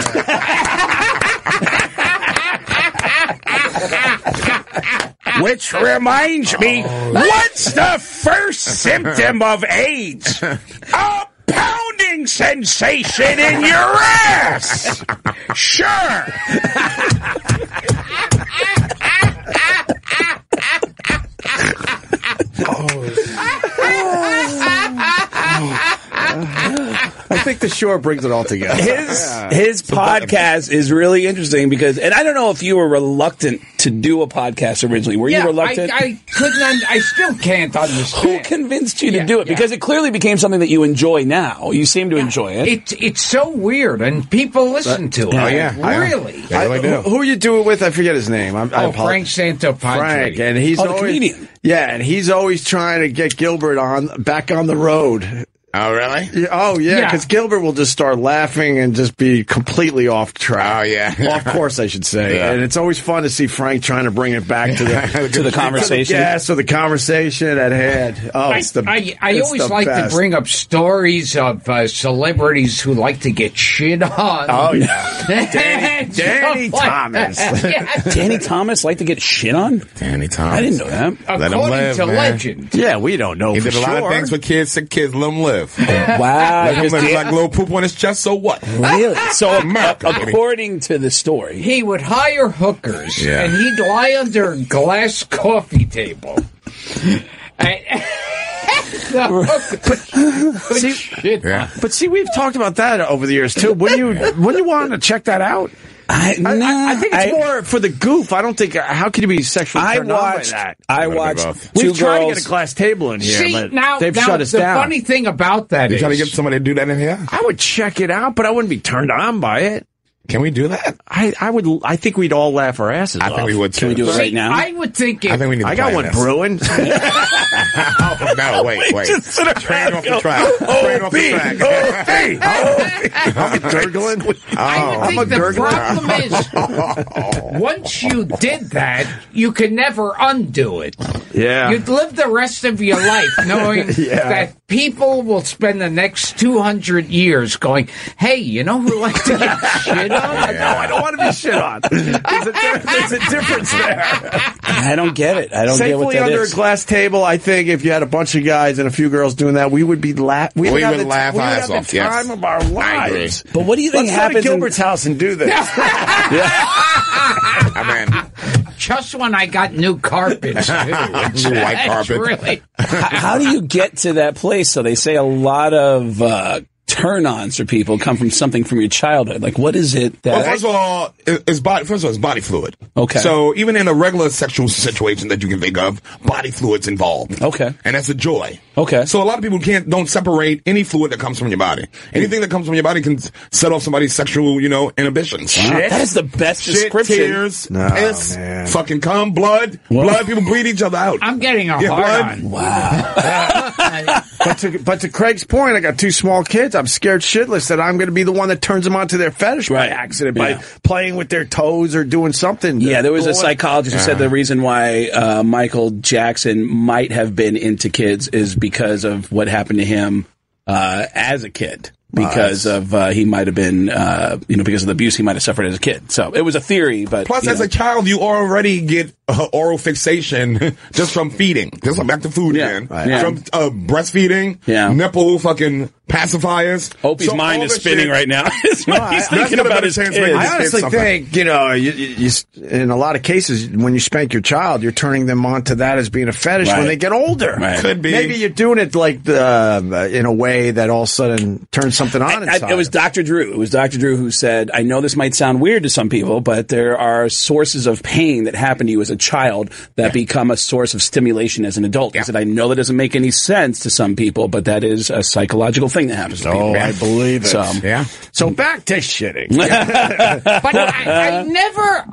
S9: Which reminds me, what's the first symptom of AIDS? A pound burning sensation in your ass. Sure.
S6: Oh.
S2: I think the shore brings it all together.
S3: his his podcast is really interesting because, and I don't know if you were reluctant to do a podcast originally. Were
S7: yeah,
S3: you reluctant?
S7: I, I couldn't. Un- I still can't
S3: Who
S7: understand.
S3: convinced you to
S7: Yeah,
S3: do it?
S7: yeah.
S3: Because it clearly became something that you enjoy now. You seem to enjoy it.
S7: It's it's so weird, and people listen to it.
S2: Oh, yeah. I know.
S7: really.
S6: Yeah, they do.
S2: who, who you do it with? I forget his name. I'm, I
S7: Oh, Frank
S2: apologize.
S7: Santopadre.
S2: Frank, and he's
S3: Oh, the
S2: always
S3: comedian.
S2: yeah, and he's always trying to get Gilbert on back on the road.
S6: Oh, really?
S2: Yeah, Oh yeah,
S7: Yeah.
S2: because Gilbert will just start laughing and just be completely off track.
S6: Oh, yeah.
S2: off course, I should say.
S6: Yeah.
S2: And it's always fun to see Frank trying to bring it back to the
S3: to the conversation.
S2: Yeah, so the conversation at hand. Oh, it's the
S7: I, I
S2: it's
S7: always
S2: the
S7: like
S2: best.
S7: to bring up stories of uh, celebrities who like to get shit on.
S2: Oh yeah,
S7: Danny,
S2: Danny Thomas.
S3: Danny Thomas liked to get shit on.
S6: Danny Thomas.
S3: I didn't know that.
S6: Let him
S7: According
S6: live,
S7: to
S6: man.
S7: legend,
S2: yeah. We don't know.
S6: He
S2: for
S6: did a lot
S2: sure.
S6: of things for kids, sick kids, let him live. Let
S3: Wow.
S6: him
S3: just
S6: live
S3: Dan-
S6: like little poop on his chest, so what?
S3: really? So,
S6: America, baby.
S3: according to the story,
S7: he would hire hookers
S6: Yeah.
S7: and he'd lie under a glass coffee table. And- the hookers would shit on-
S6: Yeah.
S2: But see, we've talked about that over the years too. Wouldn't you? Wouldn't you want to check that out?
S3: I,
S2: I,
S3: nah,
S2: I, I think it's
S3: I-
S2: more for the goof. I don't think. How could you be sexually
S3: I
S2: turned on by
S3: watched.
S2: that?
S3: I
S6: Gotta be
S3: watched.
S6: both.
S3: Two
S2: We've tried to
S3: girls.
S2: get a glass table in here,
S7: See
S2: but
S7: now,
S2: they've
S7: now
S2: shut us
S7: the
S2: down.
S7: funny thing about that
S6: You
S7: is
S6: trying to get somebody to do that in here?
S2: I would check it out, but I wouldn't be turned on by it.
S6: Can we do that?
S2: I, I would. I think we'd all laugh our asses
S6: I
S2: off.
S6: think we would too.
S3: Can we do it right now?
S7: I would think
S6: I
S7: if
S6: think we need to
S2: I got
S6: plan
S2: one
S6: this. Oh,
S2: brewing.
S6: No, wait, wait.
S3: Just sit around
S6: Train off the
S3: and
S6: track.
S2: "Oh,
S6: Train off the track.
S2: I'm gurgling.
S6: Oh,
S7: I
S2: I'm
S7: think
S2: a
S7: the
S2: gurgler.
S7: problem is once you did that, you could never undo it.
S6: Oh.
S2: Yeah.
S7: You'd live the rest of your life knowing that people will spend the next 200 years going, hey, you know who likes to get shit on?
S2: No, I don't want to be shit on. There's a, di- there's a difference there.
S3: I don't get it. I don't get what
S2: Safely
S3: that
S2: under
S3: is.
S2: a glass table, I think if you had a bunch of guys and a few girls doing that, we would be la-
S6: We
S2: have
S6: would
S2: the t-
S6: laugh
S2: we would
S6: eyes
S2: have the
S6: off, yes.
S2: time of our
S6: I agree.
S2: lives.
S3: but what do you think
S2: Let's go to
S3: happens? in-
S2: Gilbert's house and do this.
S6: I mean,
S7: Just when I got new carpets, too.
S6: New white carpet.
S7: Really.
S3: how do you get to that place? So they say a lot of uh, turn-ons for people come from something from your childhood. Like, what is it that?
S6: Well, first of all, it- it's body. First of all, it's body fluid.
S3: Okay.
S6: So even in a regular sexual situation that you can think of, body fluid's involved.
S3: Okay.
S6: And that's a joy.
S3: Okay.
S6: So a lot of people can't don't separate any fluid that comes from your body. Anything that comes from your body can s- set off somebody's sexual, you know, inhibitions.
S3: Wow, that is the best
S6: Shit,
S3: description.
S6: tears,
S2: No,
S6: piss,
S2: man.
S6: fucking cum, blood, blood. People bleed each other out.
S7: I'm getting a
S6: Yeah, blood.
S7: hard on. Wow.
S2: But to, but to Craig's point, I got two small kids. I'm scared shitless that I'm going to be the one that turns them onto their fetish
S3: Right.
S2: by accident
S3: Yeah.
S2: by playing with their toes or doing something.
S3: Yeah, there was a
S2: Blowing-
S3: psychologist who said the reason why uh, Michael Jackson might have been into kids is because of what happened to him uh, as a kid. Because of uh, he might have been, uh, you know, because of the abuse he might have suffered as a kid. So it was a theory, but
S6: Plus,
S3: you
S6: as
S3: know.
S6: a child, you already get uh, oral fixation just from feeding, just from back to food
S3: Yeah,
S6: again,
S3: right. Yeah.
S6: from uh, breastfeeding,
S3: Yeah.
S6: nipple fucking pacifiers.
S3: Opie's
S6: So
S3: mind
S6: all
S3: is
S6: this
S3: spinning
S6: shit-
S3: right now. It's what
S2: I-
S3: he's
S2: that's
S3: thinking
S6: gonna
S3: about
S6: be
S3: his
S6: the
S3: kids.
S6: chance where
S2: I
S6: Just did
S2: honestly
S6: something.
S2: think you know, you, you, you, s- in a lot of cases, when you spank your child, you're turning them onto that as being a fetish
S3: Right.
S2: when they get older.
S3: Right.
S6: Could be.
S2: Maybe you're doing it like the uh, in a way that all of a sudden turns something on.
S3: I- I-
S2: inside
S3: it was
S2: them.
S3: Dr. Drew. It was Dr. Drew who said, I know this might sound weird to some people, but there are sources of pain that happen to you as a child that become a source of stimulation as an adult. He said, I know that doesn't make any sense to some people, but that is a psychological thing that happens to people.
S2: Oh, I believe it.
S3: So, Mm.
S6: Yeah.
S2: So back to shitting.
S7: But I, I never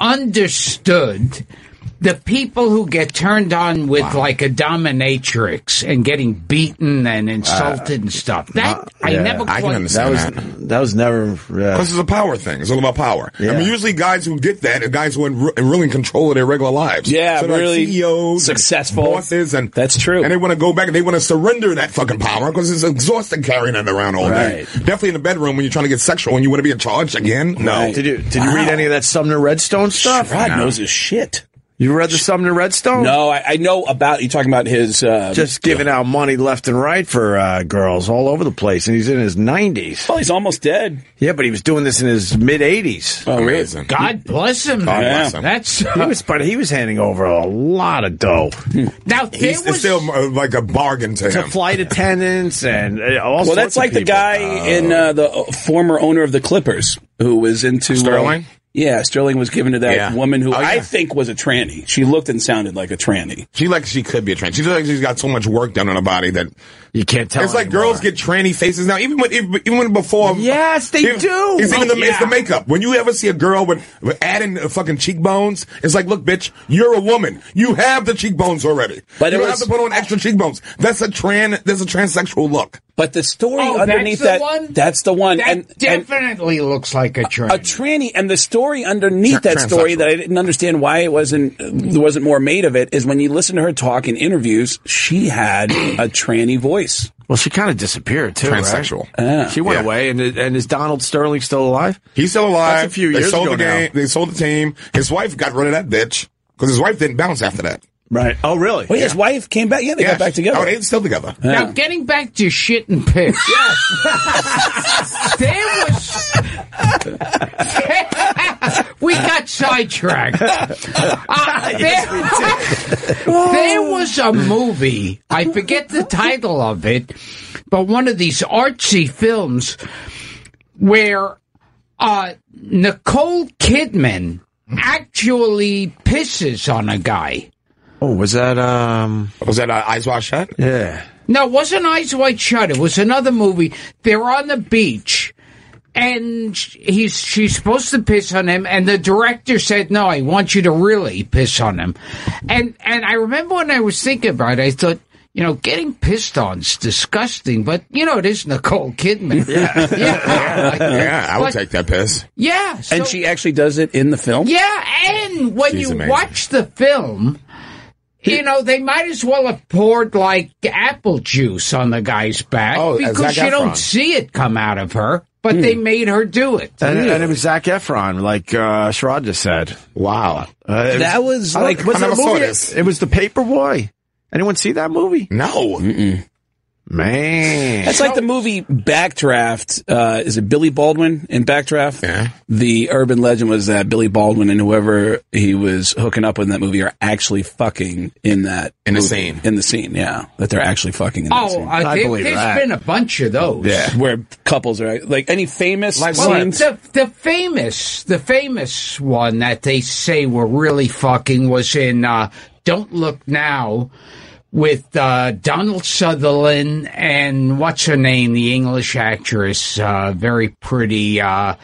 S7: understood the people who get turned on with like a dominatrix and getting beaten and insulted and stuff. That I
S2: yeah,
S7: never.
S6: Uh, I can
S7: quite-
S6: understand that.
S2: that was never. Uh,
S6: This is a power thing. It's all about power.
S2: Yeah.
S6: I mean, usually guys who get that are guys who are in re- really in control of their regular lives.
S3: Yeah,
S6: they're
S3: really
S6: CEOs,
S3: successful.
S6: and bosses, and
S3: That's true.
S6: And they want to go back and they want to surrender that fucking power because it's exhausting carrying it around all day.
S3: Right.
S6: Definitely in the bedroom when you're trying to get sexual and you want to be in charge again. No,
S3: Right.
S2: Did you did you read any of that Sumner Redstone stuff?
S3: God knows his shit.
S2: You read the Sumner Redstone?
S3: No, I, I know about you talking about his. Uh,
S2: Just giving out money left and right for uh, girls all over the place, and he's in his 90s.
S3: well, he's almost dead.
S2: Yeah, but he was doing this in his mid 80s.
S3: Oh, really?
S6: Amazing.
S7: God bless him.
S6: God bless him.
S7: That's
S2: He was, but he was handing over a lot of dough
S7: now there
S6: He's
S7: was
S6: still uh, like a bargain to
S2: to
S6: him.
S2: flight attendants and uh, all
S3: Well, that's like the guy
S2: Oh.
S3: in uh, the uh, former owner of the Clippers who was into uh,
S6: Sterling?
S3: yeah, Sterling was given to that
S6: Yeah.
S3: woman who
S6: Oh,
S3: I
S6: yeah.
S3: think was a tranny. She looked and sounded like a tranny.
S6: She like she could be a tranny. She looks like she's got so much work done on her body that
S2: You can't tell.
S6: it's like
S2: anymore.
S6: girls get tranny faces now. Even when even even when before,
S2: Yes, they
S6: Even-
S2: do.
S6: It's even
S2: Oh,
S6: the, it's the makeup. When you ever see a girl with, with adding uh, fucking cheekbones, it's like, look, bitch, you're a woman. You have the cheekbones already.
S3: But
S6: you
S3: it
S6: don't
S3: was-
S6: have to put on extra cheekbones. That's a tran. That's a transsexual look.
S3: But the story
S7: Oh, that's
S3: underneath
S7: the
S3: that
S7: one?
S3: that's the one
S7: that
S3: and, and
S7: definitely looks like a train.
S3: a tranny and the story underneath that story
S6: transsexual.
S3: that I didn't understand why it wasn't uh, there wasn't more made of it is when you listen to her talk in interviews, she had a tranny voice.
S2: Well, she kind of disappeared too. right?
S6: Transsexual.
S2: She went
S6: Yeah.
S2: away, and and is Donald Sterling still alive?
S6: He's still alive.
S2: That's a few
S6: they
S2: years
S6: sold
S2: ago
S6: the game. They sold the team. His wife got rid of that bitch because his wife didn't bounce after that.
S2: Right. Oh, really?
S3: Well, his wife came back. Yeah, they
S6: Yeah.
S3: got back together.
S6: Oh, they're still together.
S7: Now, getting back to shit and piss. there was. we got sidetracked. Uh, there, there was a movie, I forget the title of it, but one of these artsy films where uh, Nicole Kidman actually pisses on a guy.
S2: Oh, was that um?
S6: Was that uh, eyes wide shut?
S2: Yeah.
S7: No, it wasn't Eyes Wide Shut. It was another movie. They're on the beach, and sh- he's she's supposed to piss on him, and the director said, "No, I want you to really piss on him." And and I remember when I was thinking about it, I thought. You know, getting pissed on is disgusting, but you know it is Nicole Kidman. Yeah, yeah, like-
S6: Yeah, I would
S7: But-
S6: take that piss.
S7: yeah. so-
S3: and she actually does it in the film.
S7: yeah, and when
S6: She's
S7: you
S6: amazing.
S7: watch the film, you know they might as well have poured like apple juice on the guy's back
S6: Oh, as
S7: because
S6: Zac
S7: you don't
S6: Efron. Hmm.
S7: see it come out of her, but they made her do it.
S2: And, and it was Zach Efron, like uh, Shraddha said.
S6: Wow.
S2: Uh, it
S3: That was
S2: I don't-
S3: like
S6: I
S2: was that
S6: never saw
S2: movie?
S6: this.
S2: It was the Paperboy. Anyone see that movie?
S6: No.
S2: Man,
S3: That's like the movie Backdraft. Uh, is it Billy Baldwin in Backdraft?
S6: Yeah.
S3: The urban legend was that Billy Baldwin and whoever he was hooking up with in that movie are actually fucking in that
S6: In the
S3: movie.
S6: scene.
S3: In the scene, yeah, that they're actually fucking in that
S7: Oh,
S3: scene.
S7: uh,
S2: I
S7: there,
S2: believe
S7: has
S2: that.
S7: been a bunch of those. Yeah.
S3: Where couples are like any famous
S6: Like what?
S3: scenes.
S7: The, the famous, the famous one that they say were really fucking was in uh, "Don't Look Now" with uh, Donald Sutherland and what's her name, the English actress, uh, very pretty. Uh,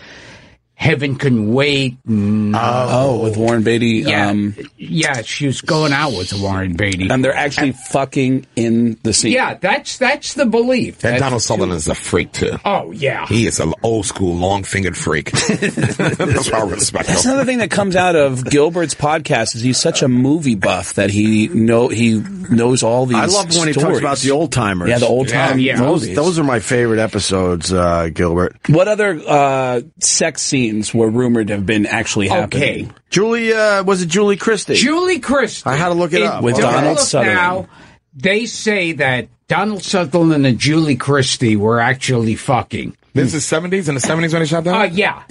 S7: Heaven can wait. And,
S3: Oh, with Warren Beatty.
S7: yeah,
S3: Um,
S7: yeah, she was going out with Warren Beatty.
S3: and they're actually fucking in the scene.
S7: yeah, that's that's the belief.
S6: That
S7: That's-
S6: Donald Sutherland is a freak too.
S7: Oh yeah.
S6: He is an old school, long fingered freak. That's why I respect
S3: That's
S6: him.
S3: another thing that comes out of Gilbert's podcast is he's such a movie buff that he know he knows all these.
S2: I love when he talks
S3: stories.
S2: about the old timers.
S3: Yeah, the old time
S7: Yeah, yeah.
S2: Those,
S3: movies.
S2: those are my favorite episodes, uh, Gilbert.
S3: What other uh, sex scenes were rumored to have been actually happening?
S7: Okay.
S2: Julie, uh, was it Julie Christie?
S7: Julie Christie.
S2: I had to look it up.
S3: With
S7: Don't
S3: Donald
S7: look
S3: Sutherland.
S7: Now, they say that Donald Sutherland and Julie Christie were actually fucking.
S6: This is 70s and the 70s when they shot that?
S7: Oh, yeah.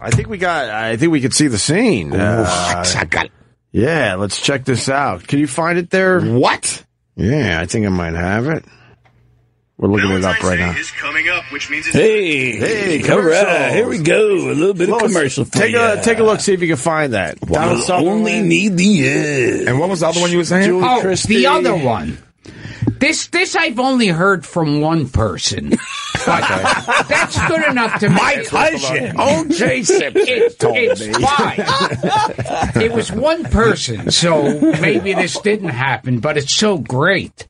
S2: I think we got. I think we could see the scene. Uh,
S6: I got it.
S2: yeah, let's check this out. Can you find it there?
S6: What?
S2: Yeah, I think I might have it. We're looking it up right now.
S11: is coming up, which means it's
S3: Hey,
S2: Hey,
S3: all right,
S2: commercials.
S3: here we go. A little bit
S2: Lois,
S3: of commercial. For
S2: Take
S3: ya.
S2: a take a look. See if you can find that. Donald
S3: I'll only
S2: Sutherland.
S3: need the end.
S6: And what was the other one you were saying?
S2: Julie
S7: Oh,
S2: Christie.
S7: the other one. This this I've only heard from one person. But That's good enough to
S3: My
S7: make it-
S3: cousin, O.J. Simpson,
S7: It, it's why it was one person, so maybe this didn't happen. But it's so great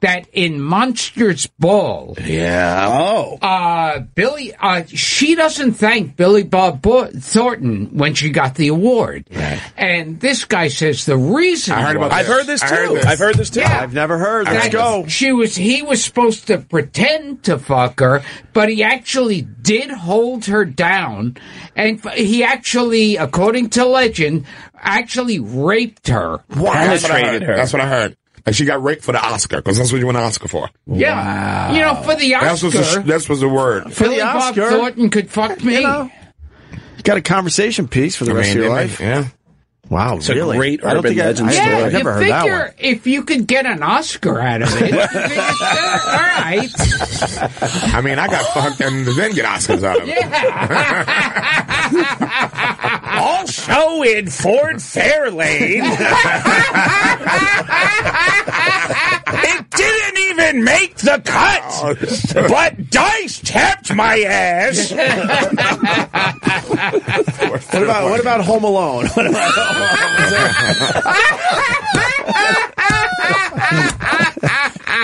S7: that in Monsters Ball,
S3: Yeah. Oh.
S7: uh, Billy, uh, she doesn't thank Billy Bob Bo- Thornton when she got the award. And this guy says the reason
S6: I heard about
S7: was
S3: I've heard this too.
S6: I heard this.
S3: I've heard this too.
S7: Yeah.
S2: I've never heard. Let's
S7: that
S2: go.
S7: She was. He was supposed to pretend to fuck her, but he actually did hold her down, and f- he actually, according to legend, actually raped her.
S6: That's what I
S3: Penetrated
S6: heard.
S3: her.
S6: That's what I heard. And she got raped for the Oscar because that's what you win an Oscar for.
S7: Yeah, you know, for the
S6: That's
S7: Oscar,
S6: what's the, that's what's the word.
S7: Billy
S2: the
S7: Bob
S2: Oscar.
S7: Thornton could fuck me.
S2: You know, got a conversation piece for the rest of your
S6: they-
S2: life.
S6: yeah.
S3: a
S2: Wow, really?
S3: great
S2: I don't
S3: urban
S2: think I,
S3: legend
S2: I,
S7: yeah,
S2: have
S7: you
S2: never heard
S7: figure
S2: that one.
S7: if you could get an Oscar out of it, you figure, all right.
S6: I mean, I got fucked and then get Oscars out of it.
S9: Also in Ford Fairlane. it didn't even make the
S2: Oh,
S9: cut, but Dice tapped my ass.
S2: What about what about Home Alone? What about-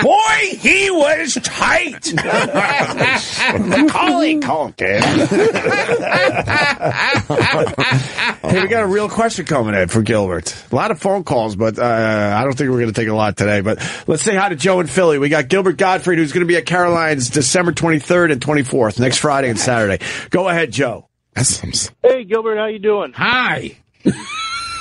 S9: Boy, he was tight. Macaulay Culkin.
S2: hey, we got a real question coming in for Gilbert. A lot of phone calls, but uh, I don't think we're going to take a lot today. But let's say hi to Joe in Philly. We got Gilbert Gottfried, who's going to be at Caroline's December 23rd and 24th, next Friday and Saturday. Go ahead, Joe.
S6: That's some-
S11: Hey Gilbert, how you doing?
S7: Hi.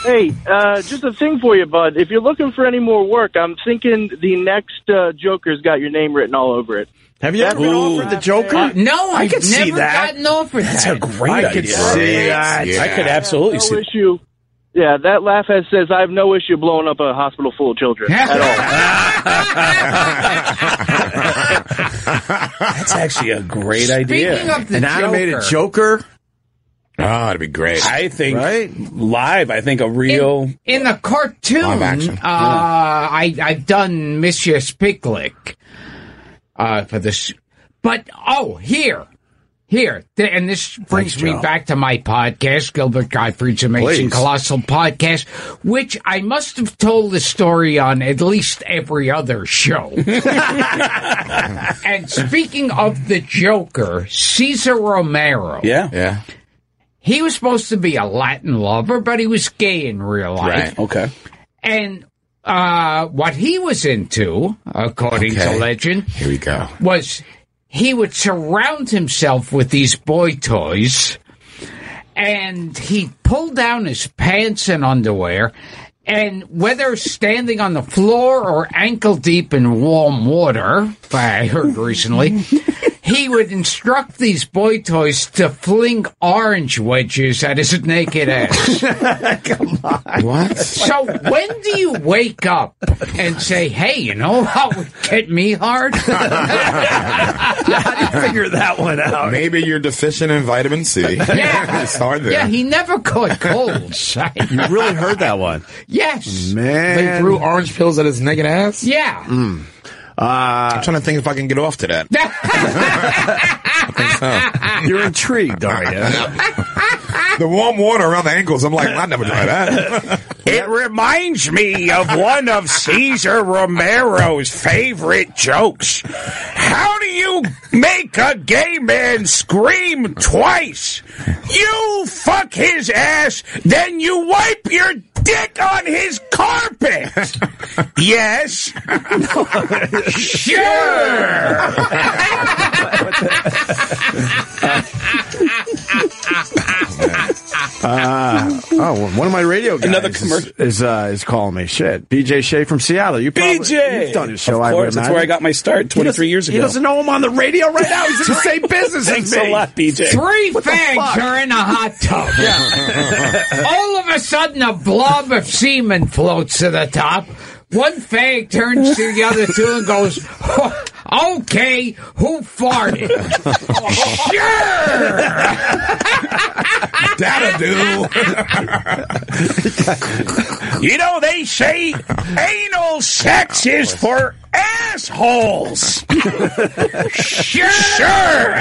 S11: Hey, uh, just a thing for you, bud. If you're looking for any more work, I'm thinking the next uh, Joker's got your name written all over it.
S2: Have you ever been offered the Joker?
S7: Uh, no, I've
S3: can see
S7: never
S3: that.
S7: gotten over that.
S3: That's a great
S2: I
S3: idea.
S2: could see that.
S3: I could
S11: No
S3: absolutely see.
S11: issue. Yeah, that laugh has says I have no issue blowing up a hospital full of children at all.
S3: That's actually a great
S7: Speaking
S3: idea.
S7: of the
S2: An
S7: Joker,
S2: animated Joker,
S6: Oh, that'd be great.
S3: I think
S2: right?
S3: live. I think a real.
S7: in, in the cartoon,
S6: Live action.
S7: uh, I, I've done Monsieur Spiklick uh, for this, but oh, here, here, th- and this brings me back to my podcast, Gilbert Gottfried's Amazing
S2: Please.
S7: Colossal Podcast, which I must have told the story on at least every other show. and speaking of the Joker, Cesar Romero.
S3: yeah.
S6: yeah.
S7: He was supposed to be a Latin lover, but he was gay in real life.
S6: Right.
S3: Okay.
S7: And uh, what he was into, according
S6: Okay.
S7: to legend,
S6: Here we go.
S7: was he would surround himself with these boy toys and he'd pull down his pants and underwear. And whether standing on the floor or ankle deep in warm water, I heard recently, he would instruct these boy toys to fling orange wedges at his naked ass.
S6: What?
S7: So when do you wake up and say, "Hey, you know how would get me hard"?
S2: Figure that one out.
S6: Maybe you're deficient in vitamin C.
S7: Yeah.
S6: it's hard there.
S7: yeah, he never caught colds.
S2: You really heard that one,
S7: yes,
S2: man.
S6: orange pills at his naked ass.
S7: yeah.
S6: Mm.
S2: Uh,
S6: I'm trying to think if I can get off to that.
S2: You're intrigued, aren't you?
S6: the warm water around the ankles. I'm like, I never try that.
S9: It reminds me of one of Caesar Romero's favorite jokes. How do you make a gay man scream twice? You fuck his ass, then you wipe your dick on his carpet. Yes. sure.
S2: Oh, well, one of my radio guys
S3: Another
S2: is-
S3: commercial.
S2: is uh, is calling me. Shit, BJ Shea from Seattle. You probably,
S3: BJ,
S2: you've done his show.
S3: Of
S2: I would
S3: course, that's where I
S2: imagine.
S3: got my start
S2: He
S3: 23
S2: doesn't-
S3: years ago.
S2: He doesn't know I'm on the radio right now. He's in the same business
S3: Thanks
S2: as me.
S3: a lot, BJ.
S7: Three
S2: fuck?
S7: fags are in a hot tub. All of a sudden, a blob of semen floats to the top. One fag turns to the other two and goes, "Okay, who farted?" sure.
S6: That'll do.
S9: You know, they say anal sex
S2: Oh,
S9: is for assholes. sure. Sure.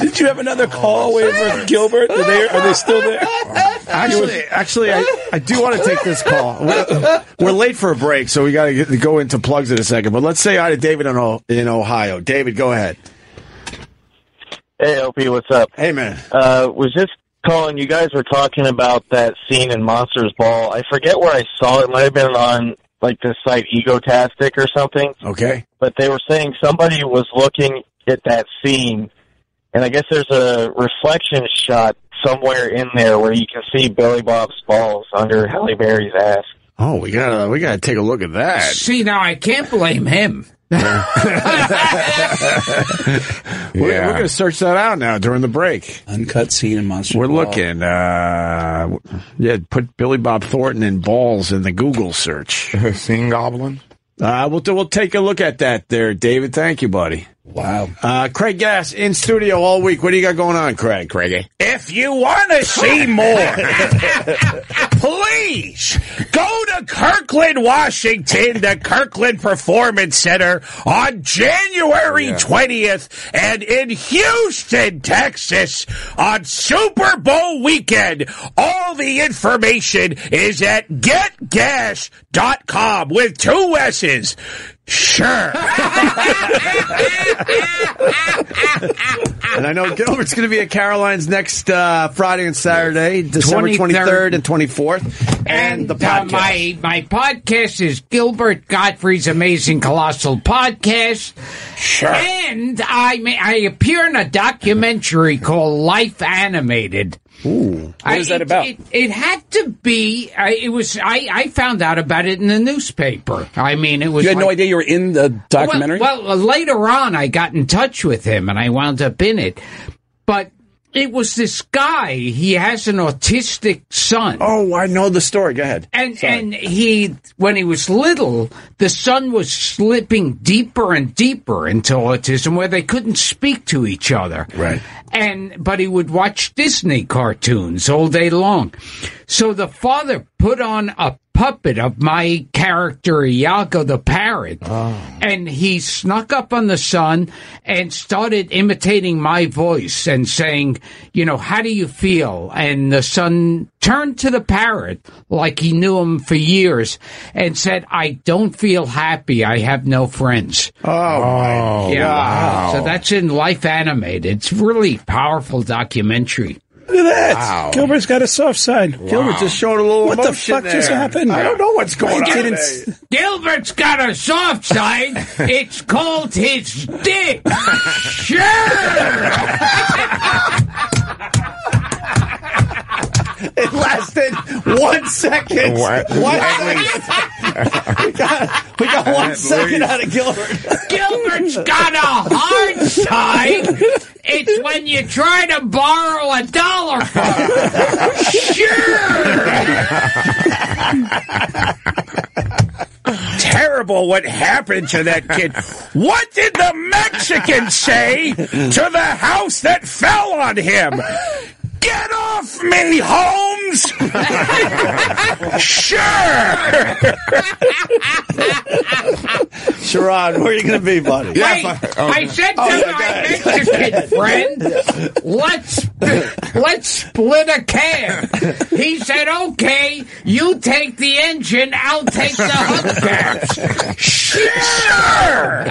S3: Did you have another call waiver, Gilbert? Are they, are they still there?
S2: Actually, actually, I, I do want to take this call. We're, we're late for a break, so we got to go into plugs in a second. But let's say hi to David in, O- in Ohio. David, go ahead.
S12: Hey, OP, what's up?
S2: Hey, man.
S12: Uh, was just calling. You guys were talking about that scene in Monsters Ball. I forget where I saw it. It might have been on like this site Egotastic or something.
S2: Okay.
S12: But they were saying somebody was looking at that scene And I guess there's a reflection shot somewhere in there where you can see Billy Bob's balls under Halle Berry's ass.
S2: Oh, we gotta we gotta take a look at that.
S7: See, now I can't blame him.
S2: We're,
S6: Yeah.
S2: we're gonna search that out now during the break.
S3: Uncut scene and monster.
S2: We're
S3: Ball.
S2: looking. Uh, yeah, put Billy Bob Thornton and balls in the Google search.
S6: Sing Goblin.
S2: Uh, we'll do, we'll take a look at that there, David. Thank you, buddy.
S3: Wow.
S2: Uh, Craig Gass in studio all week. What do you got going on, Craig? Craig.
S9: If you want to see more, please go to Kirkland, Washington, the Kirkland Performance Center on January 20th, and in Houston, Texas on Super Bowl weekend. All the information is at getgash.com with two S's. Sure.
S2: And I know Gilbert's going to be at Caroline's next uh, Friday and Saturday, December
S7: 23rd.
S2: 23rd and 24th. And, the
S7: uh,
S2: podcast.
S7: my my podcast is Gilbert Godfrey's Amazing Colossal Podcast. Sure. And I ma- I appear in a documentary called Life Animated. Ooh, what
S3: is that about?
S7: It, it had to be. I, it was. I I found out about it in the newspaper. I mean, it was.
S3: You had no
S7: like-
S3: idea you were in the documentary?
S7: well, well, later on, I got in touch with him and I wound up in it. But it was this guy. He has an autistic son.
S2: Oh, I know the story. Go ahead.
S7: And and he when he was little, the son was slipping deeper and deeper into autism, where they couldn't speak to each other. Right. And but he would watch Disney cartoons all day long. So the father put on a puppet of my character Iago the parrot, and he snuck up on the son and started imitating my voice and saying, you know, how do you feel? And the son turned to the parrot like he knew him for years and said, I don't feel happy. I have no friends.
S2: Oh,
S7: yeah. So that's in Life Animated. It's really powerful documentary.
S3: Look at that. Gilbert's got a soft side.
S2: Gilbert just showed a little
S3: What the
S2: emotion
S3: fuck just
S2: there.
S3: happened?
S2: I don't know what's going
S3: I
S2: on.
S3: didn't-
S2: today.
S7: Gilbert's got a soft side. it's called his dick. sure.
S2: It lasted one second.
S6: What?
S2: One
S6: At
S2: second. we, got, we got one second out of Gilbert.
S7: Gilbert's got a hard side. It's when you try to borrow a dollar from him. Sure.
S9: terrible what happened to that kid. What did the Mexican say to the house that fell on him? Get off me, Holmes! sure!
S2: Sharon, where are you going to be, buddy?
S7: Wait,
S2: Oh,
S7: I said to my Mexican friend, let's let's split a cab. He said, okay, you take the engine, I'll take the hubcaps. Sure.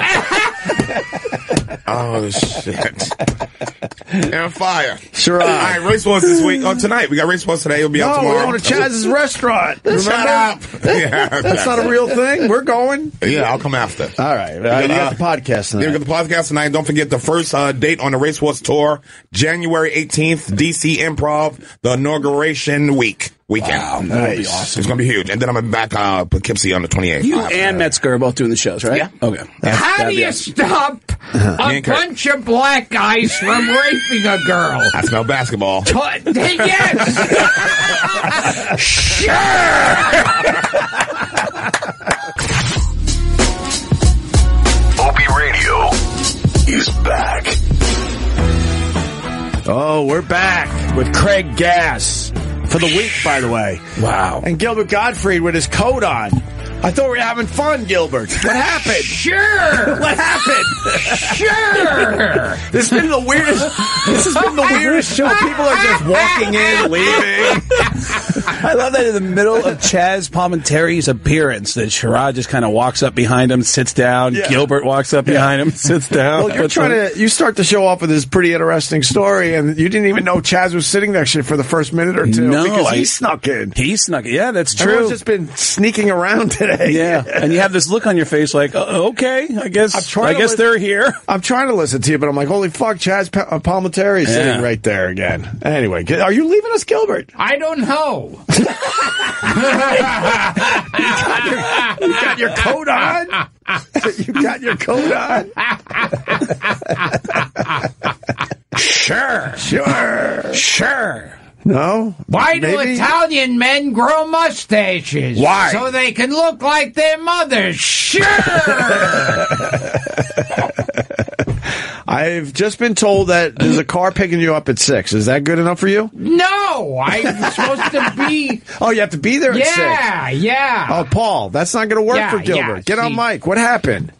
S6: Oh shit! and fire.
S2: Sharon.
S6: All right, race wars this week. Oh, tonight we got race wars today. It'll be out
S2: uh, No, we're
S6: tomorrow.
S2: going to Chaz's restaurant. That's
S6: Shut up. yeah,
S2: That's not a real thing. We're going.
S6: Yeah, I'll come after.
S2: All right. Uh, you got the podcast
S6: Yeah, we
S2: tonight.
S6: got the podcast tonight. Don't forget the first uh, date on the Race Wars tour, January 18th, DC Improv, the inauguration week weekend.
S3: That'd be
S2: Nice.
S3: awesome.
S6: It's gonna be huge, and then I'm back uh, Poughkeepsie on the 28th.
S3: You
S6: Uh,
S3: and Metzger are both doing the shows, right?
S6: Yeah.
S3: Okay.
S7: How do
S3: that'd be
S7: you
S3: awesome.
S7: stop a
S6: Yank her.
S7: bunch of black guys from raping a girl?
S6: I smell basketball.
S7: But, yes!
S8: OP Radio is back.
S2: Oh, we're back with Craig Gass for the week, by the way.
S3: Wow.
S2: And Gilbert Gottfried with his coat on. I thought we were having fun, Gilbert. What happened?
S7: sure!
S2: What happened?
S7: Sure!
S2: This has been the weirdest. This has been the weirdest show. People are just walking in, leaving.
S3: I love that in the middle of Chaz Palminteri's appearance, that Sherrod just kind of walks up behind him, sits down. Gilbert walks up behind him, sits down.
S2: Well, you're
S3: What's
S2: trying
S3: up?
S2: to you start the show off with this pretty interesting story, and you didn't even know Chaz was sitting next to you for the first minute or two
S3: No,
S2: because
S3: I-
S2: he snuck in.
S3: He snuck. Yeah, that's true.
S2: Everyone's just been sneaking around today.
S3: yeah, and you have this look on your face, like, "Oh, okay, I guess.
S2: I'm trying
S3: I
S2: to
S3: guess
S2: let-
S3: they're here.
S2: I'm trying to listen to you, but I'm like, holy fuck, Chaz pa- uh, Palminteri is
S3: Yeah.
S2: sitting right there again. Anyway, g- are you leaving us, Gilbert?
S7: I don't know.
S2: You got your coat on. you got your coat on.
S3: Sure,
S2: Sure.
S3: sure.
S2: No.
S7: Why do
S2: Maybe-
S7: Italian men grow mustaches?
S3: Why?
S7: So they can look like their mothers. Sure.
S2: I've just been told that there's a car picking you up at six. Is that good enough for you?
S7: no, I'm supposed to be.
S2: Oh, you have to be there at six.
S7: Yeah, yeah.
S2: Oh, Paul, that's not going to work
S7: Yeah,
S2: for Gilbert.
S7: yeah,
S2: Get on
S7: see.
S2: mic. What happened?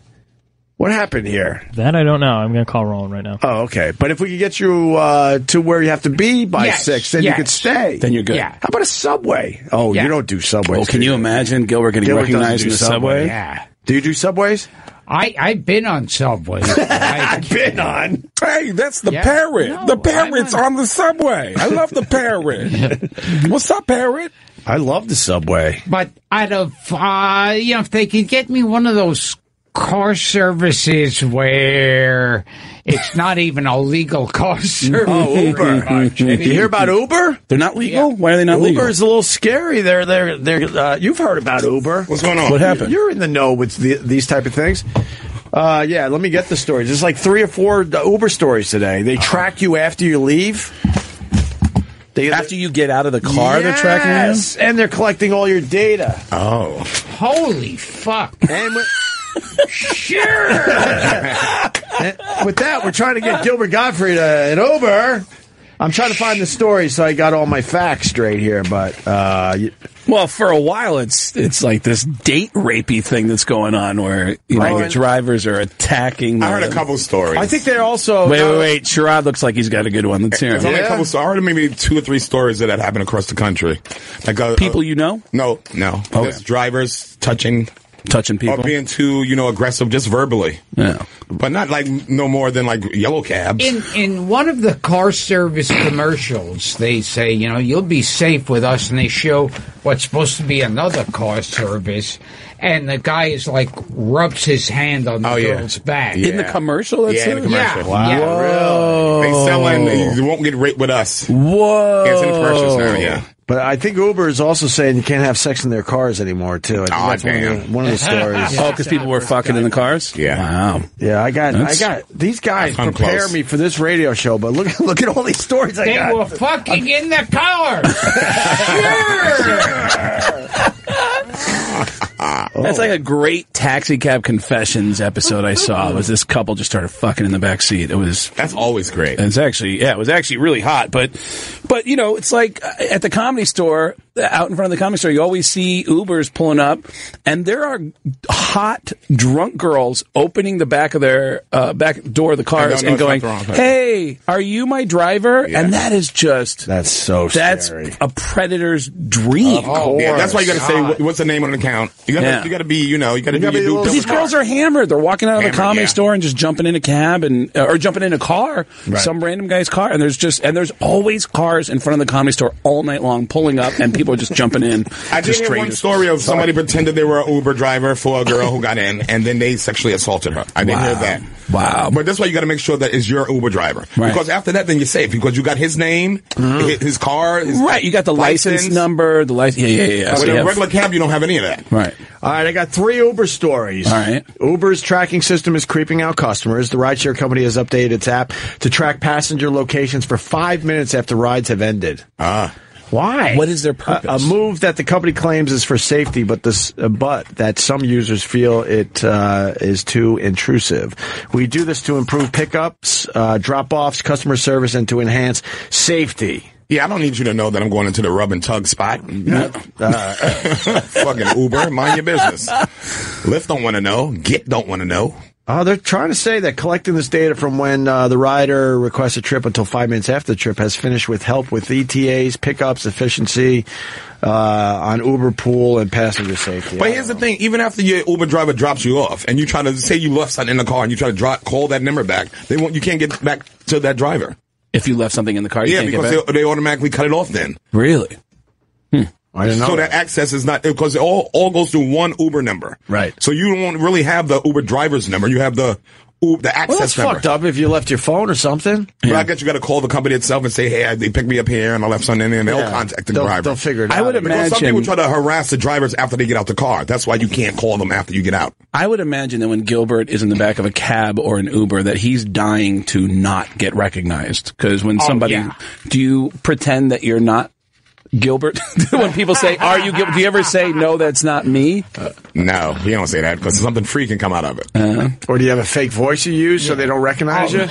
S2: What happened here?
S13: That I don't know. I'm going to call Roland right now.
S2: Oh, okay. But if we could get you uh, to where you have to be by
S7: Yes,
S2: six, then you
S7: yes.
S2: could stay.
S3: Then you're good.
S7: Yeah.
S2: How about a subway? Oh,
S7: Yeah.
S2: you don't do subways.
S3: Well, can
S2: do
S3: you imagine Gilbert getting
S2: Gilbert doesn't
S3: recognized
S2: do
S3: in the subway?
S2: subway.
S7: yeah.
S2: Do you do subways?
S7: I, I've been on Subway. I,
S2: Been on.
S6: Hey, that's the
S7: Yeah.
S6: parrot.
S7: No,
S6: the parrot's
S7: I know.
S6: on the subway. I love the parrot. What's up, parrot?
S2: I love the subway.
S7: but out of, uh, you know, if they could get me one of those car services where it's not even a legal car service.
S2: Oh, Uber.
S7: pretty much. I mean,
S2: You hear about Uber?
S3: They're not legal. Why are they not legal?
S2: Uber is a little scary. They're, they're, they're, uh, you've heard about Uber.
S6: What's going on?
S3: What happened?
S2: You're in the know with the, these type of things. Uh, yeah, let me get the stories. There's like three or four uh, Uber stories today. They
S3: Uh-huh.
S2: track you after you leave. They,
S3: After you get out of the car, they're tracking you.
S2: Yes, and they're collecting all your data.
S6: Oh.
S7: Holy fuck.
S2: And with,
S7: Sure.
S2: with that, we're trying to get Gilbert Godfrey to an Uber. I'm trying to find the story so I got all my facts straight here, but uh, you-
S3: Well, for a while, it's it's like this date rapey thing that's going on where you know
S2: Right.
S3: the drivers are attacking.
S6: I heard a
S3: the-
S6: couple stories.
S2: I think oh, they're also.
S3: Wait, wait, wait. Sherrod looks like he's got a good one. Let's hear
S6: There's
S3: him.
S6: only a
S2: Yeah.
S6: couple. So I heard maybe two or three stories that had happened across the country. Like uh,
S3: People
S6: uh,
S3: you know
S6: No, no.
S3: Okay.
S6: Just drivers touching
S3: touching people.
S6: or being too, you know, aggressive just verbally,
S3: yeah.
S6: but not like no more than like yellow cabs.
S7: In in one of the car service commercials, they say, you know, you'll be safe with us, and they show what's supposed to be another car service, and the guy is like rubs his hand on the
S6: Oh, yeah.
S7: girl's back.
S6: Yeah.
S3: in the commercial. That's
S6: yeah, in
S3: it?
S6: the commercial.
S7: Yeah. Wow. Yeah.
S6: They selling. You won't get raped with us.
S3: Whoa!
S6: It's in the commercial. so, Yeah.
S2: Oh. But I think Uber is also saying you can't have sex in their cars anymore, too. I think
S6: Aw,
S2: that's one of, the,
S6: damn.
S2: one of the stories.
S3: Oh, because people were fucking in the cars.
S6: Yeah.
S3: Wow.
S2: Yeah, I got,
S3: That's-
S2: I got these guys
S6: That's
S2: prepare
S6: close.
S2: me for this radio show. But look, look at all these stories I
S7: They
S2: got.
S7: were fucking in the car. sure.
S6: Ah. Oh.
S3: That's like a great taxi cab confessions episode I saw. Was this couple just started fucking in the back seat? It was
S6: That's always great.
S3: And it's actually, yeah, it was actually really hot. But, but you know, it's like uh, at the comedy store, uh, out in front of the comedy store, you always see Ubers pulling up, and there are hot drunk girls opening the back of their uh, back door of the
S6: I
S3: cars
S6: don't know
S3: and going,
S6: if that's wrong.
S3: "Hey, are you my driver?" And that is just
S2: That's so
S3: that's
S2: scary.
S3: a predator's dream.
S6: Oh, Yeah, that's why you got to say what- what's the name on the account. You got to
S3: Yeah.
S6: you got to be you know you got to
S2: gotta
S6: do
S2: be a
S6: your
S2: little
S6: due
S3: But these
S6: diligence.
S3: girls are hammered. They're walking out of
S6: Hammered,
S3: the comedy
S6: yeah.
S3: store and just jumping in a cab and uh, or jumping in a car, some random guy's car. And there's just and there's always cars in front of the comedy store all night long, pulling up, and people are just jumping in.
S6: I
S3: to
S6: did hear one
S3: strangers.
S6: story of somebody pretended they were an Uber driver for a girl who got in, and then they sexually assaulted her. I didn't hear that.
S3: Wow.
S6: But that's why you got to make sure that it's your Uber driver,
S3: Right. Mm-hmm.
S6: because after that, then you're safe because you got his name, hi- his car, his
S3: Right, you got the license, number, the license. Yeah, yeah, yeah. yeah.
S6: But
S3: So
S6: in
S3: you
S6: a
S3: have-
S6: regular cab, you don't have any of that.
S3: right.
S2: All right, I got three Uber stories.
S3: All right.
S2: Uber's tracking system is creeping out customers. The rideshare company has updated its app to track passenger locations for five minutes after rides have ended.
S6: Ah,
S2: Why?
S3: What is their
S2: A- A,
S3: purpose?
S2: move that the company claims is for safety, but this, uh, but that some users feel it uh, is too intrusive. We do this to improve pickups, uh, drop-offs, customer service, and to enhance safety.
S6: yeah. I don't need you to know that I'm going into the rub and tug spot. Uh, fucking Uber, mind your business. Lyft don't want to know. Git don't want to know.
S2: Oh, they're trying to say that collecting this data from when uh, the rider requests a trip until five minutes after the trip has finished with help with ETAs, pickups, efficiency uh, on Uber pool, and passenger safety.
S6: But here's the thing: even after your Uber driver drops you off, and you try to say you left something in the car, and you try to drop, call that number back, they won't. You can't get back to that driver.
S3: If you left something in the car, you
S6: yeah,
S3: can't get
S6: because
S3: back?
S6: they, they automatically cut it off. Then
S3: Really?
S2: I didn't know
S6: so
S2: that.
S6: that access is not because it all all goes through one Uber number.
S3: Right.
S6: So you don't really have the Uber driver's number. You have the Uber, the access
S2: Well, that's
S6: number.
S2: fucked up if you left your phone or something.
S6: But I guess you got to call the company itself and say, "Hey, they picked me up here, and I left something in there." And they'll
S2: Yeah.
S6: contact the
S2: They'll-
S6: driver.
S2: they'll figure it
S3: I
S2: out.
S3: would
S6: Because some
S3: Imagine-
S6: people try to harass the drivers after they get out the car. That's why you can't call them after you get out.
S3: I would imagine that when Gilbert is in the back of a cab or an Uber, that he's dying to not get recognized. Because when somebody,
S7: yeah.
S3: do you pretend that you're not Gilbert? when people say, "Are you Gilbert?" Do you ever say, "No, that's not me"?
S6: No, you don't say that because something free can come out of it.
S2: Uh-huh. Or do you have a fake voice you use so they don't recognize you?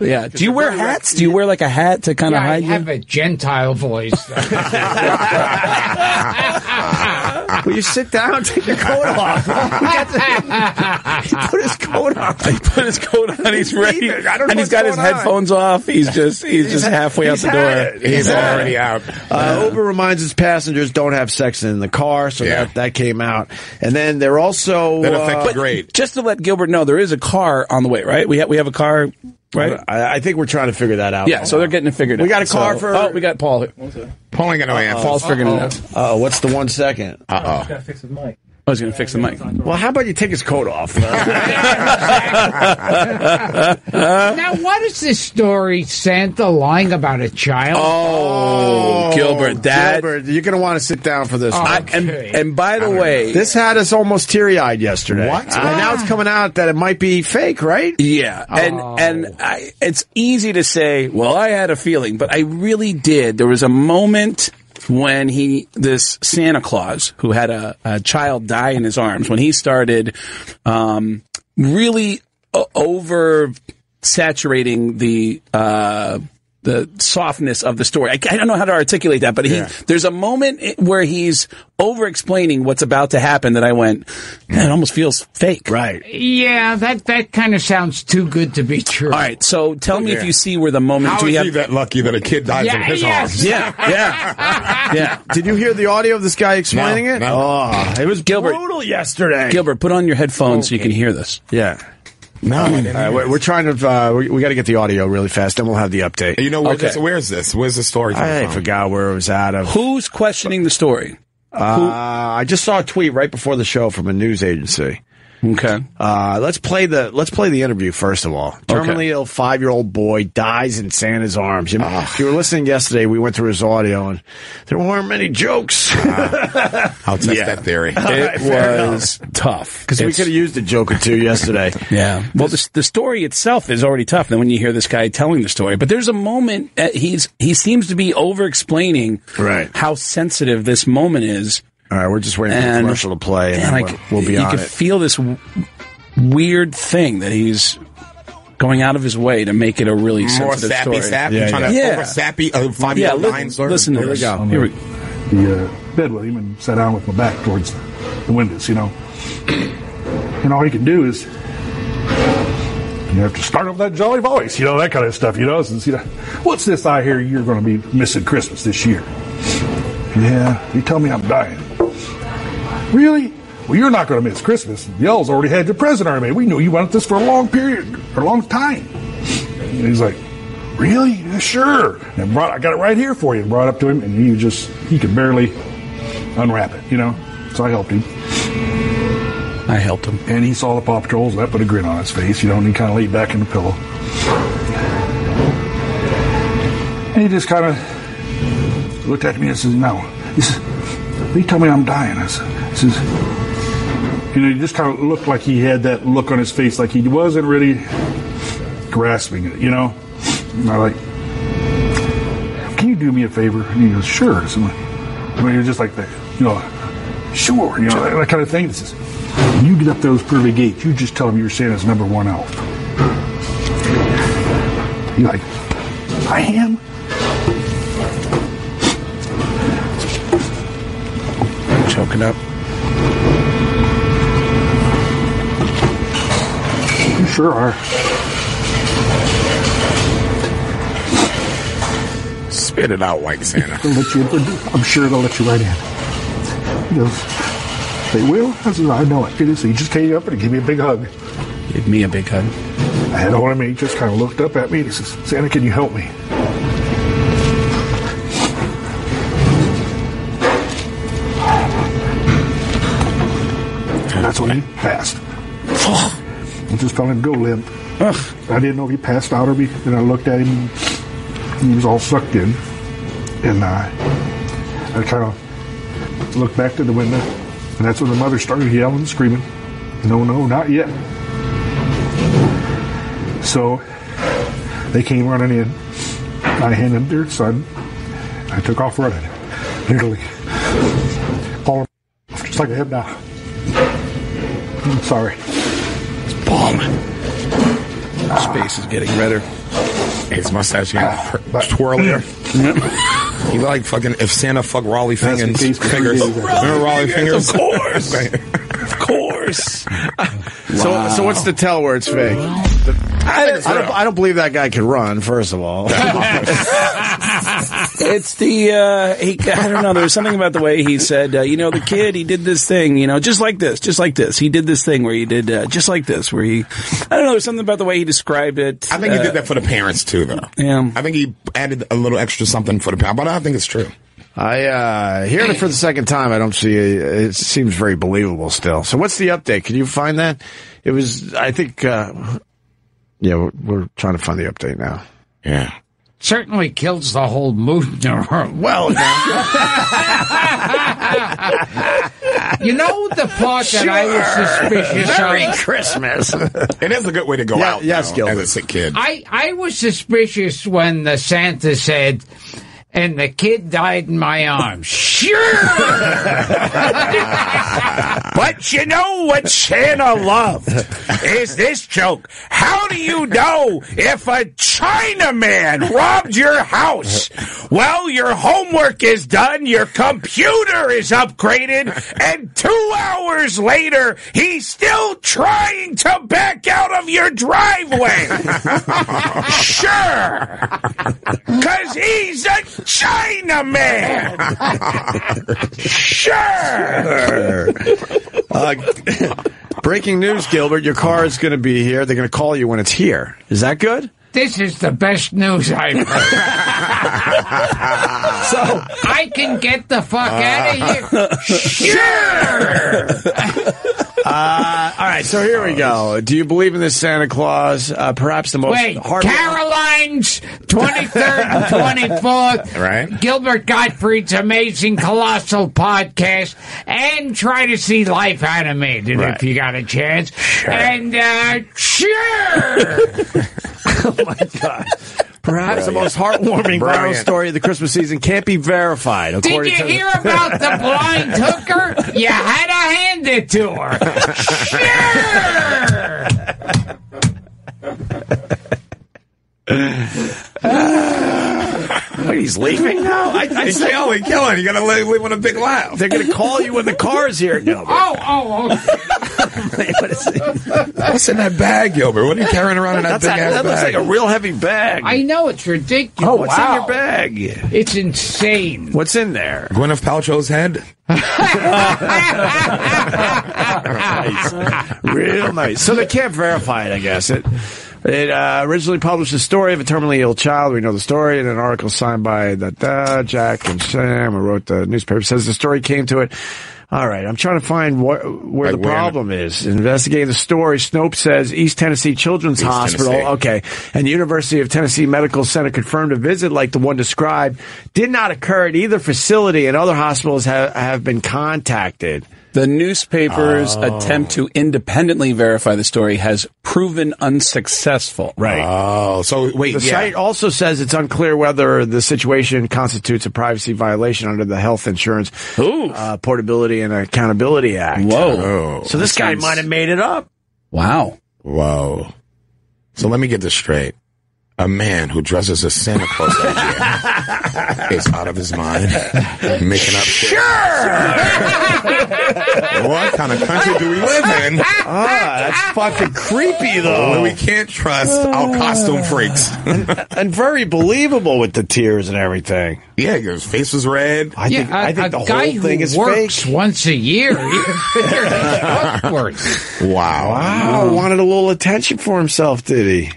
S3: yeah. Do you wear hats? Do you wear like a hat to kind of
S7: Yeah, I
S3: hide you?
S7: have a Gentile voice.
S2: Will you sit down? Take your coat off. We got the- Put his coat on.
S3: He put his coat on. He's ready,
S2: leaving. I don't know
S3: and he's
S2: what's
S3: got his
S2: going on.
S3: headphones off. He's just he's, just halfway
S2: he's
S3: out the
S2: had
S3: door.
S2: it.
S6: He's already out.
S2: Uh, Uber reminds its passengers don't have sex in the car, so
S6: Yeah.
S2: that, that came out. And then they're also.
S6: That
S2: uh,
S6: affects the
S3: But
S6: grade.
S3: just to let Gilbert know, there is a car on the way. Right? We have we have a car. Right?
S2: I, I think we're trying to figure that out.
S3: Yeah. So they're getting it figured out.
S2: We got a car
S3: So-
S2: for-
S3: Oh, we got Paul. here.
S6: Paul ain't got no answers.
S3: Paul's figuring it out.
S2: Uh, what's the one second?
S6: Oh.
S13: Gotta fix his mic.
S3: I was going to fix the mic.
S2: Well, how about you take his coat off?
S7: now, what is this story? Santa lying about a child?
S3: Oh, Gilbert, that.
S2: Gilbert, you're going to want to sit down for
S9: Oh,
S6: Oh.
S2: this.
S3: I,
S2: one.
S3: and, and by the way,
S2: This had us almost teary eyed yesterday.
S6: What?
S2: And now it's coming out that it might be fake, right?
S3: yeah, and
S6: Oh.
S3: and I, it's easy to say, well, I had a feeling, but I really did. There was a moment when he, this Santa Claus who had a, a child die in his arms, when he started um, really o- over saturating the. Uh, the softness of the story. I, I don't know how to articulate that, but he, there's a moment i- where he's over explaining what's about to happen that I went, "Man, it almost feels fake.
S2: Right.
S7: Yeah, that, that kind of sounds too good to be true.
S3: All right, so tell me if you see where the moment.
S6: How is
S3: do we
S6: he
S3: have?
S6: that lucky that a kid dies in
S7: Yeah,
S6: his
S7: yes.
S6: arms?
S3: Yeah, yeah, yeah.
S2: Did you hear the audio of this guy explaining
S6: No,
S2: it?
S6: no.
S2: Oh, it was
S3: Gilbert.
S2: brutal yesterday.
S3: Gilbert, put on your headphones so you can hear this.
S2: Yeah.
S6: No, I
S2: All right,
S6: didn't.
S2: we're, we're trying to, uh, we, we got to get the audio really fast, then we'll have the update.
S6: You know where
S3: Okay.
S6: this? Where's this? Where's the story? coming
S2: I
S6: from?
S2: forgot where it was out of.
S3: Who's questioning the story?
S2: Uh, I just saw a tweet right before the show from a news agency.
S3: Okay.
S2: Uh, let's play the let's play the interview first of all. Terminally ill five year old boy dies in Santa's arms. You,
S3: Ah.
S2: if you were listening yesterday. We went through his audio, and there weren't many jokes.
S6: I'll test that theory.
S3: It was tough
S2: Because we
S3: It's-
S2: could have used a joke or two yesterday.
S3: Yeah. Well, the, the story itself is already tough. Then when you hear this guy telling the story, but there's a moment that he's he seems to be over explaining
S2: Right.
S3: how sensitive this moment is.
S2: All right, we're just waiting for the
S3: And-
S2: commercial to play, and
S3: And
S2: then
S3: like
S2: we'll, we'll be
S3: you
S2: on
S3: can
S2: it.
S3: feel this w- weird thing that he's going out of his way to make it a really
S6: More
S3: sensitive
S6: sappy,
S3: story.
S6: sappy.
S2: Yeah,
S6: trying
S3: yeah.
S6: to over sappy a five year
S3: Yeah,
S6: old
S3: li-
S6: nine sir.
S3: listen to
S2: Here we
S3: this.
S2: go.
S3: Here we-
S1: Oh, the uh, bed with him and sat down with my back towards the windows, you know. And all he could do is you have to start up that jolly voice, you know, that kind of stuff, you know. Since, you know What's this I hear you're going to be missing Christmas this year? Yeah, you tell me I'm dying. Really? Well, you're not going to miss Christmas. Y'all's already had your present already made. We knew you wanted this for a long period, for a long time. And he's like, Really? Yeah, sure. And brought, I got it right here for you. And brought it up to him, and he just, he could barely unwrap it, you know? So I helped him.
S3: I helped him.
S1: And he saw the Paw Patrols, and that put a grin on his face, you know, and he kind of laid back in the pillow. And he just kind of looked at me and says, No. He says, They tell me I'm dying. I said, he says, You know, he just kind of looked like he had that look on his face, like he wasn't really grasping it, you know? And I like, can you do me a favor? And he goes, sure. So I mean, you're just like that, you know, sure, you know, that, that kind of thing. This is, you get up those pearly gates, you just tell them you're Santa's number one elf. You're like, I am?
S3: Choking up.
S1: Sure are.
S6: Spit it out, White Santa.
S1: They'll let you in. I'm sure they'll let you right in. He goes, they will? I said, I know it. It is. He just came up and gave me a big hug.
S3: Give me a big hug.
S1: I had hold of me. He just kind of looked up at me. and He says, Santa, can you help me? And that's when he passed. I just fell him go limp. I didn't know if he passed out or be. And I looked at him. He was all sucked in. And uh, I kind of looked back to the window. And that's when the mother started yelling and screaming. No, no, not yet. So they came running in. I handed their son. I took off running, literally. Falling off just like I have now. I'm sorry. It's
S6: balling. His face is getting redder. His mustache getting twirlier. he looked like fucking if Santa fucked Raleigh
S1: That's
S6: Fingers.
S1: the case for
S6: fingers.
S1: three days, I think.
S6: Remember Raleigh
S1: Fingers,
S6: Fingers?
S1: of course.
S6: of course.
S2: So, so what's the tell where it's fake? I, don't, I, don't, I don't believe that guy could run. First of all,
S3: it's the uh, he, I don't know. There was something about the way he said, uh, you know, the kid he did this thing, you know, just like this, just like this. He did this thing where he did uh, just like this, where he I don't know. There's something about the way he described it.
S6: I think he
S3: Uh,
S6: did that for the parents too, though. Yeah. I think he added a little extra something for the parents, but I think it's true.
S2: I uh, hearing it for the second time, I don't see it seems very believable still. So, what's the update? Can you find that? It was, I think, uh, yeah, we're, we're trying to find the update now.
S6: Yeah,
S7: Certainly kills the whole mood.
S2: Well,
S7: you know the part that I was suspicious of.
S2: Christmas.
S6: it is a good way to go
S7: Yeah,
S6: out.
S7: yes,
S6: though,
S7: Gilbert.
S6: as a sick kid.
S7: I, I was suspicious when the Santa said, and the kid died in my arms.
S9: But you know what Santa loved is this joke. How do you know if a Chinaman robbed your house? Well, your homework is done, your computer is upgraded, and two hours later, he's still trying to back out of your driveway. sure. Cause he's a Chinaman. sure.
S2: uh, breaking news, Gilbert. Your car is going to be here. They're going to call you when it's here. Is that good?
S7: This is the best news I've heard. so I can get the fuck out of here. Sure.
S2: Uh, all right, so here we go. Do you believe in this Santa Claus? Uh, perhaps the most
S7: Wait,
S2: hard-
S7: Caroline's 23rd and 24th.
S2: Right.
S7: Gilbert Gottfried's amazing colossal podcast and try to see life animated if you got a chance. And uh sure.
S2: Perhaps the most heartwarming viral
S7: Brilliant.
S2: story of the Christmas season can't be verified.
S7: Did
S2: According
S7: you
S2: to
S7: hear about the blind hooker? You had to hand it to her. Sure.
S2: Wait, he's leaving now? I, I
S6: He's yelling, yelling. You gotta leave leave with a big laugh.
S2: They're going to call you when the car's here, Gilbert.
S7: Oh, oh, oh.
S6: What's in that bag, Gilbert? What are you carrying around in that
S2: That's
S6: big
S2: a-
S6: ass bag?
S2: that looks like a real heavy bag.
S7: I know it's ridiculous.
S2: Oh, what's in
S7: Wow.
S2: your bag?
S7: It's insane.
S2: What's in there?
S6: Gwyneth Paltrow's head.
S2: Real nice. So they can't verify it, I guess. It it uh, originally published a story of a terminally ill child. We know the story, and an article signed by da, da, Jack and Sam, who wrote the newspaper, says the story came to it. All right, I'm trying to find wh- where the problem is. Investigating the story, Snope says East Tennessee Children's
S6: East
S2: Hospital,
S6: Tennessee.
S2: okay, and University of Tennessee Medical Center confirmed a visit like the one described did not occur at either facility, and other hospitals have, have been contacted.
S3: The newspaper's attempt to independently verify the story has proven unsuccessful.
S2: Right.
S6: Oh, so wait,
S2: The site also says it's unclear whether the situation constitutes a privacy violation under the Health Insurance uh, Portability and Accountability Act.
S3: Whoa.
S2: So this guy might have made it up.
S3: Wow.
S6: Whoa. So let me get this straight. a man who dresses as Santa Claus every year is out of his mind, making up shit. what kind of country do we live in?
S2: Ah, that's fucking creepy though.
S6: Where we can't trust
S7: Ah.
S6: our costume freaks.
S2: and, and very believable with the tears and everything.
S6: Yeah, his face was red.
S2: I think,
S7: yeah, a,
S2: I think
S7: a
S2: the
S7: guy
S2: whole thing
S7: who
S2: is fake.
S7: works once a year. Upwards.
S2: Wow. Wanted a little attention for himself, did he?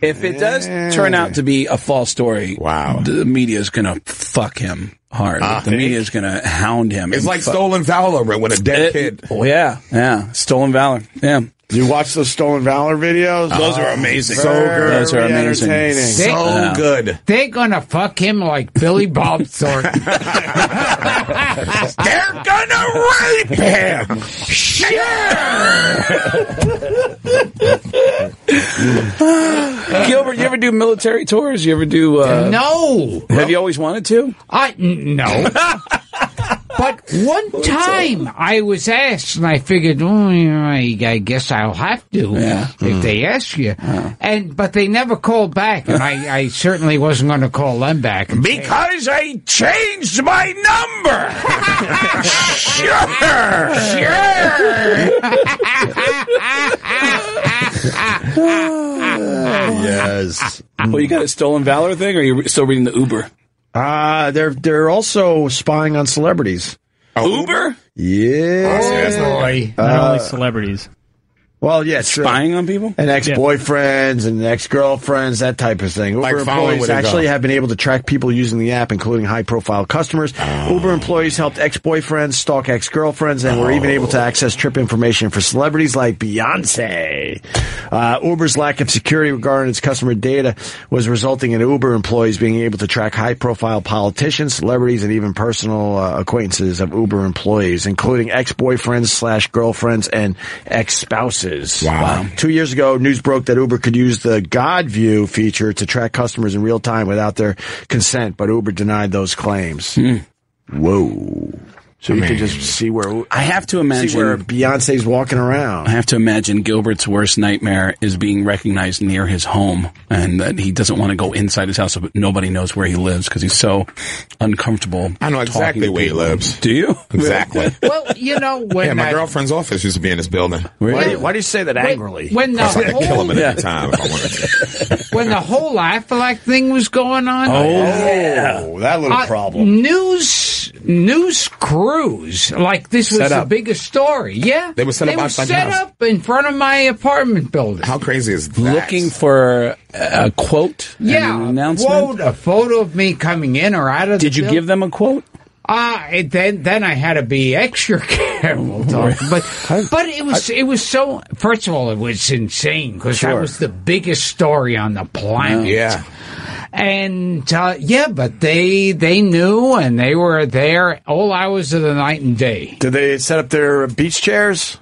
S3: If it does turn out to be a false story, wow, the media is gonna fuck him hard. the media is gonna hound him.
S6: Ah, It's
S3: and
S6: like
S3: fuck-
S6: stolen valor with a dead
S7: Eh.
S3: It-
S6: kid.
S3: Oh yeah, yeah, stolen valor. Yeah,
S2: You watch those Stolen Valor videos?
S3: Those are amazing.
S2: Oh, So good.
S3: Those are amazing.
S2: Entertaining.
S7: They-
S6: So good.
S7: They're gonna fuck him like Billy Bob Thornton.
S6: They're gonna rape him.
S3: Gilbert, you ever do military tours? You ever do? Uh,
S7: no,
S3: Have you always wanted to?
S7: I n- no. But one time I was asked, and I figured, oh, yeah, I I guess I'll have to if they ask you. And but they never called back, and I, I certainly wasn't going to call them back.
S9: Because I changed my number.
S2: Yes.
S3: Well, you got a stolen valor thing, or you're still reading the Uber?
S2: Uh, they're they're also spying on celebrities.
S3: Oh.
S6: Oh,
S3: Uber
S2: Yeah.
S13: Oh,
S2: Uh,
S7: Boy,
S10: Uh,
S13: Not only celebrities.
S2: Well, yeah, sure.
S3: spying on people.
S2: And ex-boyfriends and ex-girlfriends, that type of thing. Uber
S6: Like following
S2: employees
S6: where they go.
S2: actually have been able to track people using the app, including high-profile customers.
S6: Oh.
S2: Uber employees helped ex-boyfriends stalk ex-girlfriends, and were
S6: Oh.
S2: even able to access trip information for celebrities like Beyonce. Uh, Uber's lack of security regarding its customer data was resulting in Uber employees being able to track high-profile politicians, celebrities, and even personal uh, acquaintances of Uber employees, including ex-boyfriends slash girlfriends and ex-spouses.
S6: Wow.
S2: Two years ago, news broke that Uber could use the God View feature to track customers in real time without their consent, but Uber denied those claims. Whoa. So you can just see where
S3: I have to imagine.
S2: see where Beyonce's walking
S3: I
S2: around.
S3: have to imagine Gilbert's worst nightmare is being recognized near his home and that he doesn't want to go inside his house, but nobody knows where he lives because he's so uncomfortable.
S6: I know
S3: talking
S6: exactly
S3: to
S6: where he
S3: people.
S6: lives.
S3: Do you?
S6: Exactly.
S7: well, you know when
S6: Yeah, my
S7: that-
S6: girlfriend's office used to be in this building.
S2: Why do, you, why do you say that angrily?
S7: when the
S6: I could kill him
S7: whole
S6: at any time if I wanted to.
S7: when the whole Aflac thing was going on.
S6: Oh,
S2: oh, that little
S7: Uh, News news crews like this was
S3: Set
S7: the
S3: up.
S7: biggest story. Yeah,
S6: They were set up
S7: were
S6: outside
S7: set
S6: your house.
S7: up in front of my apartment building.
S6: How crazy is that?
S3: Looking for a quote? and
S7: yeah,
S3: an announcement?
S7: quote a photo of me coming in or out of.
S3: Did
S7: the
S3: you give them a quote?
S7: Ah, it then then I had to be extra careful, Tom. but but it was it was so. First of all, it was insane because that was the biggest story on the
S2: Oh.
S7: planet.
S6: Yeah.
S7: And uh, yeah, but they they knew and they were there all hours of the night and day.
S2: Did they set up their beach chairs?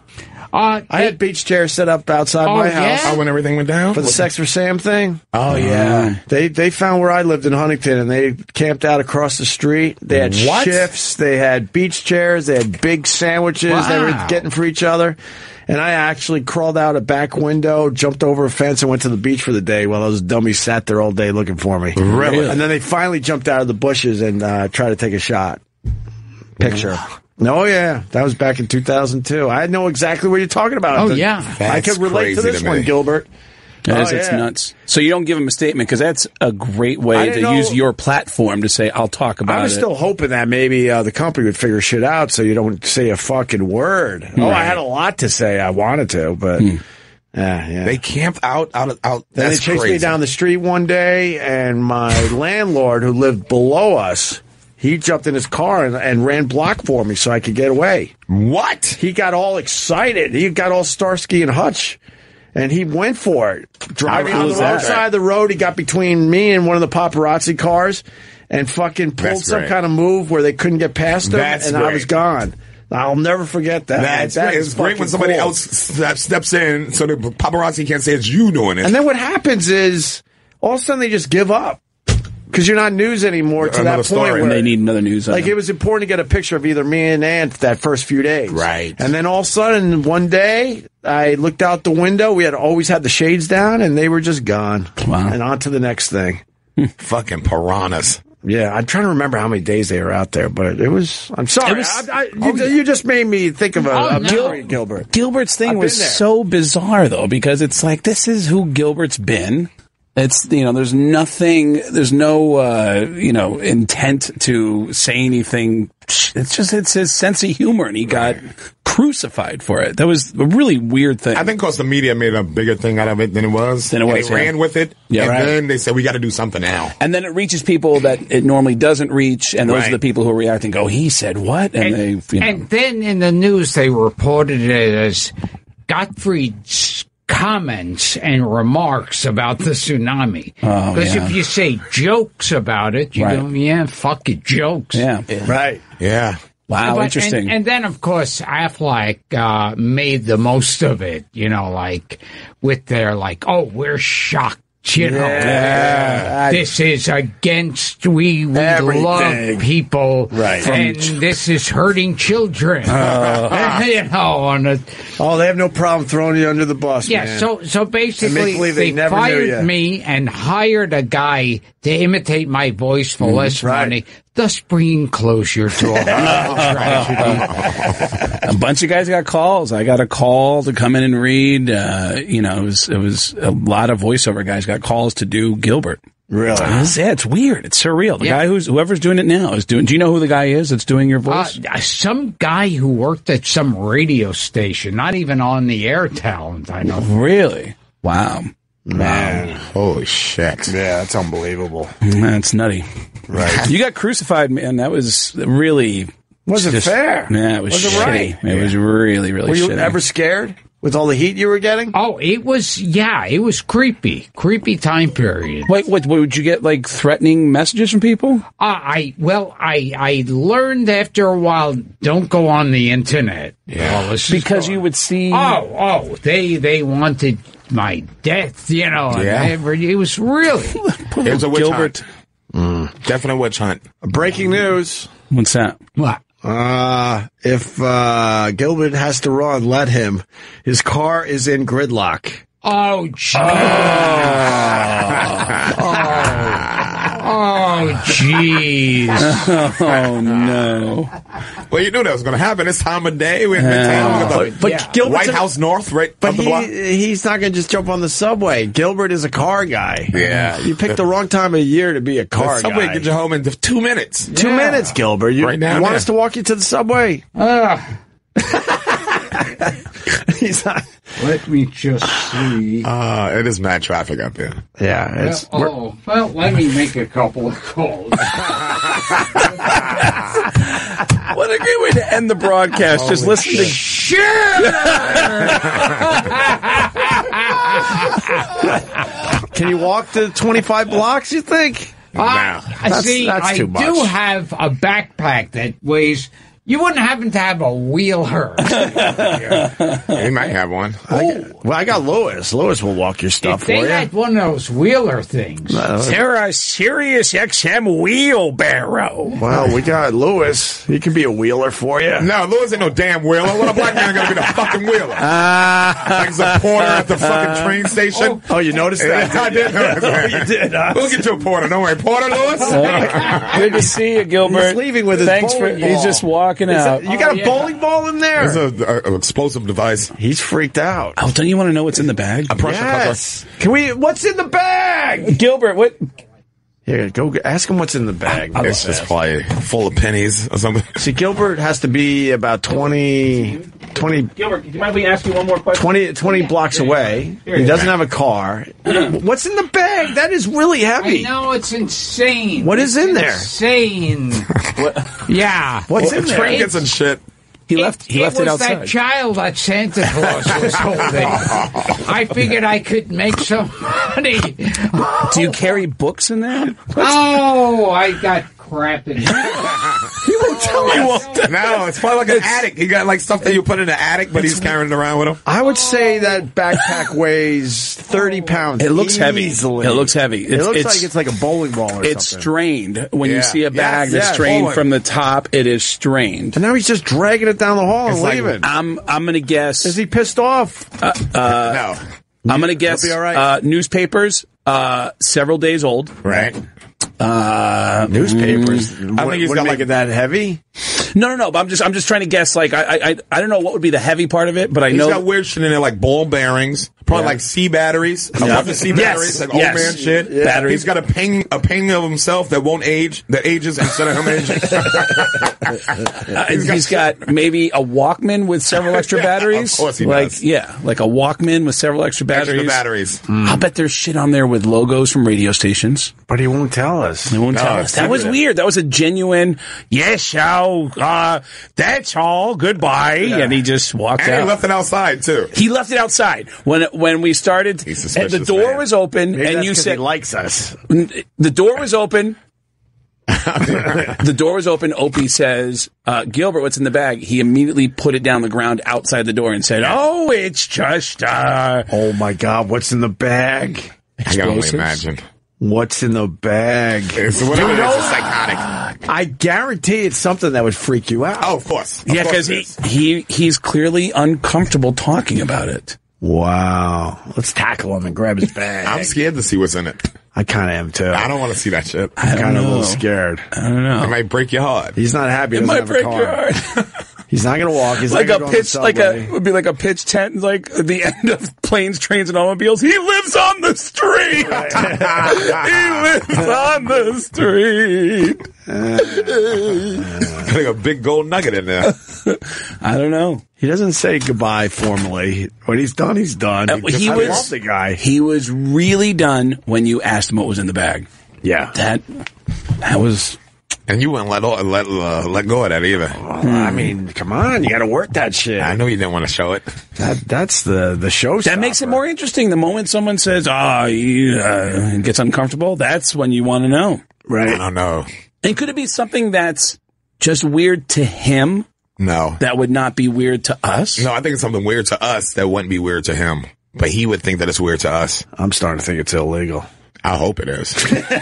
S7: Uh,
S2: I had beach chairs set up outside
S7: Oh,
S2: my
S7: yeah?
S2: house
S6: Oh, when everything went down?
S2: for the Sex for Sam thing.
S3: Oh, yeah.
S2: They they found where I lived in Huntington, and they camped out across the street. They had
S3: What?
S2: shifts. They had beach chairs. They had big sandwiches. They
S7: Wow.
S2: were getting for each other. And I actually crawled out a back window, jumped over a fence, and went to the beach for the day while those dummies sat there all day looking for me. Really? And then they finally jumped out of the bushes and uh, tried to take a shot. Picture. No, yeah, that was back in 2002. I know exactly what you're talking about.
S7: Oh,
S2: The-
S7: yeah.
S2: I
S6: That's
S2: could relate to
S6: crazy
S2: this
S6: to
S2: one,
S6: me.
S2: Gilbert.
S3: That is,
S2: Oh,
S3: it's
S2: yeah.
S3: nuts. So you don't give them a statement because that's a great way
S2: didn't
S3: to
S2: know-
S3: use your platform to say, I'll talk about
S2: I was
S3: it.
S2: still hoping that maybe uh, the company would figure shit out so you don't say a fucking word. Oh, I had a lot to say. I wanted to, but
S3: Hmm.
S2: yeah, yeah.
S6: They camped out, out, of- out.
S2: then they
S6: that's
S2: chased
S6: crazy.
S2: me down the street one day, and my landlord, who lived below us, he jumped in his car and, and ran block for me so I could get away.
S6: What?
S2: He got all excited. He got all Starsky and Hutch. And he went for it. Driving
S6: How
S2: on
S6: cool
S2: the
S6: is that?
S2: wrong side of the road, he got between me and one of the paparazzi cars and fucking pulled
S6: That's
S2: some
S6: great.
S2: kind of move where they couldn't get past him
S6: That's
S2: and I
S6: great.
S2: was gone. I'll never forget that.
S6: That's
S2: That
S6: great.
S2: is
S6: It's great when
S2: fucking
S6: somebody
S2: cool.
S6: else steps, steps in so the paparazzi can't say it's you doing it.
S2: And then what happens is all of a sudden they just give up because you're not news anymore to
S6: Another
S2: that point.
S6: story.
S2: where-
S6: And
S3: they need another news.
S2: Like it
S3: item.
S2: was important to get a picture of either me and Ant that first few days,
S6: Right.
S2: And then all of a sudden, one day, I looked out the window. We had always had the shades down, and they were just gone. Wow. And on to the next thing.
S6: Fucking piranhas.
S2: Yeah, I'm trying to remember how many days they were out there, but it was. I'm sorry.
S3: It was-
S2: I, I, you, you just made me think of a,
S3: Oh,
S2: a
S3: no.
S2: memory, Gilbert.
S3: Gilbert's
S2: I've
S3: thing
S2: been
S3: was
S2: there.
S3: so bizarre though, because it's like this is who Gilbert's been. It's you know, there's nothing, there's no uh, you know intent to say anything. It's just it's his sense of humor, and he got crucified for it. That was a really weird thing.
S6: I think because the media made a bigger thing out of it than it was.
S3: Than it was,
S6: And they
S3: yeah.
S6: ran with it.
S3: Yeah,
S6: and
S3: right.
S6: then they said, we got to do something now.
S3: And then it reaches people that it normally doesn't reach, and those
S6: Right.
S3: are the people who react and go, "He said what?" And, they, you know,
S7: And then in the news, they reported it as Gottfried's comments and remarks about the tsunami.
S3: Oh,
S7: Because
S3: yeah.
S7: if you say jokes about it, you
S3: Right.
S7: go, yeah, fuck it, jokes.
S3: yeah,
S2: Right.
S6: Yeah.
S3: wow,
S7: But-
S3: interesting.
S7: And, and then, of course, Affleck uh, made the most of it, you know, like with their, like, oh, we're shocked. You know,
S2: Yeah.
S7: this is against we, we love
S2: Everything.
S7: people,
S2: Right.
S7: And this is hurting children. you know, on a
S2: Oh, they have no problem throwing you under the bus.
S7: yeah.
S2: man.
S7: So so basically,
S2: believe they
S7: they,
S2: never knew ya.
S7: fired me and hired a guy to imitate my voice for less money, thus bringing closure to a tragedy.
S3: a bunch of guys got calls. I got a call to come in and read. Uh, you know, it was it was a lot of voiceover guys got calls to do Gilbert.
S2: really.
S3: It's, yeah, it's weird. It's surreal. The
S7: Yeah.
S3: guy who's whoever's doing it now is doing. Do you know who the guy is that's doing your
S7: Uh,
S3: voice?
S7: some guy who worked at some radio station, not even on the air talent. I know.
S3: really? Wow,
S6: Man. Holy shit.
S2: Yeah, that's unbelievable.
S3: that's nutty.
S6: Right.
S3: You got crucified, man. That was really.
S2: Wasn't
S3: just-
S2: fair.
S3: Yeah, it was,
S2: Wasn't
S3: shitty.
S2: right.
S3: It was really, really
S2: Were you
S3: shitty.
S2: ever scared with all the heat you were getting?
S7: Oh, it was yeah, it was creepy, creepy time period.
S3: Wait, what, what? Would you get like threatening messages from people?
S7: Uh, I well, I I learned after a while, don't go on the internet. Oh, Yeah,
S3: Because you would see.
S7: Oh, oh, they they wanted my death, you know. and
S6: Yeah.
S7: every- it was really.
S6: It was a witch
S3: Gilbert.
S6: hunt. Definite witch hunt.
S2: Breaking news.
S3: What's that?
S7: What?
S2: Uh, if uh, Gilbert has to run, let him. His car is in gridlock.
S7: Oh, jeez. Oh. Oh, jeez.
S3: Oh no.
S6: Well, you knew that was going to happen. It's time of day. We're in midtown.
S3: Oh,
S6: Look at the
S2: But Gilbert's
S6: White
S2: a-
S6: House North, right
S2: But
S6: up the
S2: he,
S6: block.
S2: he's not going to just jump on the subway. Gilbert is a car guy.
S6: Yeah.
S2: You picked the wrong time of year to be a car
S6: The subway
S2: guy.
S6: gets you home in two minutes.
S2: Two minutes, Gilbert. You,
S6: Right now,
S2: you want
S6: yeah.
S2: us to walk you to the subway? He's not.
S14: Let me just see.
S6: Uh, it is mad traffic out there.
S2: Yeah, it's
S7: Oh, well, let me make a couple of calls.
S3: What a great way to end the broadcast. Just listen to
S2: Can you walk the 25 blocks, you think?
S7: I,
S2: That's-
S7: see,
S2: that's
S7: I
S2: too much.
S7: do have a backpack that weighs. You wouldn't happen to have a wheel her.
S6: He might have one.
S2: Well, I got Lois. Lois will walk your
S7: if
S2: stuff for
S7: they
S2: you. Uh,
S7: had one of those wheeler things,
S9: They're a serious XM wheelbarrow.
S2: Well, we got Lewis. He can be a wheeler for you.
S6: No, Lewis ain't no damn wheeler. What a black man gonna be the fucking wheeler? like he's a porter at the fucking train station.
S2: Oh, you noticed that? Oh,
S6: I did notice that.
S2: you did, huh?
S6: We'll get you a porter. Don't worry, porter Lewis.
S3: Good to see you, Gilbert.
S2: He's leaving with his
S3: Thanks for
S2: bowling
S3: he's
S2: ball.
S3: just walking
S2: Is
S3: out.
S2: that- you got a bowling ball in there.
S6: It's a, a, a explosive device.
S2: He's freaked out.
S3: oh, don't you want to know what's in the bag?
S2: Yes. Can we? What's in the bag?
S3: Gilbert, what
S2: Here, go g- ask him what's in the bag.
S6: It's just probably full of pennies or something.
S2: See, Gilbert has to be about 20, 20,
S13: Gilbert, do you mind if we ask you one more question?
S2: 20, 20 blocks away. He doesn't have a car. What's in the bag? That is really
S7: I
S2: heavy.
S7: know it's insane.
S2: What is
S7: It's
S2: in there?
S7: Insane. yeah.
S2: What's in there?
S6: Trinkets and shit.
S3: he left he left
S7: was
S3: it, outside.
S7: that child that Santa Claus was holding. I figured I could make some money.
S3: do
S2: Oh.
S3: you carry books in there?
S7: Oh, I got crap in.
S2: You won't
S6: tell me what. No, it's probably like an attic. He got like stuff that you put in the attic, but he's carrying it around with him.
S2: I would say that backpack weighs
S13: Oh.
S2: 30 pounds.
S3: It looks heavy.
S2: Easily.
S3: It looks heavy.
S2: It
S3: It's-
S2: looks
S3: it's-
S2: like it's like a bowling ball or
S3: It's
S2: something.
S3: strained. When
S2: Yeah.
S3: you see a bag
S2: Yes,
S3: that's
S2: yes.
S3: strained
S2: Bowling.
S3: from the top, it is strained.
S2: And now he's just dragging it down the hall
S3: It's
S2: and
S3: like-
S2: leaving.
S3: I'm I'm gonna guess. Is
S2: he pissed off?
S3: Uh, uh, no. I'm gonna guess.
S2: He'll be all right.
S3: uh, newspapers, uh, several days old.
S6: Right.
S3: Uh,
S2: Newspapers?
S3: mm,
S2: I think he's
S3: wouldn't
S2: got
S3: make-
S2: like it that heavy.
S3: No, no, no. But I'm just I'm just trying to guess. Like I I I- I don't know what would be the heavy part of it, but I
S6: He's
S3: know
S6: got weird shit in there, like ball bearings, probably
S3: Yeah.
S6: like C batteries, a
S3: Yeah.
S6: bunch of C
S3: Yes,
S6: batteries, like
S3: yes.
S6: old man shit.
S3: Yeah. Batteries.
S6: He's got a ping, a ping of himself that won't age, that ages instead of him aging.
S3: Uh, he's got maybe a Walkman with several extra batteries.
S6: of course he
S3: like,
S6: does.
S3: Yeah, like a Walkman with several extra batteries.
S6: batteries.
S3: I'll bet there's shit on there with logos from radio stations.
S2: Mm. But he won't tell us.
S3: He
S6: Oh,
S3: won't
S9: No,
S3: tell
S9: it's
S3: us. That was
S9: secretive.
S3: weird. That was a genuine, yes, oh, uh, that's all, goodbye. And he just walked
S6: And
S3: out.
S6: he left it outside too.
S3: He left it outside when when we started. And the
S6: suspicious
S3: door
S6: man.
S3: was open,
S6: Maybe
S3: and
S6: that's
S3: you
S6: 'cause
S3: said
S6: he likes us.
S3: The door was open. the door was open. Opie says, uh, "Gilbert, what's in the bag?" He immediately put it down on the ground outside the door and said, "Oh, it's just uh,
S2: oh my god, what's in the bag?
S6: I can only imagine.
S2: What's in the bag?
S6: It's whatever it is, it's psychotic.
S2: I guarantee it's something that would freak you out.
S6: Oh, of course. Of
S3: yeah,"
S6: course
S3: because
S6: it
S3: he,
S6: is.
S3: he he's clearly uncomfortable talking about it.
S2: Wow. Let's tackle him and grab his bag.
S6: I'm scared to see what's in it.
S2: I kind of am too.
S6: I don't want to see that shit.
S2: I'm kind of a
S3: know.
S2: little scared.
S3: I don't know.
S6: It might break your heart.
S2: He's not happy. He
S3: It
S2: doesn't
S3: might break
S2: have a car.
S3: your heart.
S2: He's not going to walk. He's
S3: like
S2: not
S3: a
S2: gonna go on the
S3: pitch, like a
S2: subway.
S3: it would be like a pitch tent, like the end of planes, trains, and automobiles. He lives on the street. he lives on the street.
S6: like a big gold nugget in there.
S3: I don't know.
S2: He doesn't say goodbye formally. When he's done, he's done.
S3: Uh, he
S2: I
S3: was-
S2: love the guy.
S3: He was really done when you asked him what was in the bag.
S2: Yeah.
S3: That that was
S6: And you wouldn't let all, let uh, let go of that either.
S2: I
S3: Hmm.
S2: mean, come on, you got to work that shit.
S6: I know you didn't want to show it.
S2: That that's the the show.
S3: that makes it more interesting. The moment someone says, "Ah," oh, uh, gets uncomfortable, that's when you want to know.
S6: I
S2: right.
S6: don't know.
S3: And could it be something that's just weird to him
S6: No,
S3: that would not be weird to us?
S6: no. I think it's something weird to us that wouldn't be weird to him, but he would think that it's weird to us.
S2: I'm starting to think it's illegal.
S6: I hope it is. I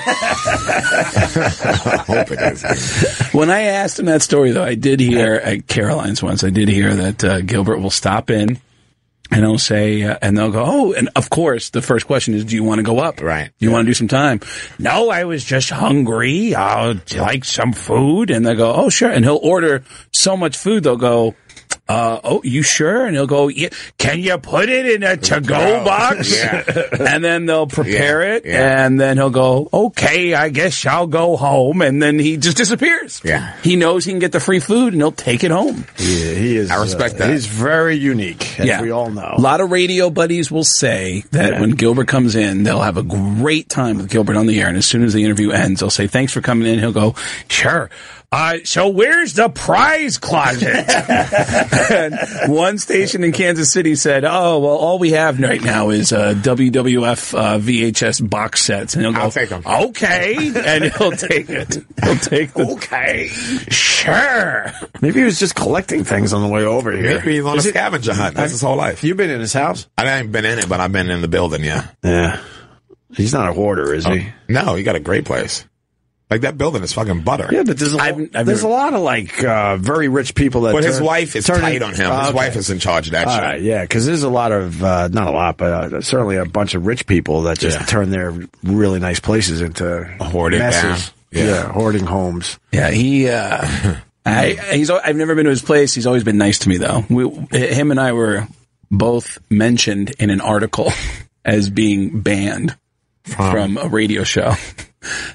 S6: hope it is.
S3: When I asked him that story, though, I did hear at Caroline's once. I did hear that uh, Gilbert will stop in, and he'll say, uh, and they'll go, oh, and of course, the first question is, do you want to go up?
S6: Right.
S3: You want to do some time? No, I was just hungry. I'll like some food, and they go, oh, sure. And he'll order so much food, they'll go. Uh, oh, you sure? And he'll go, yeah, can you put it in a to-go
S6: Wow.
S3: box?
S6: Yeah.
S3: and then they'll prepare
S6: Yeah,
S3: it,
S6: yeah.
S3: and then he'll go, "Okay, I guess I'll go home," and then he just disappears.
S6: Yeah.
S3: he knows he can get the free food, and he'll take it home.
S2: Yeah, he is. uh,
S6: I respect that.
S2: He's very unique, as
S3: yeah,
S2: we all know.
S3: A lot of radio buddies will say that when Gilbert comes in, they'll have a great time with Gilbert on the air, and as soon as the interview ends, they'll say, "Thanks for coming in." He'll go, "Sure." Uh, so where's the prize closet? and one station in Kansas City said, "Oh well, all we have right now is uh, WWF uh, VHS box sets." And he'll go,
S6: I'll take 'em.
S3: Oh, Okay, and he'll take it. He'll take the okay. Sure.
S2: Maybe he was just collecting things on the way over here.
S6: Maybe he's on a
S2: Is it-
S6: scavenger hunt. That's his whole life.
S2: You've been in his house.
S6: I haven't been in it, but I've been in the building. Yeah. Oh,
S2: Yeah. He's not a hoarder, is he?
S6: No, you got a great place. Like that building is fucking butter.
S2: Yeah, but there's a,
S3: I've- I've
S2: there's
S3: never-
S2: a lot of like uh, very rich people that.
S6: But his
S2: turn-
S6: wife is
S2: turn
S6: tight
S2: in-
S6: on him.
S2: Oh,
S6: His
S2: okay.
S6: wife is in charge of that
S2: All
S6: shit.
S2: right, yeah, because there's a lot of uh, not a lot, but uh, certainly a bunch of rich people that just
S6: Yeah.
S2: turn their really nice places into
S6: Hoard it
S2: messes.
S6: down.
S2: Yeah.
S6: Yeah.
S2: hoarding homes.
S3: Yeah, he. Uh, I, he's. al- I've never been to his place. He's always been nice to me, though. We, him and I were both mentioned in an article as being banned from a radio show.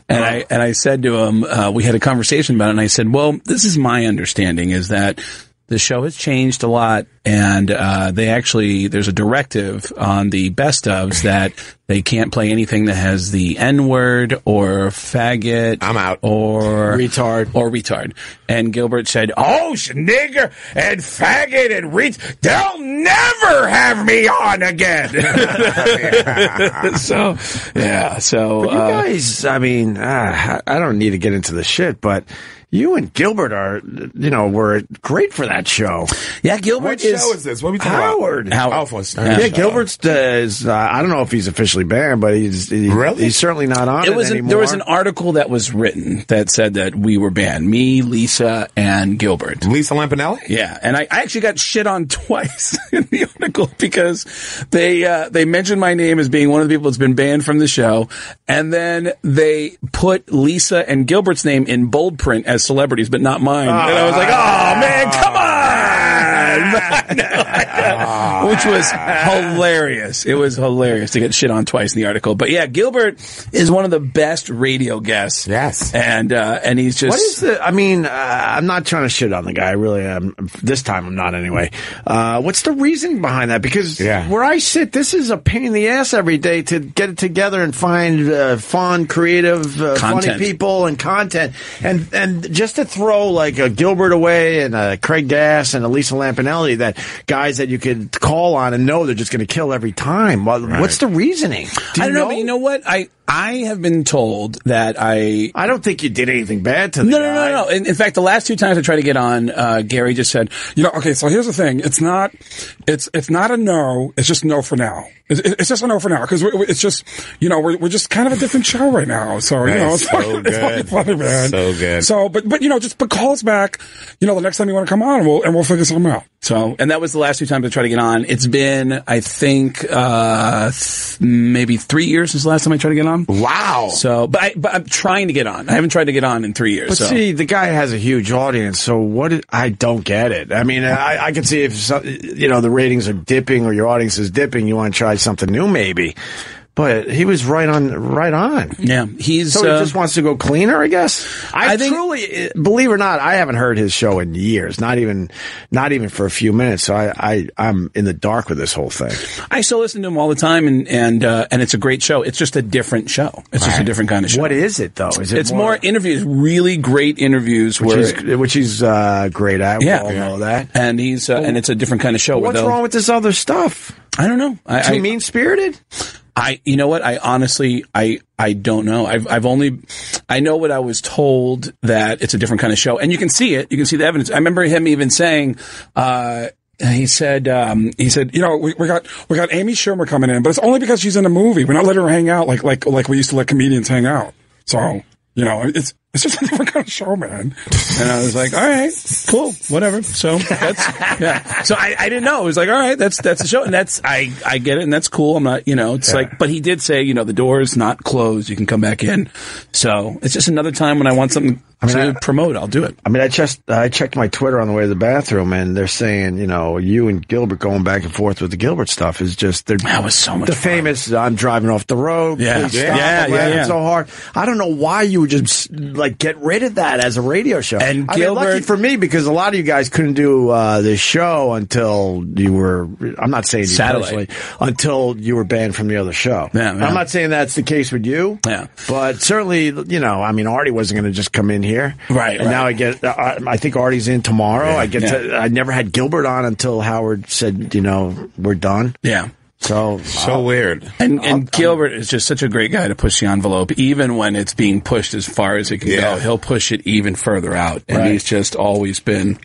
S3: And I and I said to him, uh, we had a conversation about it, and I said, "Well, this is my understanding is that the show has changed a lot, and uh, they actually there's a directive on the best ofs that they can't play anything that has the N word or faggot.
S6: I'm out.
S3: or
S2: Retard.
S3: or retard." And Gilbert said, "Oh, sh- nigger and faggot and ret they'll never have me on again." so yeah, so
S6: ah,
S2: You guys, I mean, uh, I I don't need to get into the shit, but you and Gilbert are, you know, were great for that show.
S3: Yeah, Gilbert
S6: What is- show is this? What are we talking about?
S2: Howard.
S6: Howard. Alpha Star.
S2: Yeah,
S6: Yeah.
S2: Gilbert's uh, is, uh, I don't know if he's officially banned, but he's he- he's certainly not on it,
S3: it was an-
S2: anymore.
S3: there was an article that was written that said that we were banned. Me, Lisa, and Gilbert.
S6: Lisa Lampanelli.
S3: Yeah, and I, I actually got shit on twice in the article because they uh, they mentioned my name as being one of the people that's been banned from the show, and then they put Lisa and Gilbert's name in bold print as celebrities, but not mine. and I was like, oh man, come
S2: Ah.
S3: on. Which was hilarious. It was hilarious to get shit on twice in the article. But yeah, Gilbert is one of the best radio guests. Yes. And uh, and he's just
S2: What is the? I mean, uh, I'm not trying to shit on the guy. I really am. This time, I'm not anyway. Uh, what's the reasoning behind that? Because where I sit, this is a pain in the ass every day to get it together and find uh, fun, creative, uh, funny
S3: Content.
S2: people and content, and and just to throw like a Gilbert away and a Craig Gass and a Lisa Lampanelli, that guys that you could call on and know they're just going to kill every time. Well, What's the reasoning? Do
S3: I
S2: you
S3: don't know? but you know what? I I have been told that I
S2: I don't think you did anything bad to the
S3: no, no, no, no, In, in fact, the last two times I tried to get on, uh, Gary just said,
S5: You know, okay. So here's the thing: it's not, it's it's not a no. It's just no for now. It's, it's just a no for now because it's just, you know, we're we're just kind of a different show right now.
S10: Oh,
S5: So you
S6: That
S5: know,
S6: is
S5: it's,
S6: so
S5: fucking- it's fucking
S6: good.
S5: funny, man.
S6: So good.
S5: So, but but you know, just but call us back. You know, the next time you want to come on, we'll and we'll figure something out.
S3: So, and that was the last two times I tried to get on. It's been, I think, uh, th- maybe three years since the last time I tried to get on.
S6: Wow.
S3: So, but, I, but I'm trying to get on. I haven't tried to get on in three years.
S2: But
S3: so.
S2: see, the guy has a huge audience, so what? i- I don't get it. I mean, I, I can see if some, you know the ratings are dipping or your audience is dipping, you want to try something new, maybe. But he was right on, right on.
S3: Yeah, he's
S2: so he
S3: uh,
S2: just wants to go cleaner, I guess. I, truly uh, believe it or not, I haven't heard his show in years, not even, not even for a few minutes. So I, I I'm in the dark with this whole thing.
S3: I still listen to him all the time, and and uh, and it's a great show. It's just a different show. It's just a different kind of show.
S2: What is it though? Is it
S3: it's more, interviews, really great interviews.
S2: Which
S3: where
S2: he's, which he's uh, great at.
S3: yeah,
S2: we all know that.
S3: And he's uh, and it's a different kind of show.
S2: What's wrong with this other stuff?
S3: I don't know. I,
S2: Too
S3: I-
S2: mean spirited.
S3: I you know what I honestly I I don't know I've I've only I know what I was told that it's a different kind of show and you can see it you can see the evidence I remember him even saying uh he said um he said
S5: You know, we, we got we got Amy Schumer coming in, but it's only because she's in a movie. We're not letting her hang out like like like we used to let comedians hang out. So you know, it's it's just a different kind of show, man.
S3: and I was like all right cool whatever so that's yeah so I, I didn't know it was like all right that's that's the show and that's I I get it and that's cool I'm not you know it's like but he did say you know the door is not closed you can come back in so it's just another time when I want something to promote I'll do it
S2: I mean, I just I checked my Twitter on the way to the bathroom, and they're saying, you know, you and Gilbert going back and forth with the Gilbert stuff is just they're, that
S3: was so much.
S2: The famous "I'm driving off the road."
S3: Yeah.
S2: please
S3: Yeah.
S2: stop,
S3: Yeah,
S2: I'm
S3: yeah,
S2: laughing
S3: yeah.
S2: So hard. I don't know why you would just like get rid of that as a radio show.
S3: And
S2: I mean, lucky
S3: Gilbert-
S2: for me because a lot of you guys couldn't do uh, this show until you were. I'm not saying you
S3: Satellite.
S2: personally until you were banned from the other show.
S3: Yeah, yeah.
S2: I'm not saying that's the case with you.
S3: Yeah.
S2: But certainly, you know, I mean, Artie wasn't going to just come in here.
S3: Right,
S2: And
S3: right.
S2: now I get, I, I think Artie's in tomorrow. I get
S3: yeah.
S2: to, I never had Gilbert on until Howard said, you know, we're done.
S3: yeah
S2: So,
S6: So weird.
S3: And and Gilbert is just such a great guy to push the envelope, even when it's being pushed as far as it can
S6: Yeah.
S3: go. He'll push it even further out, and
S6: Right.
S3: he's just always been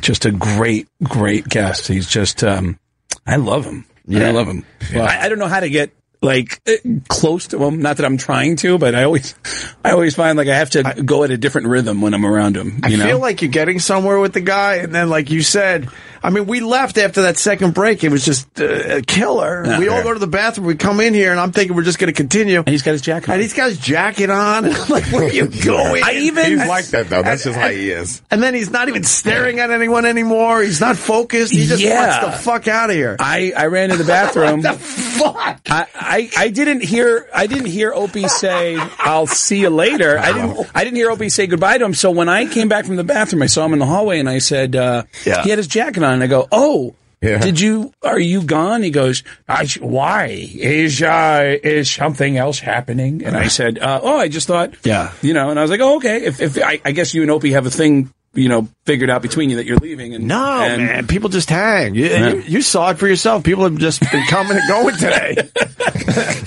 S3: just a great, great guest. He's just, um, I love him. I love him. I, I don't know how to get like eh, close to him. Not that I'm trying to, but I always, I always find like I have to go at a different rhythm when I'm around him.
S2: I
S3: You know,
S2: feel like you're getting somewhere with the guy. And then, like you said, I mean, we left after that second break. It was just uh, a killer.
S3: Yeah.
S2: we all
S3: Yeah.
S2: go to the bathroom. We come in here, and I'm thinking we're just going to continue. And
S3: he's got his jacket
S2: And he's got his jacket on. And I'm like, where are you going?
S3: I even-
S6: He's like that though. That's just how he is.
S2: And then he's not even staring at anyone anymore. He's not focused. He just
S3: Yeah.
S2: wants the fuck out of here.
S3: I, I ran to the bathroom.
S2: What the fuck?
S3: I, I, I didn't hear I didn't hear Opie say I'll see you later. I didn't I didn't hear Opie say goodbye to him. So when I came back from the bathroom, I saw him in the hallway, and I said uh,
S6: Yeah.
S3: he had his jacket on. And I go, oh,
S6: Yeah.
S3: did you are you gone? He goes, I, why is uh, is something else happening? And I said, uh, oh, I just thought,
S15: Yeah.
S3: you know. And I was like, oh, okay. If, if I, I guess you and Opie have a thing, you know, figured out between you that you're leaving. And
S2: No,
S3: and-
S2: man. People just hang. You,
S3: Yeah.
S2: you, you saw it for yourself. People have just been coming and going today.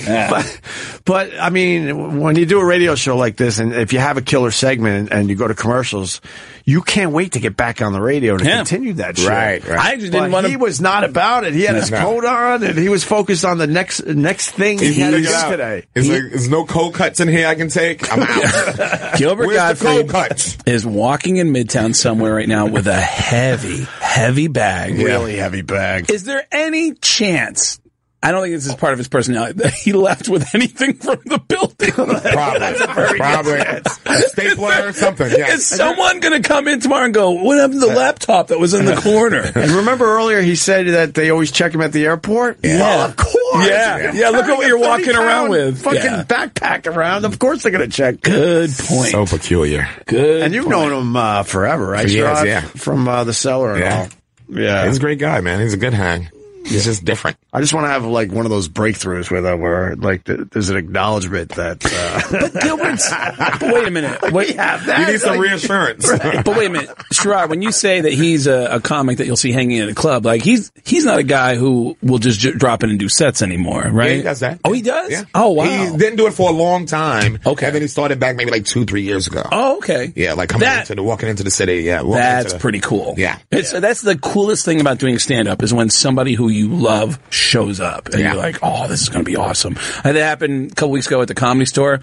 S2: but, but, I mean, when you do a radio show like this, and if you have a killer segment and you go to commercials, you can't wait to get back on the radio and
S3: Yeah.
S2: continue that show.
S3: Right, right. I just didn't
S2: But
S3: wanna-
S2: He was not about it. He had his
S3: No.
S2: coat on, and he was focused on the next next thing he, had to do today.
S6: Is there, is no cold cuts in here I can take? I'm out.
S3: Gilbert
S6: Where's the cold
S3: Gottfried
S6: cuts?
S3: is walking in Midtown somewhere right now with a heavy, heavy bag.
S6: Really heavy bag.
S3: Is there any chance? I don't think this is part of his personality. That he left with anything from the building. Probably. That's a very
S6: Probably.
S3: Good chance.
S6: A stapler or something. Yeah.
S3: Is someone going to come in tomorrow and go, what happened to
S2: Uh,
S3: the laptop that was in the corner?
S2: And remember earlier, he said that they always check him at the airport. Yeah, well, Oh, of course.
S3: Yeah. Yeah, look at what
S2: Carrying a
S3: you're walking
S2: 30
S3: around
S2: pound
S3: with.
S2: Fucking
S3: Yeah.
S2: backpack around. Of course, they're gonna check.
S3: Good point.
S6: So peculiar.
S3: Good.
S2: And you've
S3: point.
S2: known him uh, forever, right?
S6: For years,
S2: Sherrod?
S6: yeah.
S2: From uh, the cellar and
S6: Yeah.
S2: all. Yeah.
S6: He's a great guy, man. He's a good hang. He's just different.
S2: I just want to have like one of those breakthroughs where, that, where like th- there's an acknowledgement that. Uh,
S3: But Gilbert's. but wait a minute. Wait,
S6: You need some reassurance.
S3: Right. But wait a minute, Sherrod. When you say that he's a, a comic that you'll see hanging at a club, like he's he's not a guy who will just j- drop in and do sets anymore, right?
S6: Yeah, he does that.
S3: Oh, he does.
S6: Yeah.
S3: Oh, wow.
S6: He didn't do it for a long time.
S3: Okay.
S6: And then he started back maybe like two, three years ago.
S3: oh, okay.
S6: Yeah, like coming
S3: That-
S6: into the walking into the city. Yeah, walking
S3: That's
S6: into the-
S3: pretty cool.
S6: Yeah.
S3: It's, That's the coolest thing about doing stand up is when somebody who you love shows up and
S6: Yeah.
S3: you're like, oh, this is going to be awesome. And that happened a couple weeks ago at the comedy store.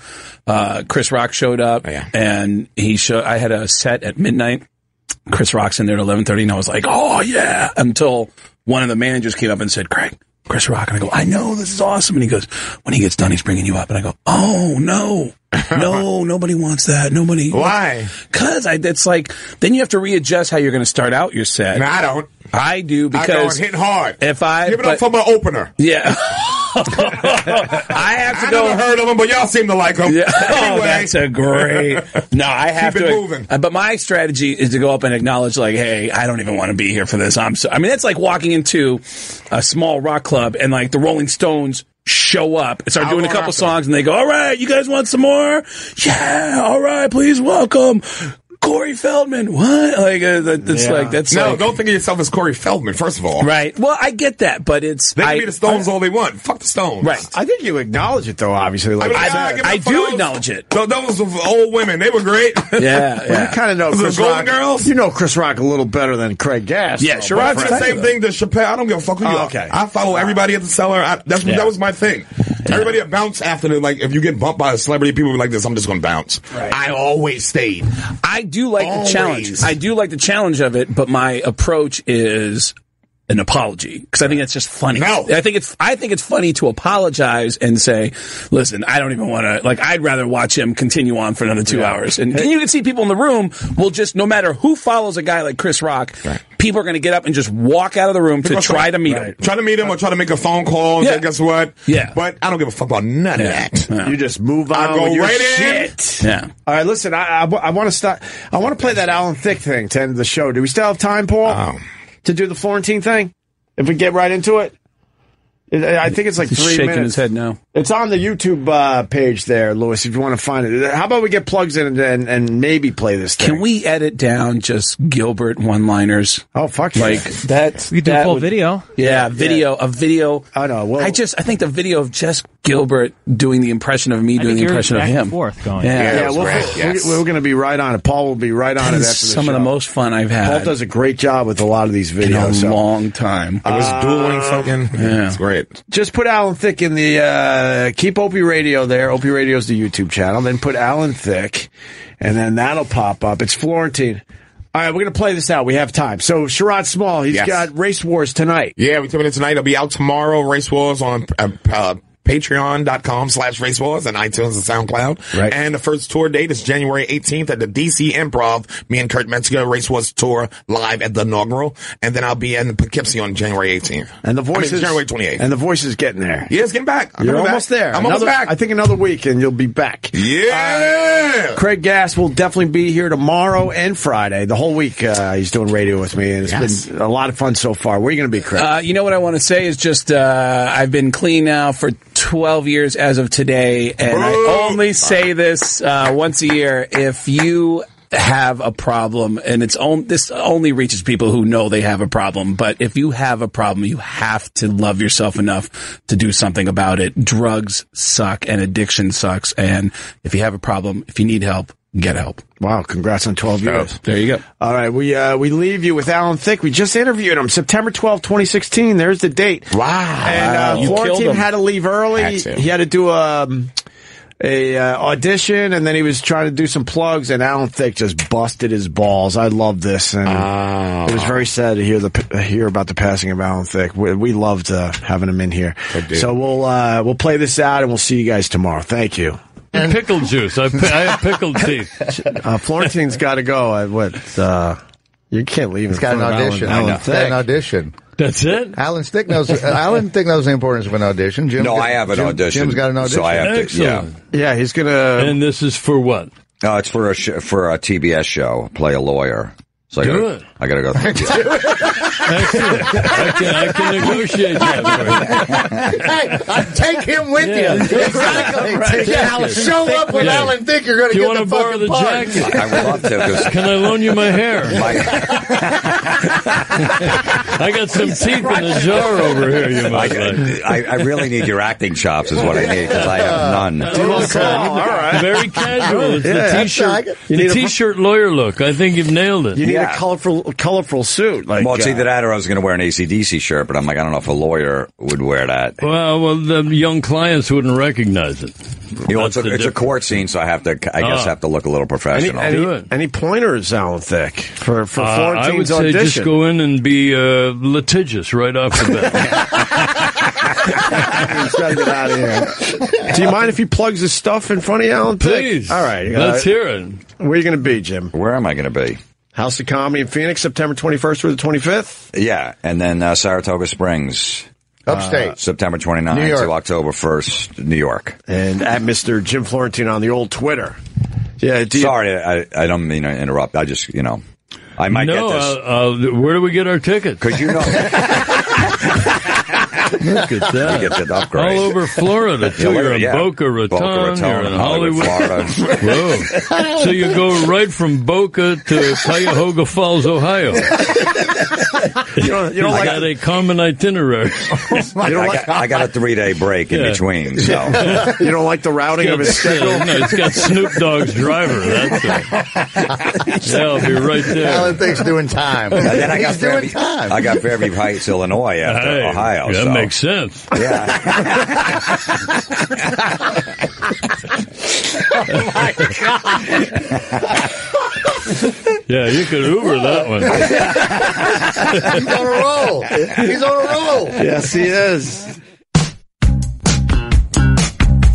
S3: Uh, Chris Rock showed up
S6: Oh, yeah.
S3: and he showed, I had a set at midnight. Chris Rock's in there at 1130 and I was like, oh yeah, until one of the managers came up and said, Craig, Chris Rock. And I go, I know this is awesome. And he goes, when he gets done, he's bringing you up. And I go, oh no, no, nobody wants that. Nobody.
S6: Why?
S3: Cause I, that's like, then you have to readjust how you're going to start out your set.
S6: No, I don't.
S3: I do
S6: I go
S3: because
S6: and hit hard.
S3: if I,
S6: Give it
S3: but-
S6: up for my opener.
S3: yeah, I have to
S6: I
S3: go.
S6: never heard of him, but y'all seem to like him.
S3: Yeah. Oh,
S6: Anyway,
S3: that's a great. No, I have
S6: Keep it
S3: to.
S6: moving.
S3: uh, But my strategy is to go up and acknowledge, like, hey, I don't even want to be here for this. I'm. So, I mean, that's like walking into a small rock club and like the Rolling Stones show up and start
S6: I'll
S3: doing a
S6: go
S3: couple
S6: after
S3: songs, and they go, "All right, you guys want some more? Yeah, all right, please welcome." Corey Feldman, what? Like, uh, that, it's like that's
S6: no,
S3: like-
S6: don't think of yourself as Corey Feldman, first of all.
S3: right. Well, I get that, but it's
S6: They can
S3: I-
S6: be the Stones all they want. Fuck the Stones.
S3: right.
S2: I think you acknowledge it though, obviously. Like,
S6: mean,
S2: you
S6: ah,
S2: said.
S6: give it
S3: I
S6: up for
S3: do
S6: those-
S3: acknowledge it.
S6: tho- Those old women, they were great.
S3: Yeah,
S2: Well,
S3: yeah.
S2: you kind of know
S6: Those are
S2: Chris
S6: Golden
S2: Rock.
S6: Girls?
S2: You know Chris Rock a little better than Craig Gass.
S3: Yeah,
S2: though,
S3: sure,
S2: my
S6: I
S3: I've
S6: do
S2: friend.
S6: the same thing to Chappelle. I don't give a fuck who you
S2: Oh,
S6: are.
S2: okay.
S6: I follow everybody at the cellar. I, that's that was my thing. Everybody that bounced after them, like if you get bumped by a celebrity, people be like this. I'm just gonna bounce. I always stayed.
S3: I do like
S6: Always.
S3: the challenge. I do like the challenge of it, but my approach is an apology because I think that's just funny.
S6: No.
S3: I think it's I think it's funny to apologize and say, "Listen, I don't even want to. Like, I'd rather watch him continue on for another two hours." And, and you can see people in the room will just, no matter who follows a guy like Chris Rock, people are going to get up and just walk out of the room to try to meet him.
S6: Try to meet him or try to make a phone call. and
S3: Yeah.
S6: say, guess what?
S3: Yeah.
S6: But I don't give a fuck about none
S3: Yeah.
S6: of that.
S3: Yeah.
S2: You just move on.
S6: I go
S2: with your
S6: right in.
S2: shit.
S3: Yeah.
S2: All right, listen. I want to stop. I want to play that Alan Thick thing to end the show. Do we still have time, Paul,
S3: Um.
S6: Oh.
S2: to do the Florentine thing? If we get right into it, I I think it's like
S3: He's
S2: three
S3: shaking
S2: minutes.
S3: his head now.
S2: It's on the YouTube uh, page there, Lewis. If you want to find it, how about we get plugs in and and, and maybe play this thing?
S3: Can we edit down just Gilbert one-liners?
S2: Oh fuck!
S3: Like
S2: yeah.
S3: that.
S9: We could do
S3: that
S9: a full
S3: would-
S9: video.
S3: Yeah, video a video.
S2: I know, well-
S3: I just I think the video of Jess Gilbert doing the impression of me
S9: I
S3: doing
S9: think you're
S3: the impression of
S9: back
S3: him.
S9: and forth going.
S3: Yeah,
S2: yeah,
S6: was
S2: we'll,
S6: great,
S2: we're,
S6: yes.
S2: we're going to be right on it. Paul will be right on
S3: that
S2: it after
S3: is
S2: the
S3: some
S2: show.
S3: of the most fun I've
S2: Paul
S3: had
S2: does a great job with a lot of these
S3: in a
S2: videos. so-
S3: long time.
S6: It was
S3: Uh,
S2: Uh,
S6: dueling fucking. Yeah. It's great.
S2: just put Alan Thick in the uh, keep Opie Radio there. Opie Radio's the YouTube channel. Then put Alan Thick, and then that'll pop up. It's Florentine. All right, we're gonna play this out. We have time. So Sherrod Small, he's
S6: Yes.
S2: got Race Wars tonight.
S6: Yeah, we're coming in tonight. It'll be out tomorrow. Race Wars on uh, uh, patreon.com slash race wars and iTunes and SoundCloud.
S2: Right.
S6: And the first tour date is January 18th at the DC Improv. Me and Kurt Metzger, Race Wars tour live at the inaugural. And then I'll be in Poughkeepsie on January 18th.
S2: And the voice
S6: I mean,
S2: is
S6: January 28th.
S2: And the voice is getting there.
S6: yeah, it's getting back. I'm
S2: You're
S6: coming back.
S2: almost there.
S6: I'm
S2: another,
S6: almost back.
S2: I think another week, and you'll be back.
S6: yeah.
S2: Craig Gass will definitely be here tomorrow and Friday. The whole week uh, he's doing radio with me, and it's
S6: Yes.
S2: been a lot of fun so far. Where are you going to be, Craig?
S3: Uh, you know what I want to say is just uh, I've been clean now for 12 years as of today, and I
S6: Boo!
S3: only say this uh, once a year. If you have a problem, and it's on, this only reaches people who know they have a problem. But if you have a problem, you have to love yourself enough to do something about it. Drugs suck, and addiction sucks. And if you have a problem, if you need help, get help.
S2: Wow! Congrats on twelve years.
S3: There you go.
S2: All right, we uh, we leave you with Alan Thick. We just interviewed him, September twelfth, 2016. There's the date.
S16: Wow!
S2: And uh,
S16: You killed
S2: Florentine
S16: him.
S2: had to leave early.
S16: Had to.
S2: He had to do um, a uh, audition, and then he was trying to do some plugs. And Alan Thick just busted his balls. I love this, and
S16: Oh.
S2: it was very sad to hear the hear about the passing of Alan Thick. We, we loved uh, having him in here.
S10: did.
S2: So we'll uh, we'll play this out, and we'll see you guys tomorrow. Thank you.
S10: pickle juice. I, pi- I have pickled teeth.
S2: Uh, Florentine's got to go. I, what? Uh, you can't leave.
S17: He's got an audition.
S2: Alan,
S17: He's got an audition.
S10: That's it.
S17: Alan Stick knows. uh, Alan Stick knows the importance of an audition. Jim,
S16: No, I have an
S17: Jim-
S16: audition,
S17: Jim's got an
S16: so
S17: audition.
S16: I have to- Excellent.
S2: Yeah, he's gonna.
S10: And this is for what?
S16: Uh, it's for a sh- for a TBS show. Play a lawyer. So I
S10: Do
S16: gotta,
S10: it.
S16: I gotta go. Through
S10: Excellent. I can, I can negotiate that.
S17: hey, I take him with
S10: Yeah.
S17: you. Exactly.
S10: Right.
S17: Yeah,
S10: Jacket.
S17: Show up with
S10: Yeah.
S17: Alan Dick. You're going
S10: Do
S17: to get
S10: you wanna
S17: the
S10: borrow
S17: fucking
S10: the
S17: part.
S10: jacket?
S16: I would love to. 'cause
S10: Can I loan you my hair? I got some teeth in a jar over here. You might like.
S16: I, I really need your acting chops, is what I need, because I have none.
S10: Very casual. It's
S2: Yeah,
S10: the
S2: that's
S10: t-shirt.
S2: like- You
S10: the
S2: need a-
S10: t-shirt lawyer look. I think you've nailed it.
S2: You need a colorful, colorful suit. Like,
S16: well, it's
S2: uh,
S16: either that or I was going to wear an ACDC shirt, but I'm like, I don't know if a lawyer would wear that.
S10: Well, uh, well, the young clients wouldn't recognize it.
S16: You know, it's
S10: That's
S16: a,
S10: the
S16: it's a court scene, so I have to, I guess,
S10: Ah.
S16: have to look a little
S2: any,
S16: professional.
S2: any, any pointers, Alan Thick, for for
S10: Uh, I would
S2: Florentine's
S10: say
S2: audition?
S10: just go in and be uh, litigious right off the bat.
S2: He's gotta get out of here. Do you mind if he plugs his stuff in front of you, Alan? Thick?
S10: Please.
S2: All right.
S10: Let's hear it.
S2: Where are you going to be, Jim?
S16: Where am I going to be?
S2: House of Comedy in Phoenix, September 21st through the 25th.
S16: Yeah, and then uh, Saratoga Springs.
S17: Upstate.
S16: Uh, September 29th
S17: New York.
S16: to October 1st, New York.
S2: And at Mr. Jim Florentine on the old Twitter. Yeah, do you-
S16: Sorry, I, I don't mean to interrupt. I just, you know, I might
S10: no,
S16: get this.
S10: Uh, uh, where do we get our tickets?
S16: Because you know,
S10: Look at that.
S16: We get the upgrade.
S10: All over Florida, too.
S16: Yeah,
S10: you're in
S16: yeah.
S10: Boca Raton, you're in Hollywood. Oh,
S16: Florida.
S10: Whoa. So you go right from Boca to Cuyahoga Falls, Ohio.
S2: you don't, you don't
S10: I
S2: like
S10: got a common itinerary.
S16: I, got, I got a three day break in
S10: Yeah.
S16: between. So
S2: you don't like the routing of his
S10: It's got,
S2: schedule.
S10: no, it's got Snoop Dogg's driver. That's it. That'll be right there.
S17: Alan Dick's doing time.
S16: and then I got
S17: He's doing
S16: Fairview,
S17: time.
S16: I got Fairview Heights, Illinois, after
S10: Hey,
S16: Ohio.
S10: That
S16: so.
S10: makes sense.
S16: yeah.
S10: Oh, Yeah, you could Uber that one.
S17: He's on a roll. He's on a roll.
S2: Yes, he is.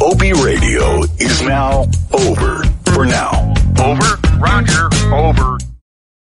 S8: OB Radio is now over for now. Over. Roger. Over.